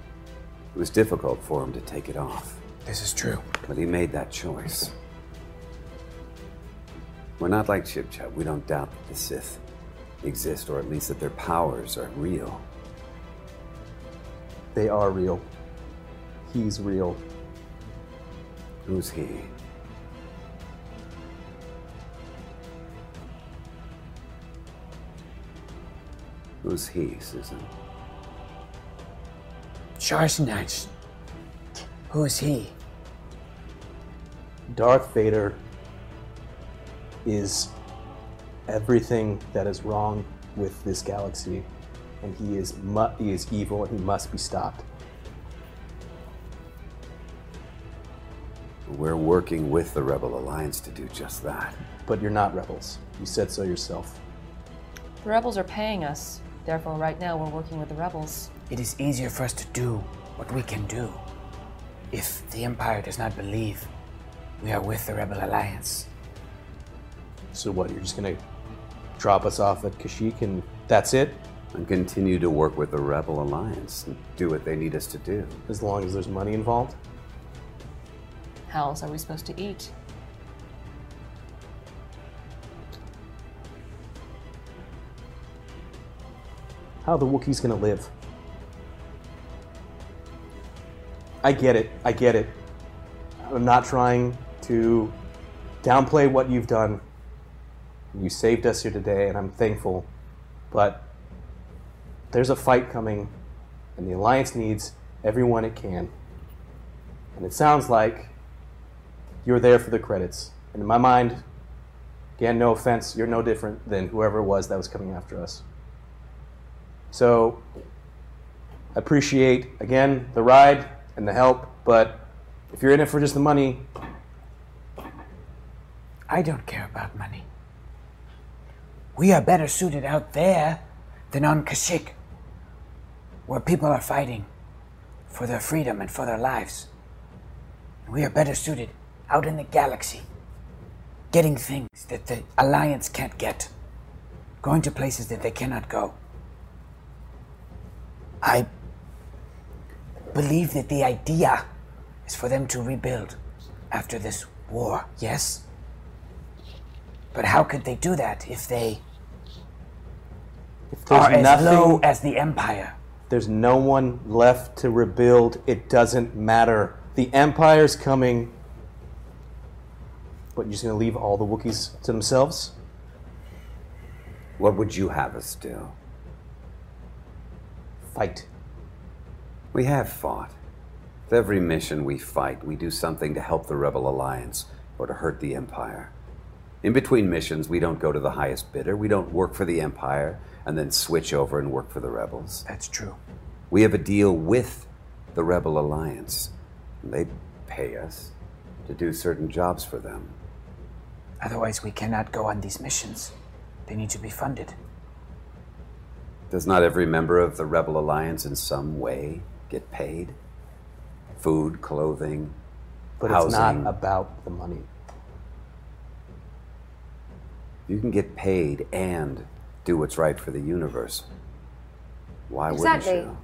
It was difficult for him to take it off.
This is true.
But he made that choice. We're not like Chip Chub. We don't doubt that the Sith exist, or at least that their powers are real.
They are real. He's real.
Who's he? Who's he, Susan?
Sharsnatch. Who is he?
Darth Vader is everything that is wrong with this galaxy, and he is mu- he is evil and he must be stopped.
We're working with the Rebel Alliance to do just that.
But you're not rebels. You said so yourself.
The rebels are paying us. Therefore, right now we're working with the rebels.
It is easier for us to do what we can do. If the Empire does not believe we are with the Rebel Alliance,
So what? You're just gonna drop us off at Kashyyyk and that's it?
And continue to work with the Rebel Alliance and do what they need us to do.
As long as there's money involved?
How else are we supposed to eat?
How are the Wookiees gonna live? I get it. I get it. I'm not trying to downplay what you've done. You saved us here today, and I'm thankful. But there's a fight coming, and the Alliance needs everyone it can. And it sounds like you're there for the credits. And in my mind, again, no offense, you're no different than whoever it was that was coming after us. So I appreciate, again, the ride and the help, but if you're in it for just the money,
I don't care about money. We are better suited out there than on Kashyyyk, where people are fighting for their freedom and for their lives. We are better suited out in the galaxy, getting things that the Alliance can't get, going to places that they cannot go. I believe that the idea is for them to rebuild after this war, yes? But how could they do that if they
if
are
there's
as
nothing,
low as the Empire?
there's no one left to rebuild. It doesn't matter. The Empire's coming. But you're just going to leave all the Wookiees to themselves?
What would you have us do?
Fight.
We have fought. With every mission we fight, we do something to help the Rebel Alliance or to hurt the Empire. In between missions, we don't go to the highest bidder, we don't work for the Empire, and then switch over and work for the Rebels.
That's true.
We have a deal with the Rebel Alliance. They pay us to do certain jobs for them.
Otherwise, we cannot go on these missions. They need to be funded.
Does not every member of the Rebel Alliance in some way get paid? Food, clothing,
But it's
housing.
not about the money.
You can get paid and do what's right for the universe. Why
exactly.
wouldn't you?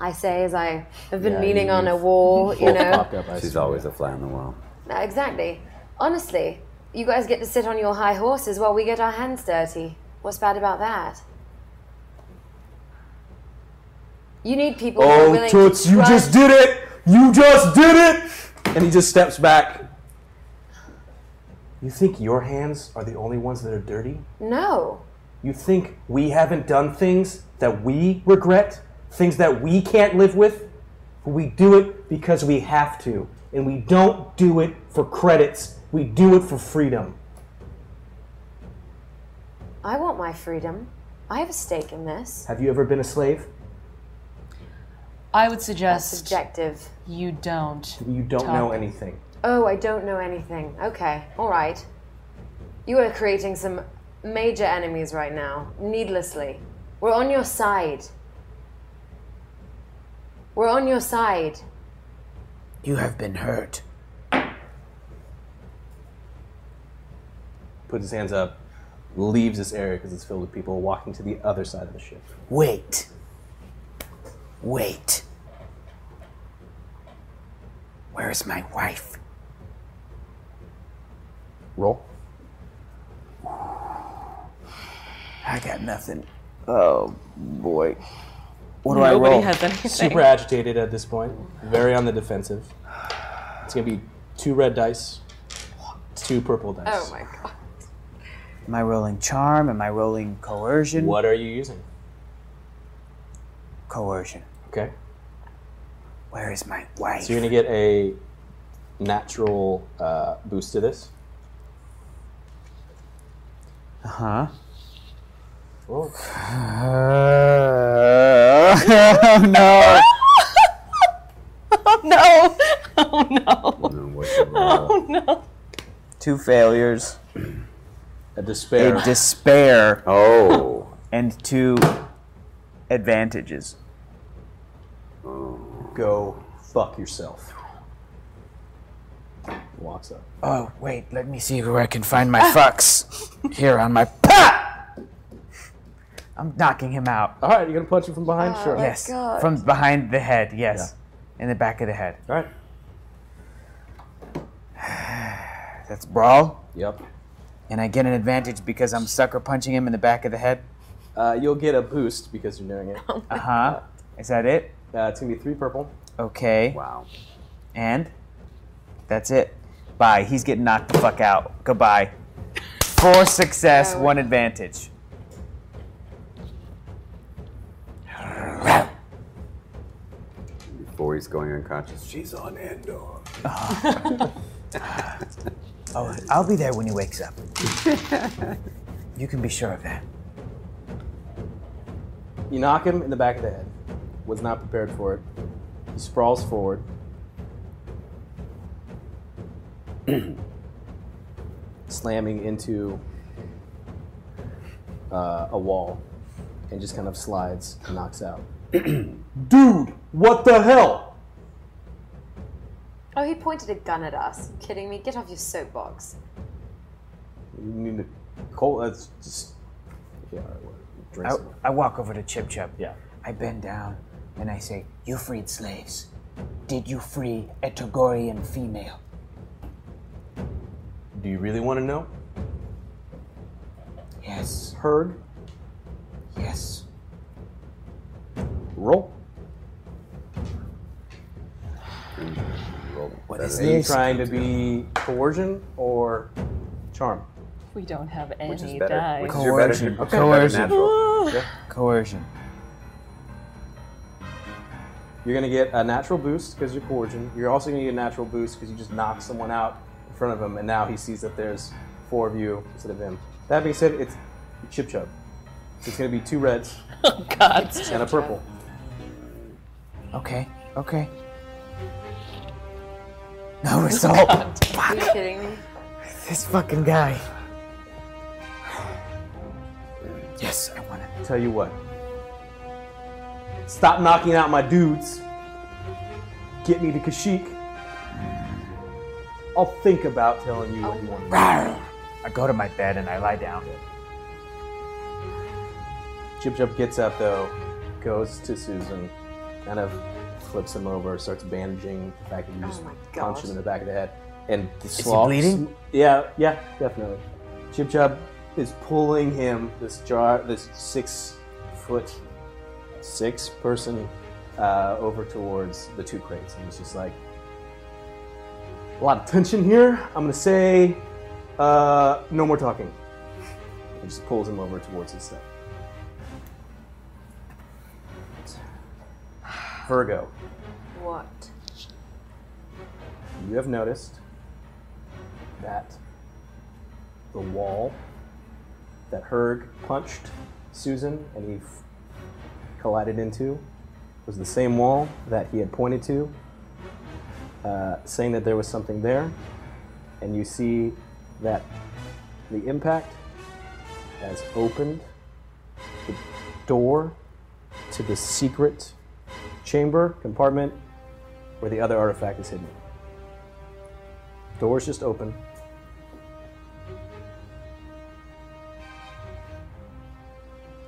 I say as I have been
Yeah,
leaning
you-
on a wall, you know.
She's always a fly on the wall.
No, exactly. Honestly, you guys get to sit on your high horses while we get our hands dirty. What's bad about that? You need people
Oh,
who
Oh,
are willing to trust.
did it! You just did it! And he just steps back. You think your hands are the only ones that are dirty?
No.
You think we haven't done things that we regret? Things that we can't live with? We do it because we have to. And we don't do it for credits, we do it for freedom.
I want my freedom. I have a stake in this.
Have you ever been a slave?
I would suggest
subjective.
You don't.
You don't know
Talk.
anything.
Oh, I don't know anything. Okay, all right. You are creating some major enemies right now, needlessly. We're on your side. We're on your side.
You have been hurt.
Puts his hands up, leaves this area because it's filled with people walking to the other side of the ship.
Wait. Wait. Where is my wife?
Roll.
I got nothing. Oh boy.
What do I roll? Super agitated at this point. Very on the defensive. It's gonna be two red dice, two purple dice.
Oh my god.
Am I rolling charm? Am I rolling coercion?
What are you using?
Coercion.
Okay.
Where is my wife?
So you're gonna get a natural uh, boost to this.
Uh huh.
Oh.
no.
Oh no! Oh no.
Two failures.
A despair.
A despair.
Oh.
And two advantages.
Go fuck yourself. Walks up.
Oh, wait, let me see where I can find my fucks. Here on my. Pa!
Ah!
I'm knocking him out.
Oh
All right, you're gonna punch him from behind,
Uh,
first.
sure.
Yes, from behind the head. Yes, in the back of the head.
All right.
That's brawl.
Yep.
And I get an advantage because I'm sucker punching him in the back of the head.
Uh, you'll get a boost because you're doing it.
Uh
Uh-huh.
huh. Is that it?
Uh, it's gonna be three purple.
Okay. Wow. And that's it. Bye. He's getting knocked the fuck out. Goodbye. Four success, one advantage.
Before he's going unconscious, she's on Endor.
Oh, I'll be there when he wakes up. you can be sure of that.
You knock him in the back of the head. Was not prepared for it. He sprawls forward. slamming into uh, a wall and just kind of slides and knocks out. Dude, what the hell?
Oh, he pointed a gun at us. You kidding me? Get off your soapbox.
You mean to Cole, that's just. Yeah, all right, well, drink
I,
some.
I walk over to Chip Chip.
Yeah.
I bend down and I say, You freed slaves. Did you free a Togorian female?
Do you really want to know?
Yes.
Heard?
Yes.
Roll.
What
Are you trying to be coercion or charm?
We don't have any
Which is better?
dice.
Which is your better-
Coercion.
okay,
Coercion.
better natural.
Coercion.
You're gonna get a natural boost because you're coercion. You're also gonna get a natural boost because you just knocked someone out in front of him, and now he sees that there's four of you instead of him. That being said, it's chip chub. So it's gonna be two reds
Oh, God.
and a purple.
Okay, okay. No result.
Are you kidding me?
this fucking guy. Yes, I want it.
Tell you what. Stop knocking out my dudes. Get me to Kashyyyk. I'll think about telling you what you want.
Rawr. I go to my bed and I lie down.
Chip Chip gets up though, goes to Susan, kind of flips him over, starts bandaging the fact that you just punch him in the back of the head. And the
he
sloth-
bleeding?
Yeah, yeah, definitely. Chip Chub is pulling him, this jar, this six foot, six person, uh, over towards the two crates. And he's just like, a lot of tension here. I'm gonna say, uh, no more talking. And just pulls him over towards his side. Virgo,
What?
you have noticed that the wall that Herg punched Susan and he f- collided into was the same wall that he had pointed to, uh, saying that there was something there. And you see that the impact has opened the door to the secret chamber compartment where the other artifact is hidden. Door's just open.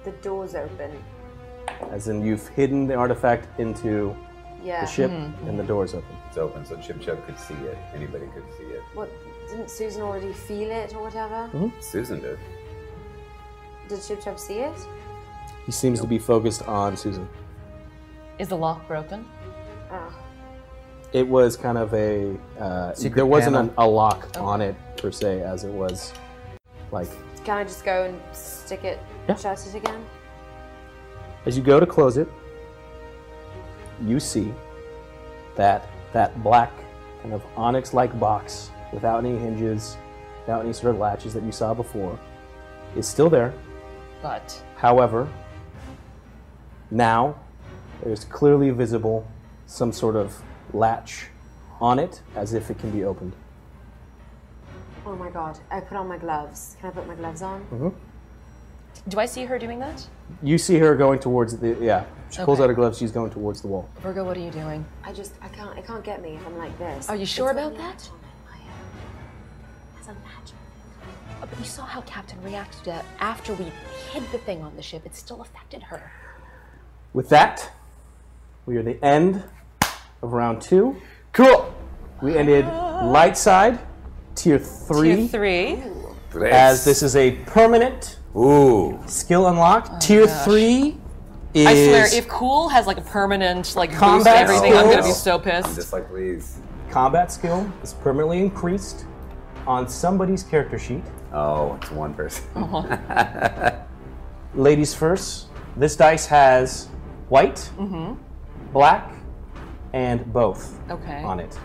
The door's open.
As in, you've hidden the artifact into
Yeah.
the ship,
Mm-hmm.
Mhm.
and the door's open.
It's open, so Chip Chip could see it. Anybody could see it.
What? Didn't Susan already feel it or whatever?
Mm-hmm. Susan did.
Did Chip Chub see it?
He seems to be focused on Susan.
Is the lock broken?
Oh.
It was kind of a. Uh,
Secret
there wasn't an,
panel.
a lock on it per se, as it was like
Can I just go and stick it, shut it again?
As you go to close it, you see that that black kind of onyx-like box without any hinges, without any sort of latches that you saw before, is still there.
But
However, now there's clearly visible some sort of latch on it as if it can be opened.
Oh my god. I put on my gloves. Can I put my gloves on?
Mhm.
Do I see her doing that?
You see her going towards the yeah. She pulls
Okay.
out her gloves. She's going towards the wall.
Virgo, what are you doing?
I just, I can't, it can't get me if I'm like this.
Are you
It's
sure
when
about
you-
that?
As a magic.
Uh, But you saw how Captain reacted to that after we hid the thing on the ship. It still affected her.
With that, we are the end of round two. Cool. We ended light side, tier three.
Tier three.
As this is a permanent skill unlock. tier three is
Oh I swear, if cool has like a permanent like boost to
Combat
everything, I'm gonna be
skills.
so pissed.
Just like please.
combat skill is permanently increased on somebody's character sheet.
Oh, it's one person.
Uh-huh.
Ladies first. This dice has white,
Mm-hmm.
black, and both
Okay.
on it.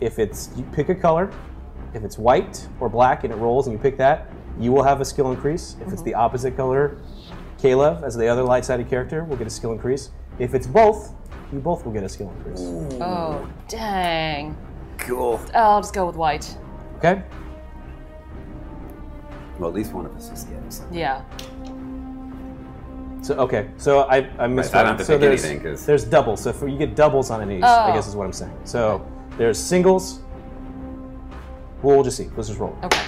If it's you pick a color, if it's white or black and it rolls and you pick that, you will have a skill increase. If it's the opposite color, Caleb, as the other light-sided character, will get a skill increase. If it's both, you both will get a skill increase.
Oh dang.
Cool.
I'll just go with white.
Okay.
Well, at least one of us is getting something.
Yeah.
So okay. So I I missed.
I don't have to
so
pick
there's,
anything, 'cause-
there's doubles. So if you get doubles on any, I
Oh.
guess is what I'm saying. So there's singles. Well, we'll just see. Let's just roll.
Okay.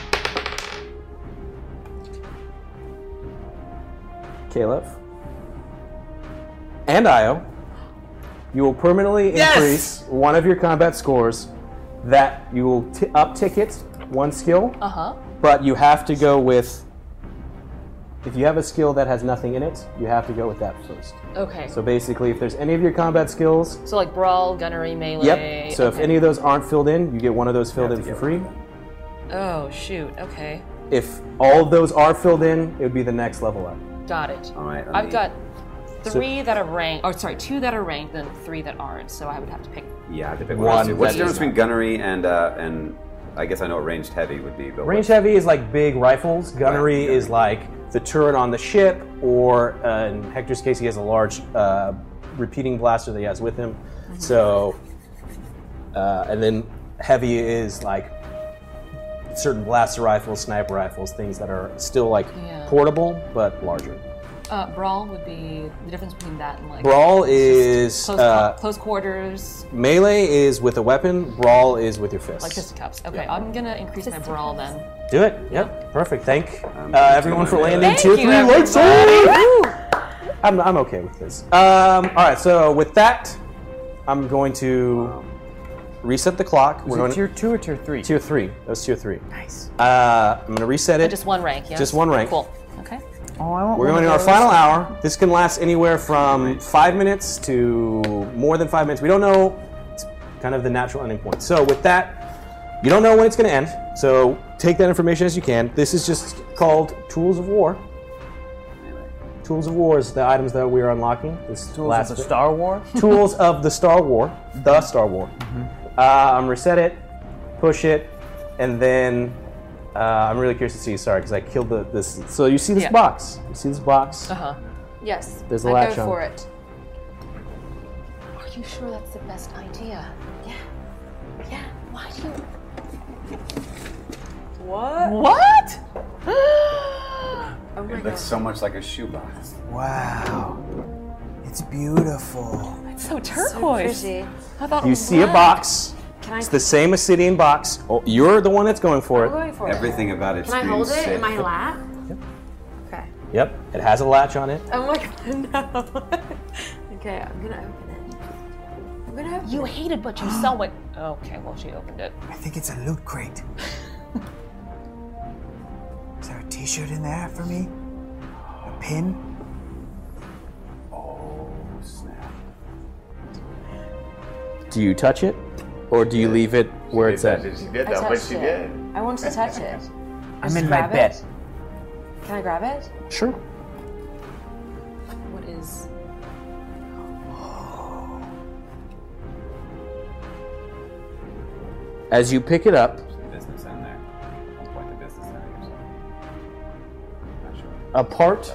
Caleb and Io, you will permanently
Yes!
increase one of your combat scores. That you will t- uptick it one skill,
Uh huh.
but you have to go with. If you have a skill that has nothing in it, you have to go with that first.
Okay.
So
So,
basically, if there's any of your combat skills,
like brawl, gunnery, melee.
Yep. So if
okay.
any of those aren't filled in, you get one of those filled in for free.
Oh shoot. Okay.
If all of those are filled in, it would be the next level up.
Got it.
All right, let
I've
me-
got
So-
three that are ranked. Oh, sorry, two that are ranked, and three that aren't. So I would have to pick.
Yeah, I have to pick
One
one. of us. What's
that
the difference
is
between gunnery and uh, and I guess I know what ranged heavy would be, but
Range heavy is like big rifles. Gunnery is like the turret on the ship, or uh, in Hector's case, he has a large uh, repeating blaster that he has with him.
Mm-hmm.
So, uh, and then heavy is like certain blaster rifles, sniper rifles, things that are still like
Yeah.
portable but larger.
Uh, brawl would be the difference between that and like
Brawl is
close,
uh,
close quarters,
Melee is with a weapon. Brawl is with your fist.
like fisticuffs. Okay, I'm gonna increase my brawl then.
Do it. Yep. Perfect. Thank uh, everyone for landing
Thank
tier
you,
three light
everybody.
side. I'm, I'm okay with this. Um, all right. So with that, I'm going to reset the clock.
Was it
going
tier two or tier three?
Tier three. That was tier three. Nice. Uh, I'm going to reset
Uh,
it.
just one rank. Yeah.
Just one rank.
Cool. Okay.
Oh, I want
We're going in our final hour. This can last anywhere from five minutes to more than five minutes. We don't know. It's kind of the natural ending point. So with that, you don't know when it's going to end. So take that information as you can. This is just called Tools of War. Tools of War is the items that we are unlocking. This
Tools
last
of the
bit.
Star War.
Tools of the Star War. The Star War.
Mm-hmm.
Uh, I'm gonna reset it, push it, and then uh, I'm really curious to see. Sorry, because I killed the this. So you see this
Yeah.
box. You see this box.
Uh huh.
Yes.
There's a
I
latch
go
on.
for it.
Are you sure that's the best idea? Yeah. Yeah. Why do you?
What?
What?
Oh my
it looks so much like a shoebox.
Wow, it's beautiful.
It's so turquoise.
pretty.
I thought it
You
was
see a
black.
box.
Can I-
It's the same obsidian box. Oh, you're the one that's going for
I'm going
it.
for it.
Everything about it
Can I hold
screams
it in my
safe.
lap? Okay.
Yep, it has a latch on it.
Oh my god, no. okay, I'm gonna open it. I'm gonna open
You
it.
hated, but you saw what? Okay. Well, she opened it.
I think it's a loot crate. Is there a T-shirt in there for me? A pin?
Oh,
Do you touch it, or do you leave it where it's at?
She did
I
that, but
touched
she
it.
did.
I want to touch it.
I'm in my
grab
bed.
Can I grab it?
Sure.
What is?
As you pick it up,
Business end there. I'll point the business end or something. Not sure.
a part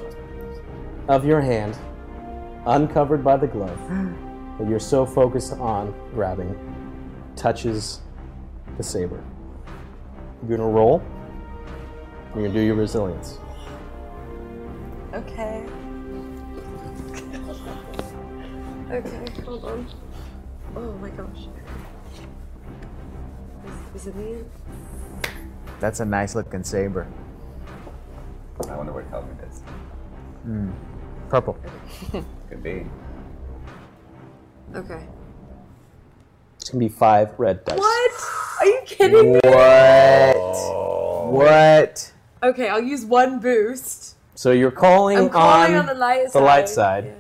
of your hand, uncovered by the glove, that you're so focused on grabbing, touches the saber. You're gonna roll. You're gonna do your resilience.
Okay. okay, hold on. Oh my gosh. Is, is it me?
That's a nice looking saber.
I wonder what color it is.
Hmm. Purple.
Could be.
Okay.
It's gonna be five red dice.
What? Are you kidding me?
What? What?
Okay, I'll use one boost.
So you're calling,
I'm calling on the light
the light
side.
side.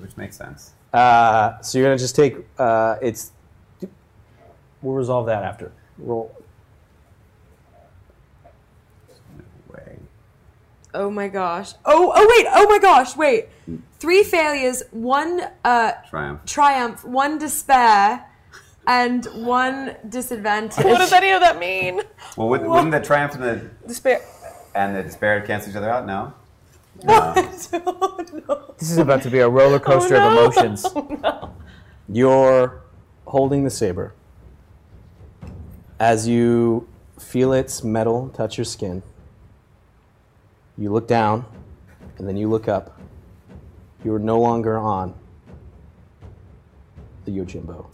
Which makes sense.
Uh, so you're gonna just take uh, it's. We'll resolve that after. Roll.
Oh my gosh. Oh, oh wait. Oh my gosh. Wait.
Hmm.
Three failures, one uh,
Triumph.
triumph, one despair, and one disadvantage.
What does any of that mean?
Well, would,
What?
wouldn't the triumph and the
Despair.
and the disparate cancel each other out? No.
This is about to be a roller coaster of emotions.
You're holding the saber. As you feel its metal touch your skin, you look down and then you look up. You are no longer on the Yojimbo.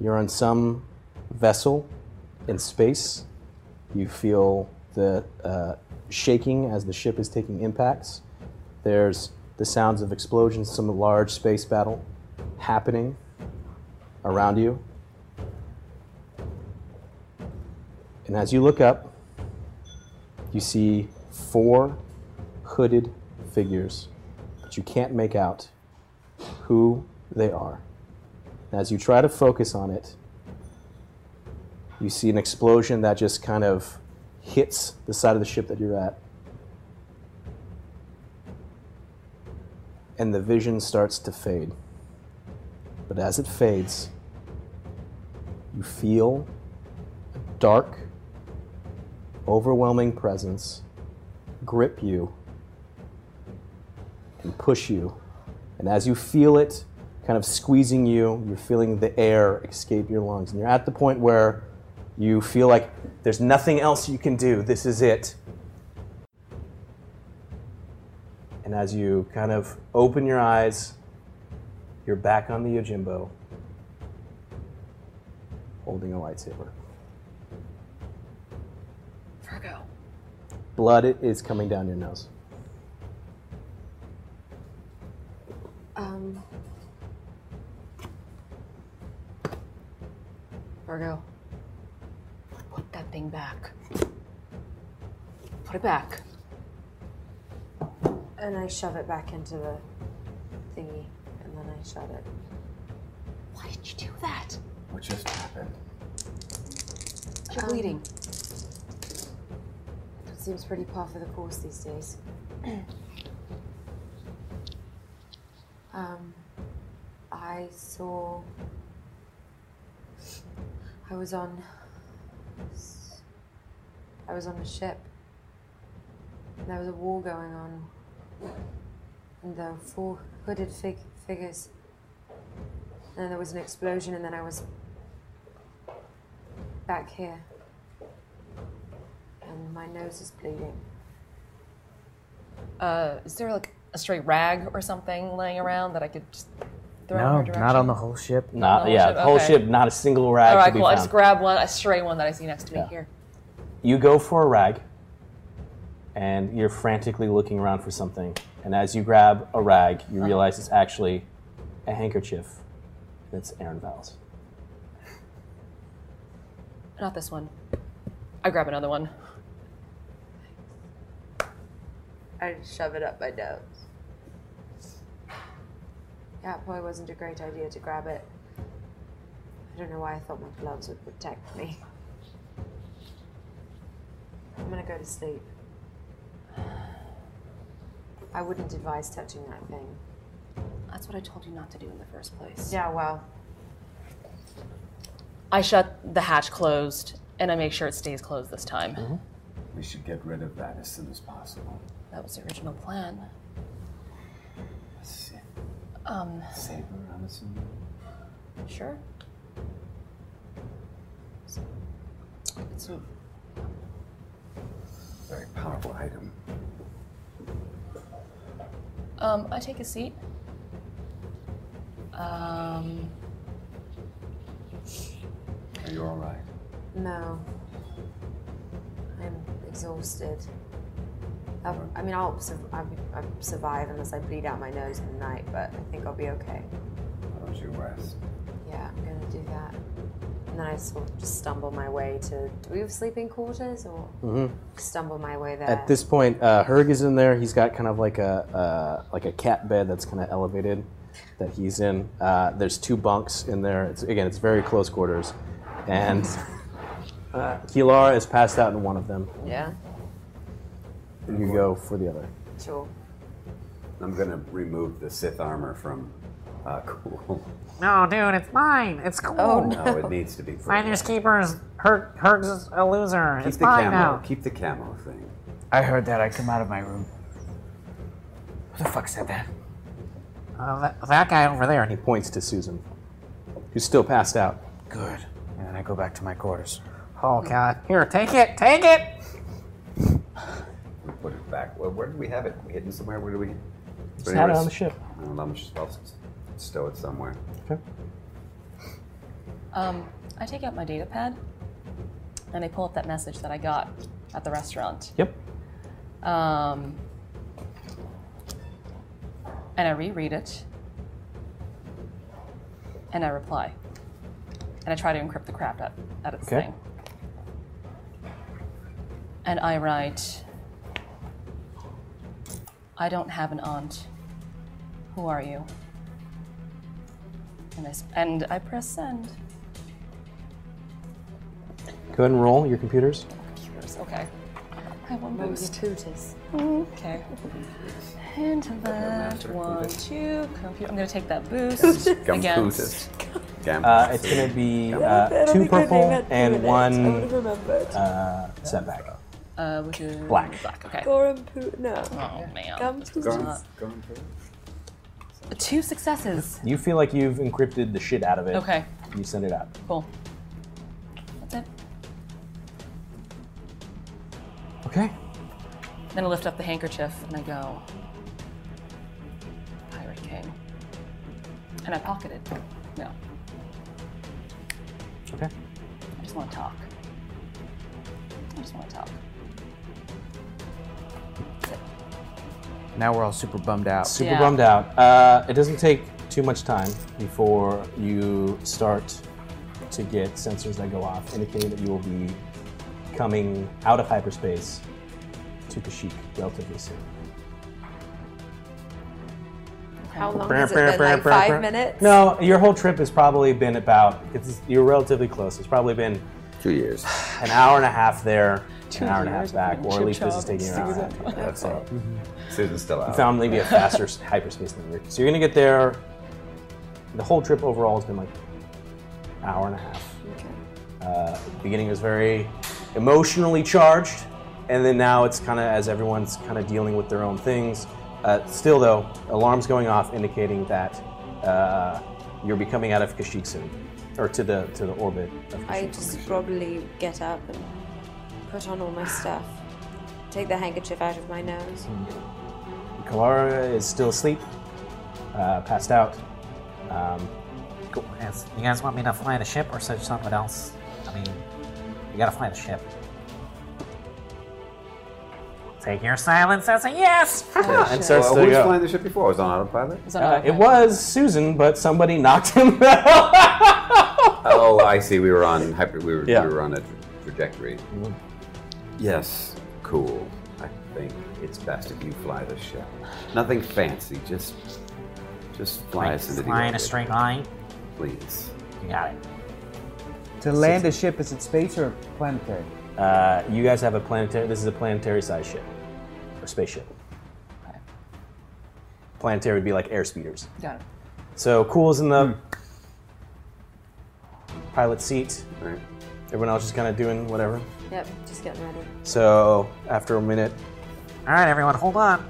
You're on some vessel in space. You feel the uh, shaking as the ship is taking impacts. There's the sounds of explosions, some large space battle happening around you. And as you look up, you see four hooded figures, but you can't make out who they are. And as you try to focus on it, you see an explosion that just kind of hits the side of the ship that you're at. And the vision starts to fade. But as it fades, you feel a dark, overwhelming presence grip you and push you. And as you feel it kind of squeezing you, you're feeling the air escape your lungs. And you're at the point where you feel like there's nothing else you can do. This is it. And as you kind of open your eyes, you're back on the Yojimbo, holding a lightsaber.
Virgo.
Blood is coming down your nose.
Um.
Virgo. Put that thing back. Put it back.
And I shove it back into the thingy, and then I shut it.
Why did you do that?
What just happened?
You're bleeding.
That seems pretty par for the course these days. um, I saw. I was on. I was on a ship. and There was a war going on. And there were four hooded fig- figures. And then there was an explosion, and then I was back here. And my nose is bleeding.
Uh, is there like a stray rag or something laying around that I could just throw in
No,
her direction?
not on the whole ship.
Not,
The whole
yeah,
ship,
the whole
okay.
ship, not a single rag
All right,
to be
cool. I
found.
just grab one, a stray one that I see next to
Yeah.
me here.
You go for a rag, and you're frantically looking around for something. And as you grab a rag, you
Uh-huh.
realize it's actually a handkerchief. And it's Aaron Val's.
Not this one. I grab another one.
I just shove it up my nose. Yeah, it probably wasn't a great idea to grab it. I don't know why I thought my gloves would protect me. I'm gonna go to sleep. I wouldn't advise touching that thing.
That's what I told you not to do in the first place.
Yeah, well,
I shut the hatch closed, and I make sure it stays closed this time.
Mm-hmm.
We should get rid of that as soon as possible.
That was the original plan.
Sa-
Um,
Saber, I'm assuming.
sure. It's, it's a
Very powerful item.
Um, I take a seat. Um,
Are you all right?
No. I'm exhausted. I've, I mean, I'll, sur- I'll, I'll survive unless I bleed out my nose in the night, but I think I'll be okay.
Why don't you rest?
Yeah, I'm gonna do that. And then I sort of just stumble my way to. Do we have sleeping quarters or
Mhm.
stumble my way there?
At this point, uh, Herg is in there. He's got kind of like a uh, like a cat bed that's kind of elevated that he's in. Uh, there's two bunks in there. It's again, it's very close quarters, and uh, Kilara is passed out in one of them.
Yeah,
You go for the other.
sure.
I'm gonna remove the Sith armor from uh, Cool.
No, dude, it's mine. It's cool.
Oh,
no, it needs to be.
Finders keepers. Her, Herg's a loser.
Keep
it's
the
mine
camo.
now.
Keep the camo thing.
I heard that. I come out of my room. Who the fuck said that?
Uh, that, that guy over there.
And he points to Susan, who's still passed out.
Good. And then I go back to my quarters.
Oh God! Here, take it, take it.
We put it back. Well, where did we have it? We hidden somewhere? Where did we?
Just had it on the ship.
I don't know. I'm just, I'll s- stow it somewhere.
um, I take out my data pad and I pull up that message that I got at the restaurant.
Yep.
Um, and I reread it and I reply. And I try to encrypt the crap out, out of this
Okay.
thing. And I write, I don't have an aunt. Who are you? And I, s- and I press send.
Go ahead and roll your computers.
Computers, okay. I will
Roll your
boost.
Computers.
Okay. Into that Mm-hmm. one, two. Computer. I'm gonna take that boost again.
Gamputus. Gamputus.
Uh, it's going to be uh, two purple and one uh, setback.
Uh, which is
Black.
Black. Okay.
Goran Putin. No.
Oh man.
Gum
Uh, Two successes.
You feel like you've encrypted the shit out of it.
Okay.
You send it out.
Cool. That's it.
Okay.
Then I lift up the handkerchief and I go. Pirate King. And I pocket it. No.
Okay.
I just want to talk. I just want to talk.
Now we're all super bummed out.
Super
Yeah.
bummed out. Uh, it doesn't take too much time before you start to get sensors that go off, indicating that you will be coming out of hyperspace to Kashyyyk relatively soon.
How long has it been? Like five minutes?
No, your whole trip has probably been about. It's, you're relatively close. It's probably been
two years,
an hour and a half there,
Two
an hour and a half
years
back,
of
or at least this is
chip-chop.
taking you an hour. and a half.
Yeah, that's all. Susan's still
You
out.
found maybe a faster s- hyperspace than you. So you're gonna get there. The whole trip overall has been like an hour and a half. Uh, the beginning was very emotionally charged, and then now it's kind of as everyone's kind of dealing with their own things. Uh, still, though, alarms going off indicating that uh, you'll be coming out of Kashyyyk soon, or to the to the orbit. Of Kashyyyk.
I just probably get up and put on all my stuff. Take the handkerchief out of my nose.
Mm. Kalara is still asleep, uh, passed out. Um,
Cool. Yes. You guys want me to fly the ship or search something else? I mean, you gotta fly the ship. Take your silence as a yes.
and starts
Well,
to
who was
go.
flying the ship before? I was on autopilot.
It was,
Uh, it was Susan, but somebody knocked him.
oh, I see. We were on hyper. We were,
Yeah.
we were on a tra- trajectory. Yes, cool. I think it's best if you fly the ship. Nothing fancy. Just, just fly us into the
Fly in a
orbit,
straight line.
please.
You got it.
To land a ship, is it space or planetary?
Uh, you guys have a planetary. This is a planetary-sized ship, or spaceship. Planetary would be like air speeders.
Got it.
So Cool's in the pilot seat. Everyone else is kind of doing whatever.
Yep, just getting ready.
So after a minute,
All right, everyone, hold on.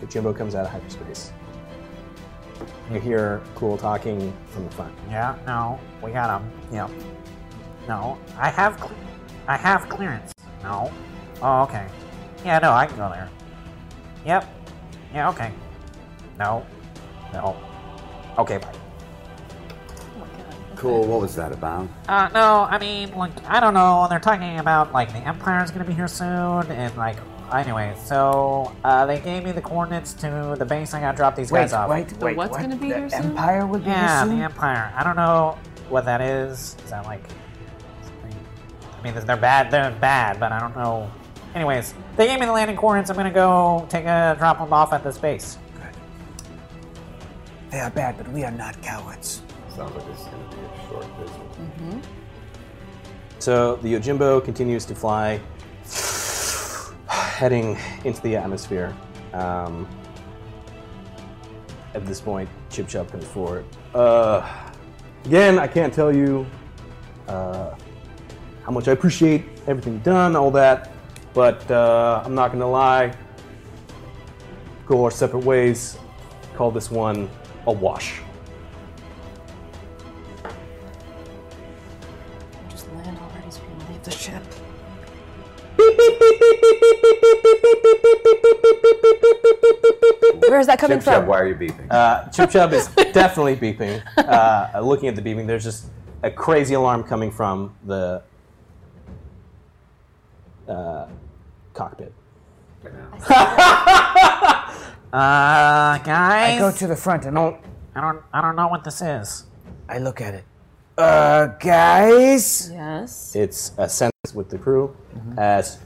the Jimbo comes out of hyperspace. You hear Cool talking from the front.
Yeah, no, we got him. Yeah. No, I have, cle- I have clearance. No. Oh, okay. Yeah, no, I can go there. Yep. Yeah, okay. No. No. Okay, bye.
Cool. What was that about?
Uh, no, I mean, like, I don't know. They're talking about, like, the Empire's gonna be here soon, and, like, anyway, so, uh, they gave me the coordinates to the base I gotta drop these
Wait,
guys off.
wait, The wait, what's what? gonna be The here soon?
Empire
will be here
yeah,
soon?
the Empire. I don't know what that is. Is that, like, I mean, they're bad, they're bad, but I don't know. Anyways, they gave me the landing coordinates. I'm gonna go take a drop them off at this base.
They are bad, but we are not cowards.
Sounds like this is going to be a short visit.
Mm-hmm.
So the Yojimbo continues to fly, heading into the atmosphere. Um, at this point, Chip Chop comes forward. Uh, again, I can't tell you uh, how much I appreciate everything done, all that, but uh, I'm not going to lie. Go our separate ways. Call this one a wash.
Just land already so we can leave the ship.
Where is that coming
Chip Chub,
from?
why are you beeping? Uh, Chip Chub is definitely beeping. Uh, looking at the beeping, there's just a crazy alarm coming from the uh, cockpit.
Uh,
I
guys.
go to the front and I'll.
I don't. I don't know what this is.
I look at it.
Uh, guys?
Yes.
It's a sentence with the crew as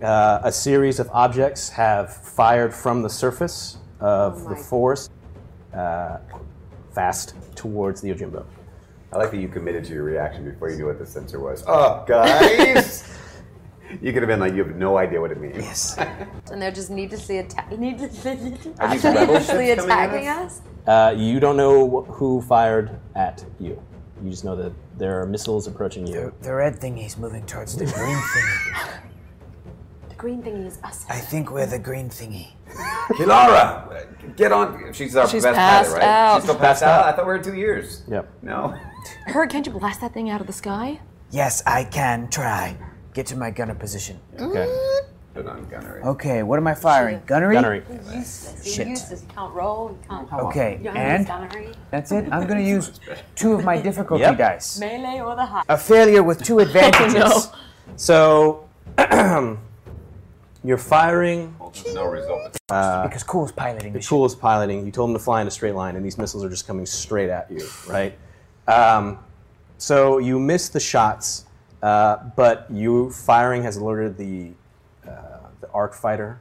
uh, a series of objects have fired from the surface of the forest uh, fast towards the Ojimbo.
I like that you committed to your reaction before you knew what the sensor was. Oh, guys! you could have been like, you have no idea what it means. Yes.
And they're just needlessly, atta- needlessly,
Are these rebel ships
needlessly
coming at us?
attacking us?
Uh, you don't know wh- who fired at you. You just know that there are missiles approaching you.
The red thingy's moving towards the green thingy.
The green thingy is us.
I think we're the green thingy.
Kilara! Get on. She's our
She's
best
passed
pilot, right?
out.
She's still passed,
Passed
out.
out.
I thought we were two years.
Yep.
No.
Her, can't you blast that thing out of the sky?
Yes, I can try. Get to my gunner position.
Okay.
Put on gunnery.
Okay, what am I firing? Gunnery?
Gunnery.
Useless.
Shit.
Useless. You can't roll. You can't.
Okay,
You don't
and-
have gunnery.
That's it. I'm gonna use two of my difficulty
Yep.
dice.
Melee or the high.
A failure with two advantages.
So, you're firing.
No result.
Uh,
Because Cool's piloting.
The tool is piloting. You told him to fly in a straight line, and these missiles are just coming straight at you, right? Um, so you miss the shots, uh, but you firing has alerted the uh, the arc fighter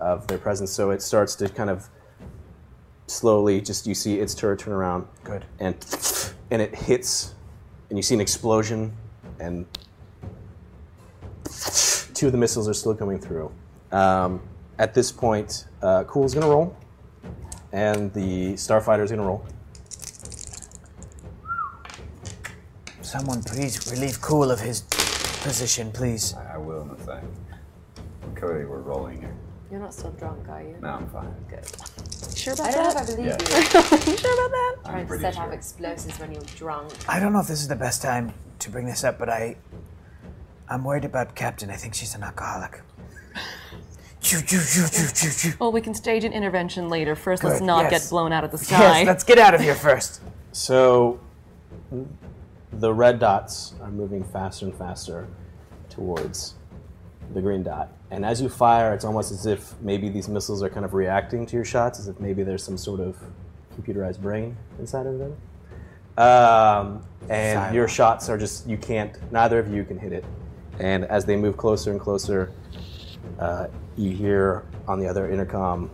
of their presence. So it starts to kind of slowly, just you see its turret turn around.
Good.
And and it hits, and you see an explosion, and two of the missiles are still coming through. Um, at this point, uh, Cool's gonna roll, and the Starfighter's gonna roll.
Someone please relieve Cool of his position, please.
I will in a second. Cody, we're rolling here.
You're not still drunk, are you?
No, I'm fine.
Good.
Sure
I
about
don't know if
that?
I believe
Yeah.
you.
You sure about that?
Trying to
pretty
set
sure.
off explosives when you're drunk.
I don't know if this is the best time to bring this up, but I, I'm worried about Captain. I think she's an alcoholic. Choo, choo, choo, choo, choo, choo.
Well, we can stage an intervention later. First, let's
Good,
not
yes.
get blown out of the sky.
Yes, let's get out of here first.
So the red dots are moving faster and faster towards the green dot. And as you fire, it's almost as if maybe these missiles are kind of reacting to your shots, as if maybe there's some sort of computerized brain inside of them. Um, and
Silent.
your shots are just, you can't, neither of you can hit it. And as they move closer and closer, uh, you hear on the other intercom,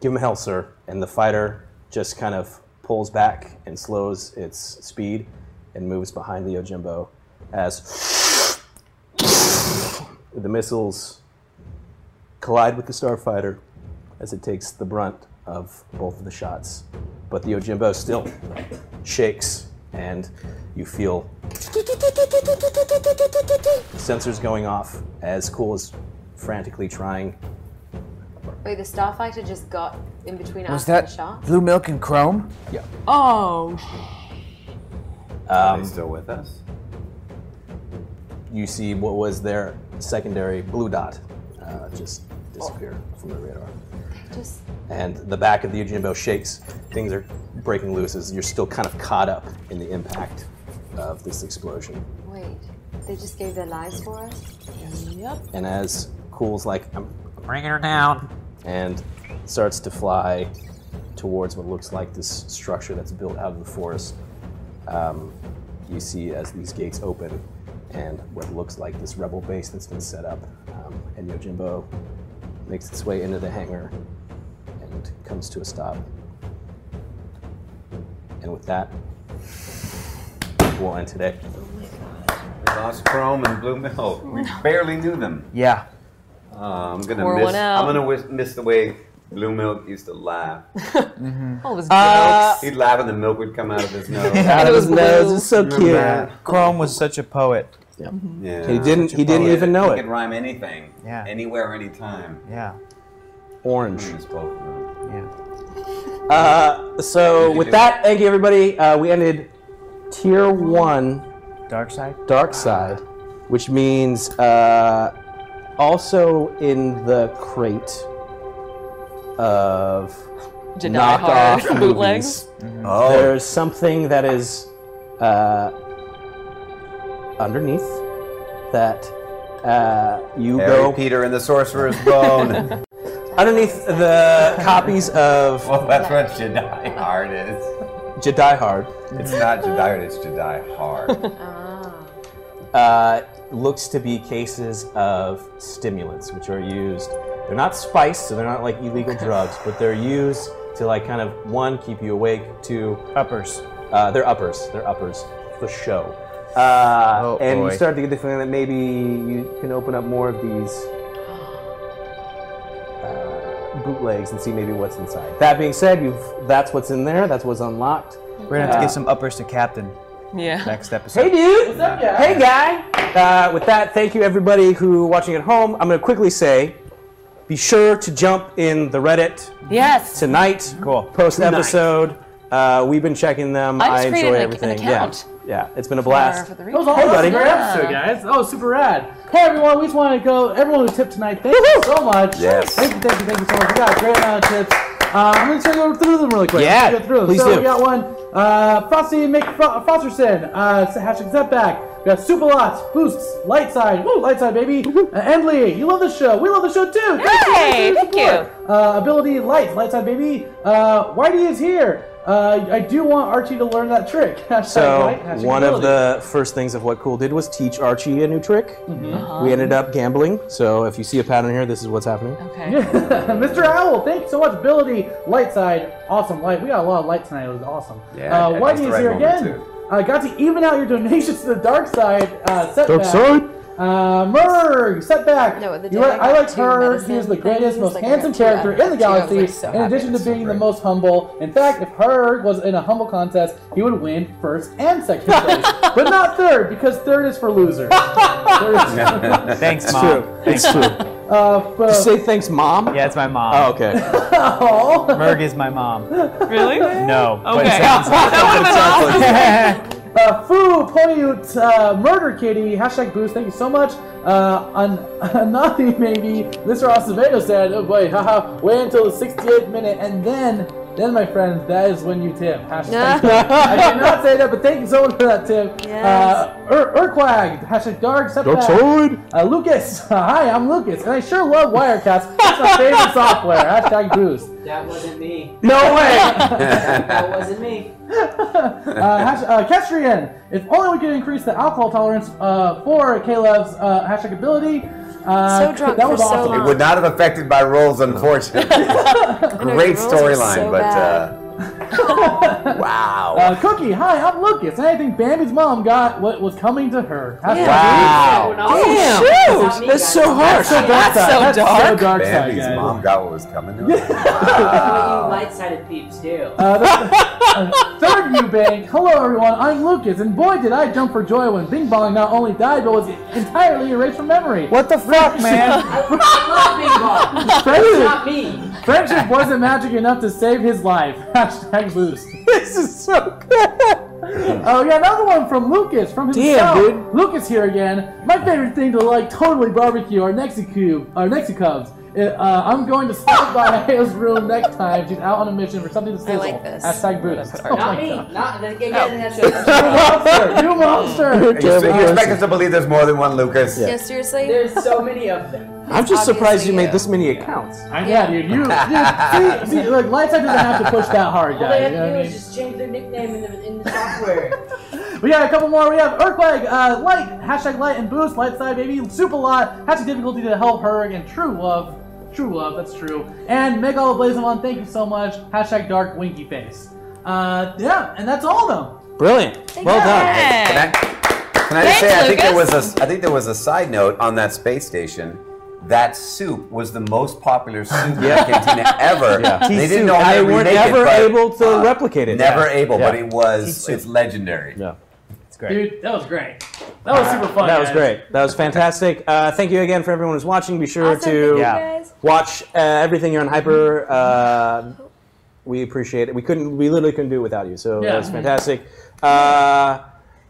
Give him hell, sir. And the fighter just kind of pulls back and slows its speed and moves behind the Yojimbo as the missiles collide with the starfighter as it takes the brunt of both of the shots. But the Yojimbo still shakes and you feel sensors going off as Cool is frantically trying
Wait, the starfighter just got in between us
Was
and
that
the shark?
blue milk and chrome?
Yeah.
Oh.
Are
they still with us?
You see what was their secondary blue dot uh, just disappear from the radar.
Just
And the back of the Yojimbo shakes. Things are breaking loose as you're still kind of caught up in the impact of this explosion.
wait. They just gave their lives for us. Yep.
And as Cool's like, I'm bringing her down, and starts to fly towards what looks like this structure that's built out of the forest. Um, you see as these gates open, and what looks like this rebel base that's been set up, um, and Yojimbo makes its way into the hangar and comes to a stop. And with that, we'll end today.
We lost Chrome and Blue Milk. We barely knew them.
Yeah.
Uh, I'm gonna
Pour one
miss.
out.
I'm gonna wis- miss the way Blue Milk used to laugh.
All his
He'd laugh and the milk would come out of his nose.
Out of his nose. It's so
Remember
cute.
that?
Chrome was such a poet.
Yeah.
Yeah.
He didn't- he didn't
Poet.
even know
he
it.
Could rhyme anything.
Yeah.
Anywhere, anytime.
Yeah.
Orange.
Uh, so with that, thank you everybody. Uh, we ended tier one.
Dark side.
Dark side, which means uh, also in the crate of
Jedi
knocked
horror
off movies,
bootlegs. Mhm.
Oh.
There's something that is uh, underneath that uh, you
Harry
go
Peter and the Sorcerer's Bone.
underneath the copies of.
Well, that's what Jedi Hard is.
Jedi Hard.
It's not Jedi Hard. It's Jedi Hard.
uh, looks to be cases of stimulants, which are used. They're not spiced, so they're not like illegal drugs, but they're used to like kind of one keep you awake. Two
uppers.
Uh, they're uppers. They're uppers for show. Uh,
Oh,
and
boy.
you start to get the feeling that maybe you can open up more of these uh, bootlegs and see maybe what's inside. That being said, you've that's what's in there. That's what's unlocked.
We're gonna have to
Uh,
get some uppers to Captain.
Yeah.
Next episode.
Hey, dude.
What's up, guy?
Hey, guy. Uh, with that, thank you everybody who watching at home. I'm going to quickly say, be sure to jump in the Reddit.
Yes.
Tonight. Cool. Post
Tonight.
episode. Uh, we've been checking them.
I just
enjoy
created, like, an
everything.
account.
Yeah. Yeah. It's been a blast.
For- for the
That was
Hey,
awesome.
buddy.
Great episode, guys. That was super rad. Hey, everyone. We just want to go. Everyone who tipped tonight, thank you so much.
Yes.
Thank you, thank you, thank you so much. We got a great amount of tips. Uh, I'm going to go through them really quick.
Yeah,
Let's go through them.
please
so
do.
we got one. Uh, Frosty Mc Fro- Fosterson. Uh, s- hashtag setback. We got super lots, boosts, light side. Woo, light side, baby. Uh, Endley, you love the show. We love the show too.
Hey,
thank
thank
you. Uh, ability lights, lights on, baby. Uh, Whitey is here. Uh, I do want Archie to learn that trick. Hashtag
So
White, hashtag
one of
ability.
the first things of what Cool did was teach Archie a new trick.
Mm-hmm.
Mhm. Uh-huh.
We ended up gambling. So if you see a pattern here, this is what's happening.
Yeah. Mr. Owl, thank you so much. Ability, light side, awesome light. We got a lot of light tonight. It was awesome.
Yeah,
uh,
that's
Whitey
the
is
right
here
moment,
again. Uh, got to even out your donations to the dark side. Uh, setback.
side.
Uh, Merg, setback.
No, the
you
day
are,
I got
I like
two
her. He
medicine
is the greatest,
things,
most
like, I got
handsome
two
character in the
adverts, too. I was,
galaxy.
like, so
in
happy.
addition to being the most humble. In fact, if Herg was in a humble contest, he would win first and second place, but not third because third is for losers. Third is-
Thanks,
It's
Mom.
true.
Thanks.
It's true.
Uh, but,
Did you say thanks, mom?
Yeah, it's my mom.
Oh, okay.
Merg is my mom.
Really?
No. but
Okay.
it sounds like
That
it.
would've been
Sounds like it.
Uh, foo, Ponyut, uh, Murder Kitty, hashtag boost, thank you so much. Uh, on Anathi, maybe, Mr. Acevedo said, oh boy, haha, wait until the 68th minute, and then, then my friends, that is when you tip. Hashtag I did not say that, but thank you so much for that tip. Uh, Ur- Urquag, hashtag dark, setback.
Darkseid.
Uh, Lucas, hi, I'm Lucas, and I sure love Wirecast. It's my favorite software, hashtag boost.
That wasn't me.
No way!
that wasn't me.
uh, hash, uh, Kestrian, if only we could increase the alcohol tolerance uh, for Caleb's uh, hashtag ability. Uh,
So
drunk
that
for
was
so
awesome.
It would not have affected my roles, unfortunately. Great
your roles are
storyline,
so
but
bad.
uh,
wow. Uh, Cookie, hi, I'm Lucas. And I think Bambi's mom got what was coming to her. That's
Yeah.
what it is.
Wow. Damn.
Damn.
That's not me, That's guys. so harsh.
That's so dark
That's so
side. That's so
dark.
dark side,
Bambi's
guys.
mom got what was coming to her.
What you light-sided peeps do.
Uh, the- uh, third Eubank. Hello, everyone. I'm Lucas, and boy, did I jump for joy when Bing Bong not only died but was entirely erased from memory. What the fuck,
I love Bing Bong.
Friendship,
It's not me.
friendship wasn't magic enough to save his life. Hashtag lose. This is so good. Oh, we got another one from Lucas, from himself. dude. Lucas here again. My favorite thing to like totally barbecue are Nexicube, or Nexicubs. Uh, I'm going to stop by Hale's room next time. She's out on a mission for something to sizzle.
like this.
Hashtag Buddhist. Oh
Not
my
me.
God.
Not again. That's
monster! You monster!
you, you expect us to believe there's more than one Lucas?
Yeah, seriously?
There's so many of them.
I'm just surprised you made this many accounts.
I yeah, dude, you, you see, see, look, Lightside doesn't have to push that hard,
All they
guys.
have to
You know
do
what I
is just change their nickname in the, in the software.
mean? We got a couple more. We have Earthquake, uh, Light, hashtag Light and Boost, Lightside, baby, Superlot, hashtag difficulty to help her, and True Love, True Love, that's true. And Meg all Blazemon, thank you so much, hashtag Dark Winky Face. Uh, yeah, and that's all of them.
Brilliant.
Well you. done.
Can I, can I just
Thanks,
say, I think there was
Lucas.
a, I think there was a side note on that space station. That soup was the most popular soup in
Yeah.
in Cantina ever.
Yeah.
They
Tea
didn't
soup.
know how
They
to
weren't
remake
ever
it, but
able to replicate it.
Never
Yeah.
able,
Yeah.
but it was
Tea soup.
it's legendary.
Yeah. It's great.
Dude, that was great. That was super fun.
That was
guys.
great. That was fantastic. Uh, thank you again for everyone who's watching. Be sure
Awesome. Thank
to
you, guys.
watch uh, everything here on Hyper. Uh, we appreciate it. We couldn't. We literally couldn't do it without you. So
Yeah.
that's fantastic. Uh,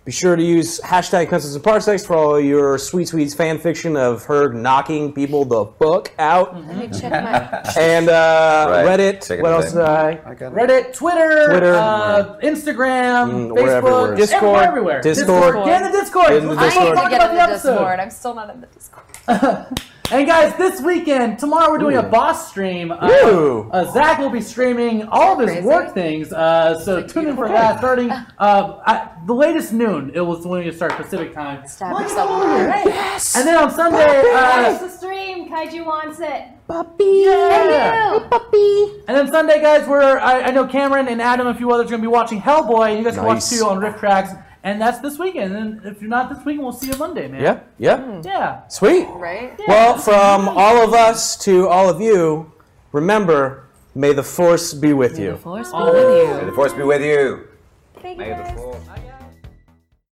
be sure to use hashtag pencils and parsecs for all your sweet sweets fan fiction of her knocking people the fuck out.
Mm-hmm.
Let me check my.
And uh,
Right.
Reddit.
Second
What else uh,
thing.
did I?
Reddit, Twitter,
Twitter.
uh, Instagram,
Mm,
Facebook,
we're everywhere. Discord.
everywhere, everywhere.
Discord.
Get in the Discord.
Get in the
Let's
Discord.
talk
I need to
about the
get in the
episode.
Discord. I'm still not in the Discord.
And guys, this weekend, tomorrow we're doing a
Ooh.
boss stream. Uh,
Ooh.
uh, Zach will be streaming all of his work things, uh, so tune in for that starting uh, at the latest noon. It was when we start Pacific time.
Stab
Look at
yourself
all
in the
of
heart.
you.
Yes.
And then on Sunday, uh,
Watch the stream. Kaiju wants it.
Puppy! Yeah. Puppy! And then Sunday, guys, we're, I, I know Cameron and Adam and a few others are going to be watching Hellboy, and you guys
Nice.
can watch too on Rift Tracks. And that's this weekend. And if you're not this weekend, we'll see you Monday, man.
Yeah. Yeah.
Yeah.
Sweet.
Right?
Well, from all of us to all of you, remember, may the force be with you.
May the force be with you.
Thank you.
May the force.